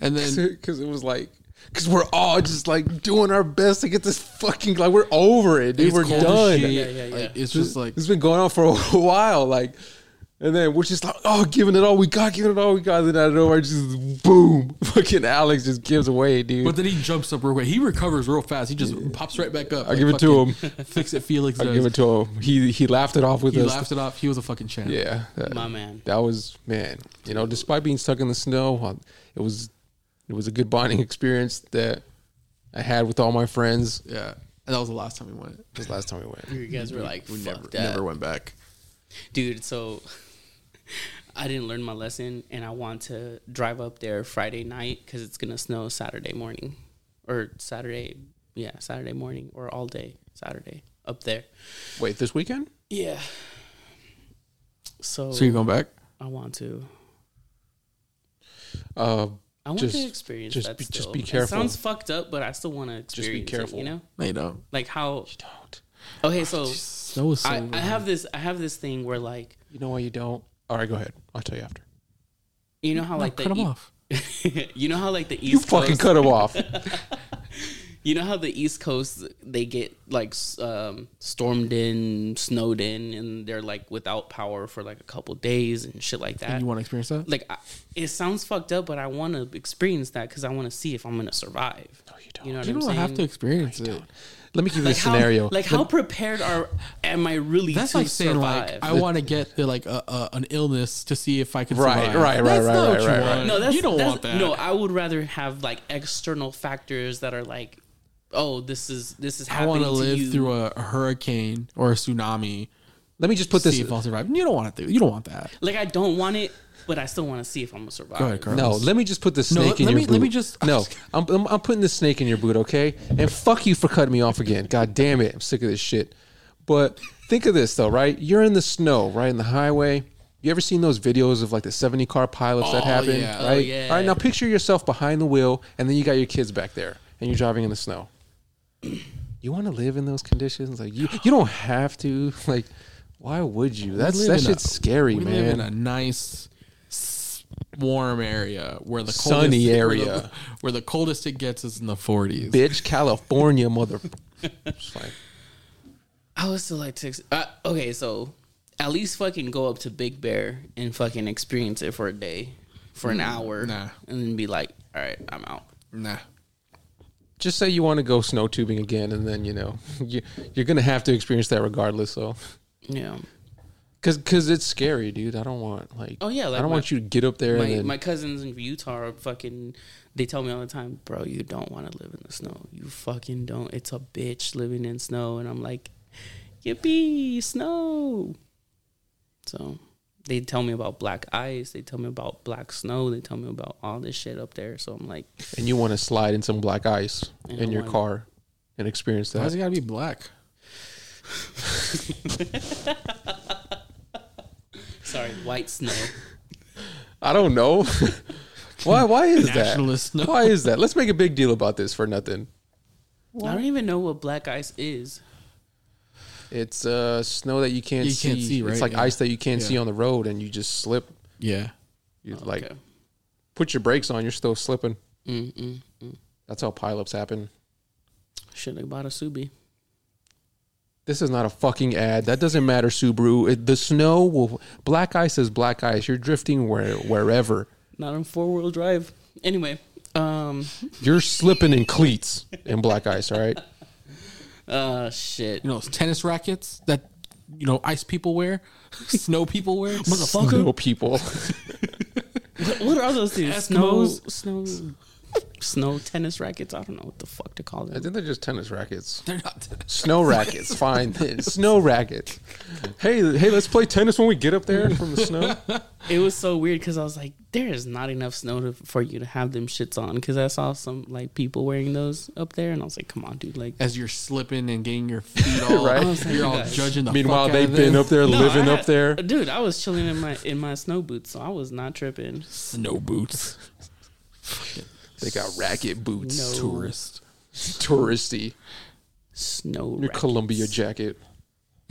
S1: And then
S3: [LAUGHS] Because it was like, because we're all just like doing our best to get this fucking, like, we're over it, dude.
S1: it's
S3: we're
S1: cold as
S3: done.
S1: shit.
S2: Yeah, yeah, yeah.
S1: Like, it's just like
S3: It's been going on for a [LAUGHS] while. Like, and then we're just like, oh, giving it all we got, giving it all we got. Then out of nowhere, just boom, [LAUGHS] fucking Alex just gives away, dude.
S1: But then he jumps up real quick. He recovers real fast. He just pops right back up. I
S3: give it to
S1: him. [LAUGHS] Fix it, Felix.
S3: I
S1: Does.
S3: give it to him. He he laughed it off with
S1: he
S3: us.
S1: laughed it off. He was a fucking champ.
S3: Yeah, that,
S2: My man.
S3: That was man. You know, despite being stuck in the snow, uh, it was it was a good bonding [LAUGHS] experience that I had with all my friends.
S1: yeah. And that was the last time we went.
S3: This last time we went,
S2: You guys were like,
S1: We
S2: fuck
S1: never
S2: that.
S1: never went back.
S2: dude so [LAUGHS] i didn't learn my lesson and i want to drive up there friday night because it's gonna snow saturday morning or saturday yeah, Saturday morning or all day Saturday up there.
S3: Wait, this weekend?
S2: Yeah. So,
S1: So you're going back?
S2: I want to.
S3: Uh,
S2: I want
S3: Just-
S2: to experience
S3: just
S2: that.
S3: be- just
S2: still.
S3: be
S2: It
S3: careful.
S2: sounds fucked up, but I still want to
S3: be
S2: experience. Just be careful.
S3: careful.
S2: you know,
S1: No, you don't.
S2: like how.
S3: don't.
S2: Okay, so
S1: So was so
S2: I, I have this. I have this thing where like
S3: You know why you don't? All right, go ahead. I'll tell you after.
S2: you know how like
S1: cut
S2: the
S1: him
S2: e-
S1: off.
S2: [LAUGHS] you know how like the East
S3: You
S2: Coast,
S3: fucking cut
S1: [LAUGHS]
S3: him off.
S2: You know how the East Coast they get like s- um, stormed in, snowed in, and they're like without power for like a couple days and shit like that.
S1: You want to experience that?
S2: like I, it sounds fucked up, but I want to experience that because I want to see if I'm gonna survive. No,
S3: you don't.
S2: You know what
S1: You
S2: I'm
S1: don't
S2: saying?
S1: have to experience it.
S3: Let me give you a
S2: Like how-
S3: scenario.
S2: like how prepared are am I really
S1: That's
S2: to
S1: like saying
S2: survive?
S1: like I want to get the, like a, a, an illness to see if I can
S3: Right,
S1: survive.
S3: right, right,
S1: That's
S3: right,
S1: not
S3: right,
S1: what you
S3: right,
S1: want.
S3: right.
S2: no, that's,
S1: you don't
S2: that's-
S1: want that.
S2: No, I would rather have like external factors that are like, oh, this is this is
S1: I
S2: happening
S1: want
S2: to
S1: to live
S2: you.
S1: through a, a hurricane or a tsunami.
S3: Let me just put
S1: to
S3: this.
S1: see if I'll survive. You don't want to. You don't want that.
S2: Like I don't want it, but I still want to see if I'm gonna survive.
S1: Go ahead, Carl.
S3: No, let me just put the
S1: No,
S3: snake in
S1: let
S3: your
S1: me-
S3: boot.
S1: let me just-
S3: No, I'm, I'm, I'm putting the snake in your boot, okay? And fuck you for cutting me off again. God damn it. I'm sick of this shit. But think of this, though, right? You're in the snow, right? In the highway. You ever seen those videos of like the 70 car pileups that
S1: Oh,
S3: happen?
S1: yeah.
S2: Oh,
S3: Right?
S2: yeah.
S3: All right, now picture yourself behind the wheel and then you got your kids back there and you're driving in the snow. [CLEARS THROAT] You want to live in those conditions? Like, you, you don't have to. [LAUGHS] Like, why would you? That's,
S1: live
S3: that
S1: in a-
S3: shit's scary,
S1: we
S3: man.
S1: live in a nice, s- warm area where the coldest,
S3: Sunny
S1: where the-
S3: area.
S1: where the coldest it gets is in the forties.
S3: Bitch, California, mother. It's like,
S2: I would still like to. ex- Uh, okay, so at least fucking go up to Big Bear and fucking experience it for a day, for an hour,
S1: Mm. nah.
S2: and then be like, all right, I'm out.
S1: Nah,
S3: just say you want to go snow tubing again, and then you know [LAUGHS] you, you're gonna have to experience that regardless. So,
S2: Yeah.
S3: because because it's scary, dude. I don't want like
S2: Oh, yeah, like
S3: I don't
S2: my-
S3: want you to get up there and
S2: My,
S3: then,
S2: my cousins in Utah are fucking. They tell me all the time, bro, you don't want to live in the snow. You fucking don't. It's a bitch living in snow. And I'm like, yippee, snow. So they tell me about black ice. They tell me about black snow. They tell me about all this shit up there. So I'm like,
S3: and you want to slide in some black ice
S2: I
S3: in
S2: don't
S3: your
S2: want-
S3: car and experience
S1: why's
S3: that.
S1: it got to be black?
S2: sorry, white snow.
S3: I don't know. [LAUGHS] why why is that?
S1: Nationalist. No.
S3: Why is that? Let's make a big deal about this for nothing.
S2: I don't even know what black ice is.
S3: It's uh snow that you can't,
S1: You
S3: see.
S1: can't see, right?
S3: It's like
S1: Yeah.
S3: ice that you can't
S1: Yeah.
S3: see on the road, and you just slip.
S1: Yeah.
S3: You like
S2: Oh, Okay.
S3: put your brakes on. You're still slipping.
S2: Mm, mm, mm.
S3: That's how pileups happen.
S2: Shit about a subi.
S3: This is not a fucking ad. That doesn't matter, Subaru. It, the snow will. Black ice is black ice. You're drifting where, wherever.
S2: Not on four wheel drive. Anyway, um, [LAUGHS]
S3: You're slipping in cleats in black ice, all right?
S2: uh, shit.
S1: You know, those tennis rackets that you know ice people wear, [LAUGHS] snow people wear.
S3: Snow people. [LAUGHS]
S2: What are those things?
S1: Eskimos?
S2: Snow, snow, snow tennis rackets. I don't know what the fuck to call
S3: I
S2: them.
S3: think they're just tennis rackets.
S1: They're not. [LAUGHS]
S3: Snow rackets, fine. [LAUGHS] snow rackets. Hey, hey, let's play tennis when we get up there from the snow.
S2: It was so weird because I was like, there is not enough snow to, for you to have them shits on. Because I saw some like people wearing those up there, and I was like, come on, dude. Like,
S1: As you're slipping and getting your feet all,
S3: [LAUGHS]
S1: [LAUGHS]
S3: Right.
S1: you're all
S2: Guys.
S1: judging [LAUGHS] the.
S3: Meanwhile,
S1: fuck out
S3: they've
S1: of
S3: been
S1: them.
S3: up there
S2: No,
S3: living
S2: I-
S3: up there.
S2: dude, I was chilling in my in my snow boots, so I was not tripping.
S1: snow boots.
S3: They got racket boots.
S2: No
S1: Tourist.
S3: Touristy.
S2: snow.
S3: Your
S2: rackets.
S3: Columbia jacket.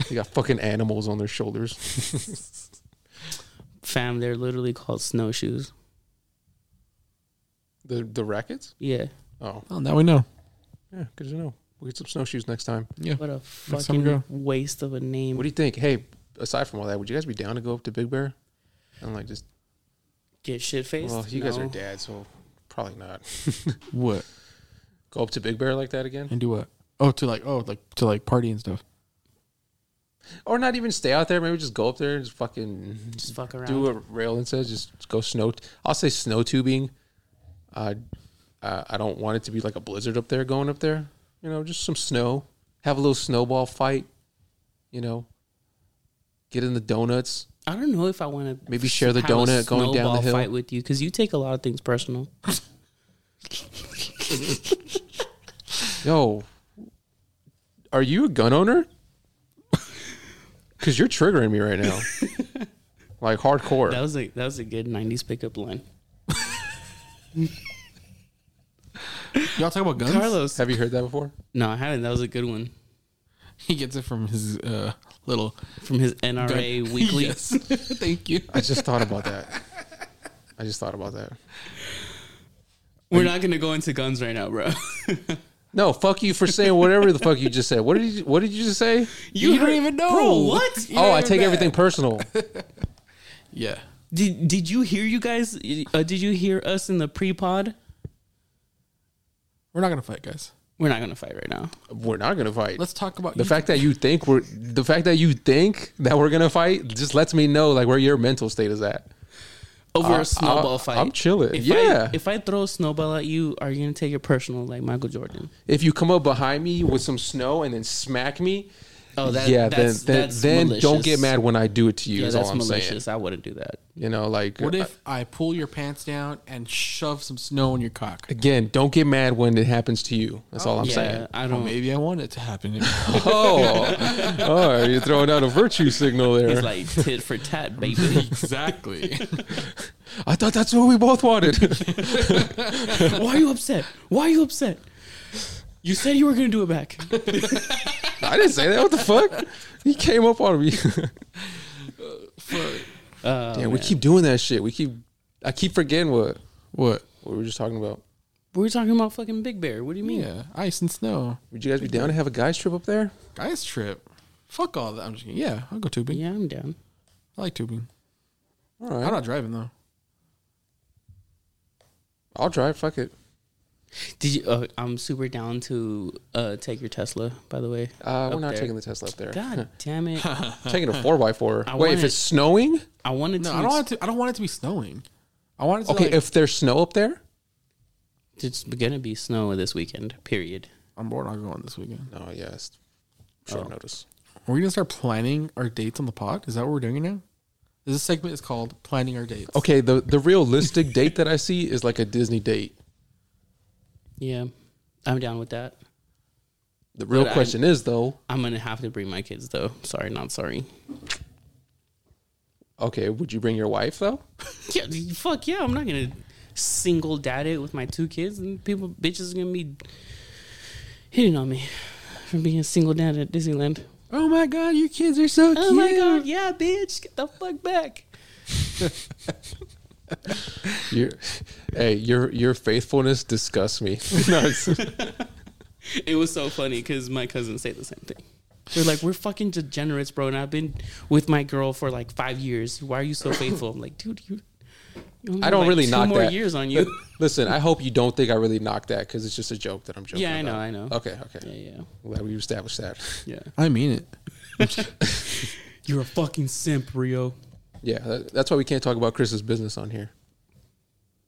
S3: They got fucking animals on their shoulders.
S2: fam, they're literally called snowshoes.
S3: The the rackets?
S2: Yeah,
S3: Oh.
S1: Oh, now we know.
S3: Yeah, good to know. We'll get some snowshoes next time.
S1: Yeah.
S2: what a
S1: Next time we
S2: fucking
S1: go.
S2: waste of a name.
S3: What do you think? Hey, aside from all that, would you guys be down to go up to Big Bear? I'm like, just
S2: Get shit faced.
S3: well, you guys are
S2: No.
S3: dads, so probably not.
S1: What
S3: go up to Big Bear like that again,
S1: and do what? Oh, to like oh like to like party and stuff.
S3: or not even stay out there. Maybe just go up there and just fucking
S2: Just fuck around.
S3: do what Raylan says. Just go snow. I'll say snow tubing. Uh, I I don't want it to be like a blizzard up there going up there. You know, just some snow. Have a little snowball fight. You know, get in the donuts.
S2: I don't know if I want to
S3: Maybe share the donut going down the hill.
S2: Fight with you because you take a lot of things personal.
S3: Yo, are you a
S2: [LAUGHS]
S3: gun owner? Because you're triggering me right now,
S2: [LAUGHS]
S3: like hardcore.
S2: That was a that was a good '90s pickup line.
S1: Y'all talk about guns.
S2: Carlos,
S3: Have you heard that before?
S2: no, I haven't. That was a good one
S1: [LAUGHS] He gets it from his uh, little
S2: from his NRA [LAUGHS]
S1: [LAUGHS]
S2: weekly.
S1: Yes. [LAUGHS] Thank you.
S3: I just thought
S2: [LAUGHS]
S3: about that. I just thought about that.
S2: We're not gonna go into guns right now, bro. [LAUGHS]
S3: No, fuck you for saying whatever the fuck you just said. What did you What did you just say?
S1: You don't even know.
S2: bro. What?
S1: You
S3: Oh,
S1: don't
S3: I
S1: even
S3: take
S1: know.
S2: [LAUGHS]
S3: everything personal.
S1: Yeah.
S2: Did Did you hear you guys? Uh, did you hear us in the pre pod?
S1: We're not gonna fight, guys.
S2: We're not gonna fight right now.
S3: We're not gonna fight.
S1: Let's talk about
S3: the
S1: you-
S3: fact that you think we're the fact that you think that we're gonna fight just lets me know like where your mental state is at.
S2: Over
S3: I-
S2: a snowball
S3: I-
S2: fight.
S3: I'm chilling.
S2: If
S3: Yeah.
S2: I, if I throw a snowball at you, are you gonna take it personal like Michael Jordan?
S3: If you come up behind me with some snow and then smack me,
S2: Oh, that-
S3: yeah,
S2: that's-
S3: then then,
S2: that's
S3: then don't
S2: malicious.
S3: get mad when I do it to you.
S2: Yeah,
S3: is
S2: that's
S3: all I'm saying.
S2: malicious. I wouldn't do that.
S3: You know, like
S1: What
S3: uh,
S1: if I pull your pants down and shove some snow in your cock?
S3: again, don't get mad when it happens to you. That's all I'm
S2: Oh, yeah,
S3: saying.
S2: I
S1: Well,
S2: don't.
S1: maybe I want it to [LAUGHS] happen.
S3: [LAUGHS] Oh, oh, you're throwing out a virtue signal there.
S2: it's like tit for tat, baby.
S1: [LAUGHS] exactly.
S3: I thought that's what we both wanted.
S2: [LAUGHS]
S3: [LAUGHS]
S2: Why are you upset? Why are you upset? You said you were gonna do it back.
S3: I didn't say that. What the fuck? He came up on
S2: [LAUGHS]
S3: me.
S2: Oh, Uh,
S3: Damn, we keep doing that shit. We keep. I keep forgetting what
S1: what?
S3: what we were just talking about.
S2: we're talking about fucking Big Bear. What do you mean?
S1: Yeah, ice and snow.
S3: Would you guys be down to have a guys trip up there?
S1: Guys trip. Fuck all that. I'm just kidding. Yeah, I'll go tubing.
S2: Yeah, I'm down.
S1: I like tubing.
S3: All right,
S1: I'm not driving though.
S3: I'll drive. Fuck it.
S2: Did you? Uh, I'm super down to uh, take your Tesla. By the way,
S3: Uh, we're
S2: Up
S3: not
S2: there.
S3: taking the Tesla up there.
S2: God damn it!
S3: taking a four x four.
S2: I
S3: Wait,
S2: want
S3: if
S2: it-
S3: it's snowing,
S2: I wanted
S1: No,
S2: to.
S1: I don't
S2: ex-
S1: want it to. I don't want it to be snowing. I want it to.
S3: okay.
S1: like,
S3: if there's snow up there,
S2: It's gonna be snow this weekend. Period.
S1: I'm bored. I'll go on this weekend.
S3: no, yes, short notice.
S1: We're gonna start planning our dates on the pod. Is that what we're doing now? This segment is called planning our dates.
S3: Okay, the the realistic [LAUGHS] date that I see is like a Disney date.
S2: Yeah, I'm down with that.
S3: The real
S2: But I-
S3: question is though,
S2: I'm gonna have to bring my kids though. Sorry, not sorry.
S3: okay, would you bring your
S2: [LAUGHS]
S3: wife though?
S2: Yeah, fuck yeah! I'm not gonna single dad it with my two kids, and people bitches are gonna be hitting on me for being a single dad at Disneyland.
S3: Oh my god, your kids are so
S2: Oh my god, yeah, bitch, get the fuck back.
S3: Your, hey, your your faithfulness
S2: [LAUGHS]
S3: disgusts me. No, it's-
S2: It was so funny because my cousins say the same thing. They're like, we're fucking degenerates, bro. And I've been with my girl for like five years. Why are you so faithful? I'm like, dude, you. you only
S3: I don't
S2: have, like,
S3: really
S2: two
S3: knock
S2: more
S3: that.
S2: years on you.
S3: [LAUGHS] Listen, I hope you don't think I really knocked that because it's just a joke that I'm joking.
S2: yeah, I know,
S3: about.
S2: I know.
S3: Okay, okay.
S2: Yeah, yeah,
S3: Glad we established that. [LAUGHS]
S2: yeah.
S1: I mean it.
S2: You're a fucking simp, Rio.
S3: Yeah, that, that's why we can't talk about Chris's business on here.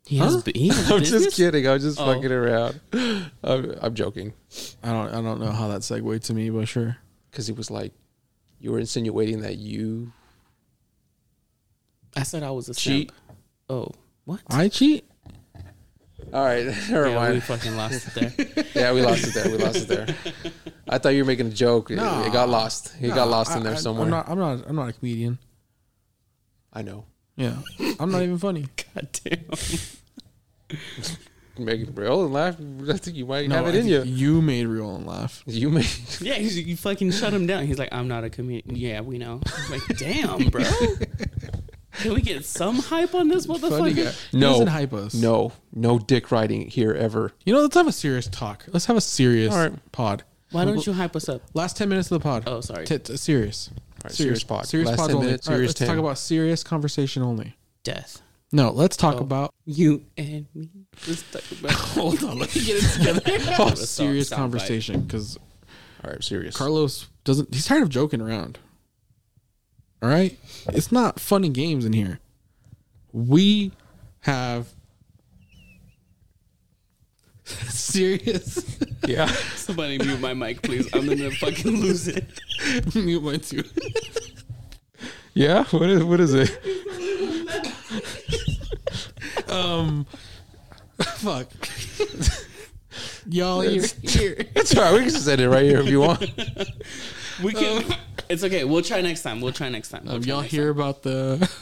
S2: He has, bu- he has
S3: [LAUGHS] I'm
S2: business?
S3: just kidding. I'm just
S2: Oh.
S3: fucking around. I'm, I'm joking
S1: I don't. I don't know how that segued to me, but sure.
S3: because he was like, you were insinuating that you
S2: I said I was a
S3: Cheat.
S2: simp. Oh, what?
S1: I cheat.
S3: All right, [LAUGHS] never
S2: yeah, we
S3: mind.
S2: fucking lost it there.
S1: [LAUGHS]
S3: yeah, we lost it there. We lost it there. I thought you were making a joke. It-
S1: Nah.
S3: it, got lost. It got
S1: No,
S3: lost in
S1: I-
S3: there
S1: I-
S3: somewhere.
S1: I'm not. I'm not. I'm not a comedian.
S3: I know.
S1: Yeah, I'm not even funny.
S2: God damn.
S3: Make it real and laugh. I think you might have
S1: I
S3: it in
S1: think
S3: you.
S1: You made Roland laugh.
S3: You may. [LAUGHS]
S2: Yeah, he's, you fucking shut him down. He's like, I'm not a comedian. Yeah, we know. I'm like, damn, bro. Can we get some hype on this
S1: Funny guy.
S2: motherfucker?
S1: He
S3: No.
S1: doesn't hype us.
S3: No, no dick riding here ever.
S1: You know, let's have a serious talk. Let's have a serious
S3: All right.
S1: pod.
S2: Why don't you hype us up?
S1: Last ten minutes of the pod.
S2: Oh, sorry.
S1: T- t- serious.
S3: right, serious pod.
S1: Serious
S3: Last
S1: pods
S3: 10
S1: only.
S3: minutes,
S1: All right,
S3: serious
S1: let's
S3: 10.
S1: talk about serious conversation only.
S2: Death.
S1: No, let's talk
S2: Oh.
S1: about
S2: You and me. Let's talk
S1: [LAUGHS]
S2: about
S1: Hold on, let me
S2: [LAUGHS]
S1: get it together. oh,
S2: Sound-
S1: serious
S2: sound
S1: conversation because
S3: All right, serious.
S1: Carlos doesn't. He's tired of joking around. All right, it's not fun and games in here. We have [LAUGHS] serious. [LAUGHS]
S3: yeah. [LAUGHS]
S2: somebody mute my mic, please. I'm gonna fucking lose it.
S1: Mute mine too.
S3: Yeah. What is what is it?
S1: Um, fuck. [LAUGHS] y'all ear. ear.
S3: That's all right. We can just edit it right here if you want.
S2: We can. it's okay. We'll try next time. We'll try next time. We'll
S1: Um,
S2: try
S1: y'all
S2: next
S1: hear about the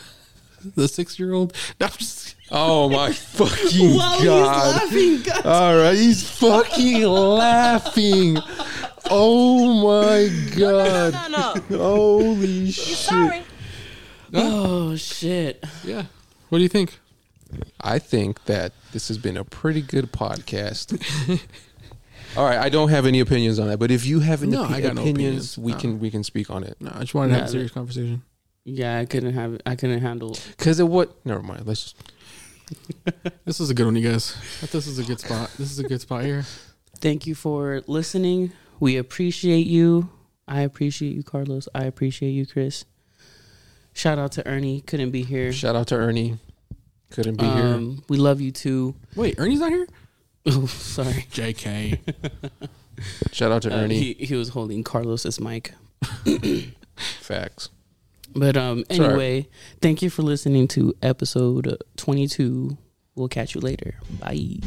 S1: [LAUGHS] the six year old? [LAUGHS] No, I'm just-
S3: Oh
S4: [LAUGHS]
S3: my fucking
S2: While he's
S3: god!
S2: laughing, God.
S3: All right, he's
S4: [LAUGHS]
S3: fucking laughing. Oh my god!
S4: No, no.
S3: Holy shit!
S4: Sorry.
S2: Oh shit.
S1: yeah. What do you think?
S3: I think that this has been a pretty good podcast. All right, I don't have any opinions on that, but if you have any
S1: No,
S3: opi-
S1: I got no
S3: opinions,
S1: opinions.
S3: we
S1: No.
S3: can we can speak on it.
S1: No, I just wanted to have a
S2: No.
S1: serious conversation.
S2: Yeah, I couldn't have. I couldn't handle.
S3: Because it what? Never mind. Let's just
S1: This is a good one, you guys. This is a good spot. This is a good spot here.
S2: Thank you for listening. We appreciate you. I appreciate you, Carlos. I appreciate you, Chris. Shout out to Ernie. Couldn't be here.
S3: shout out to Ernie. Couldn't be here.
S2: Um, we love you too. [LAUGHS]
S1: Wait, Ernie's not here?
S2: Oh, sorry.
S1: JK.
S3: Shout out to
S2: Uh,
S3: Ernie.
S2: he, he was holding Carlos's mic.
S3: Facts.
S2: But um,
S3: all right.
S2: anyway, thank you for listening to episode 22. We'll catch you later. Bye.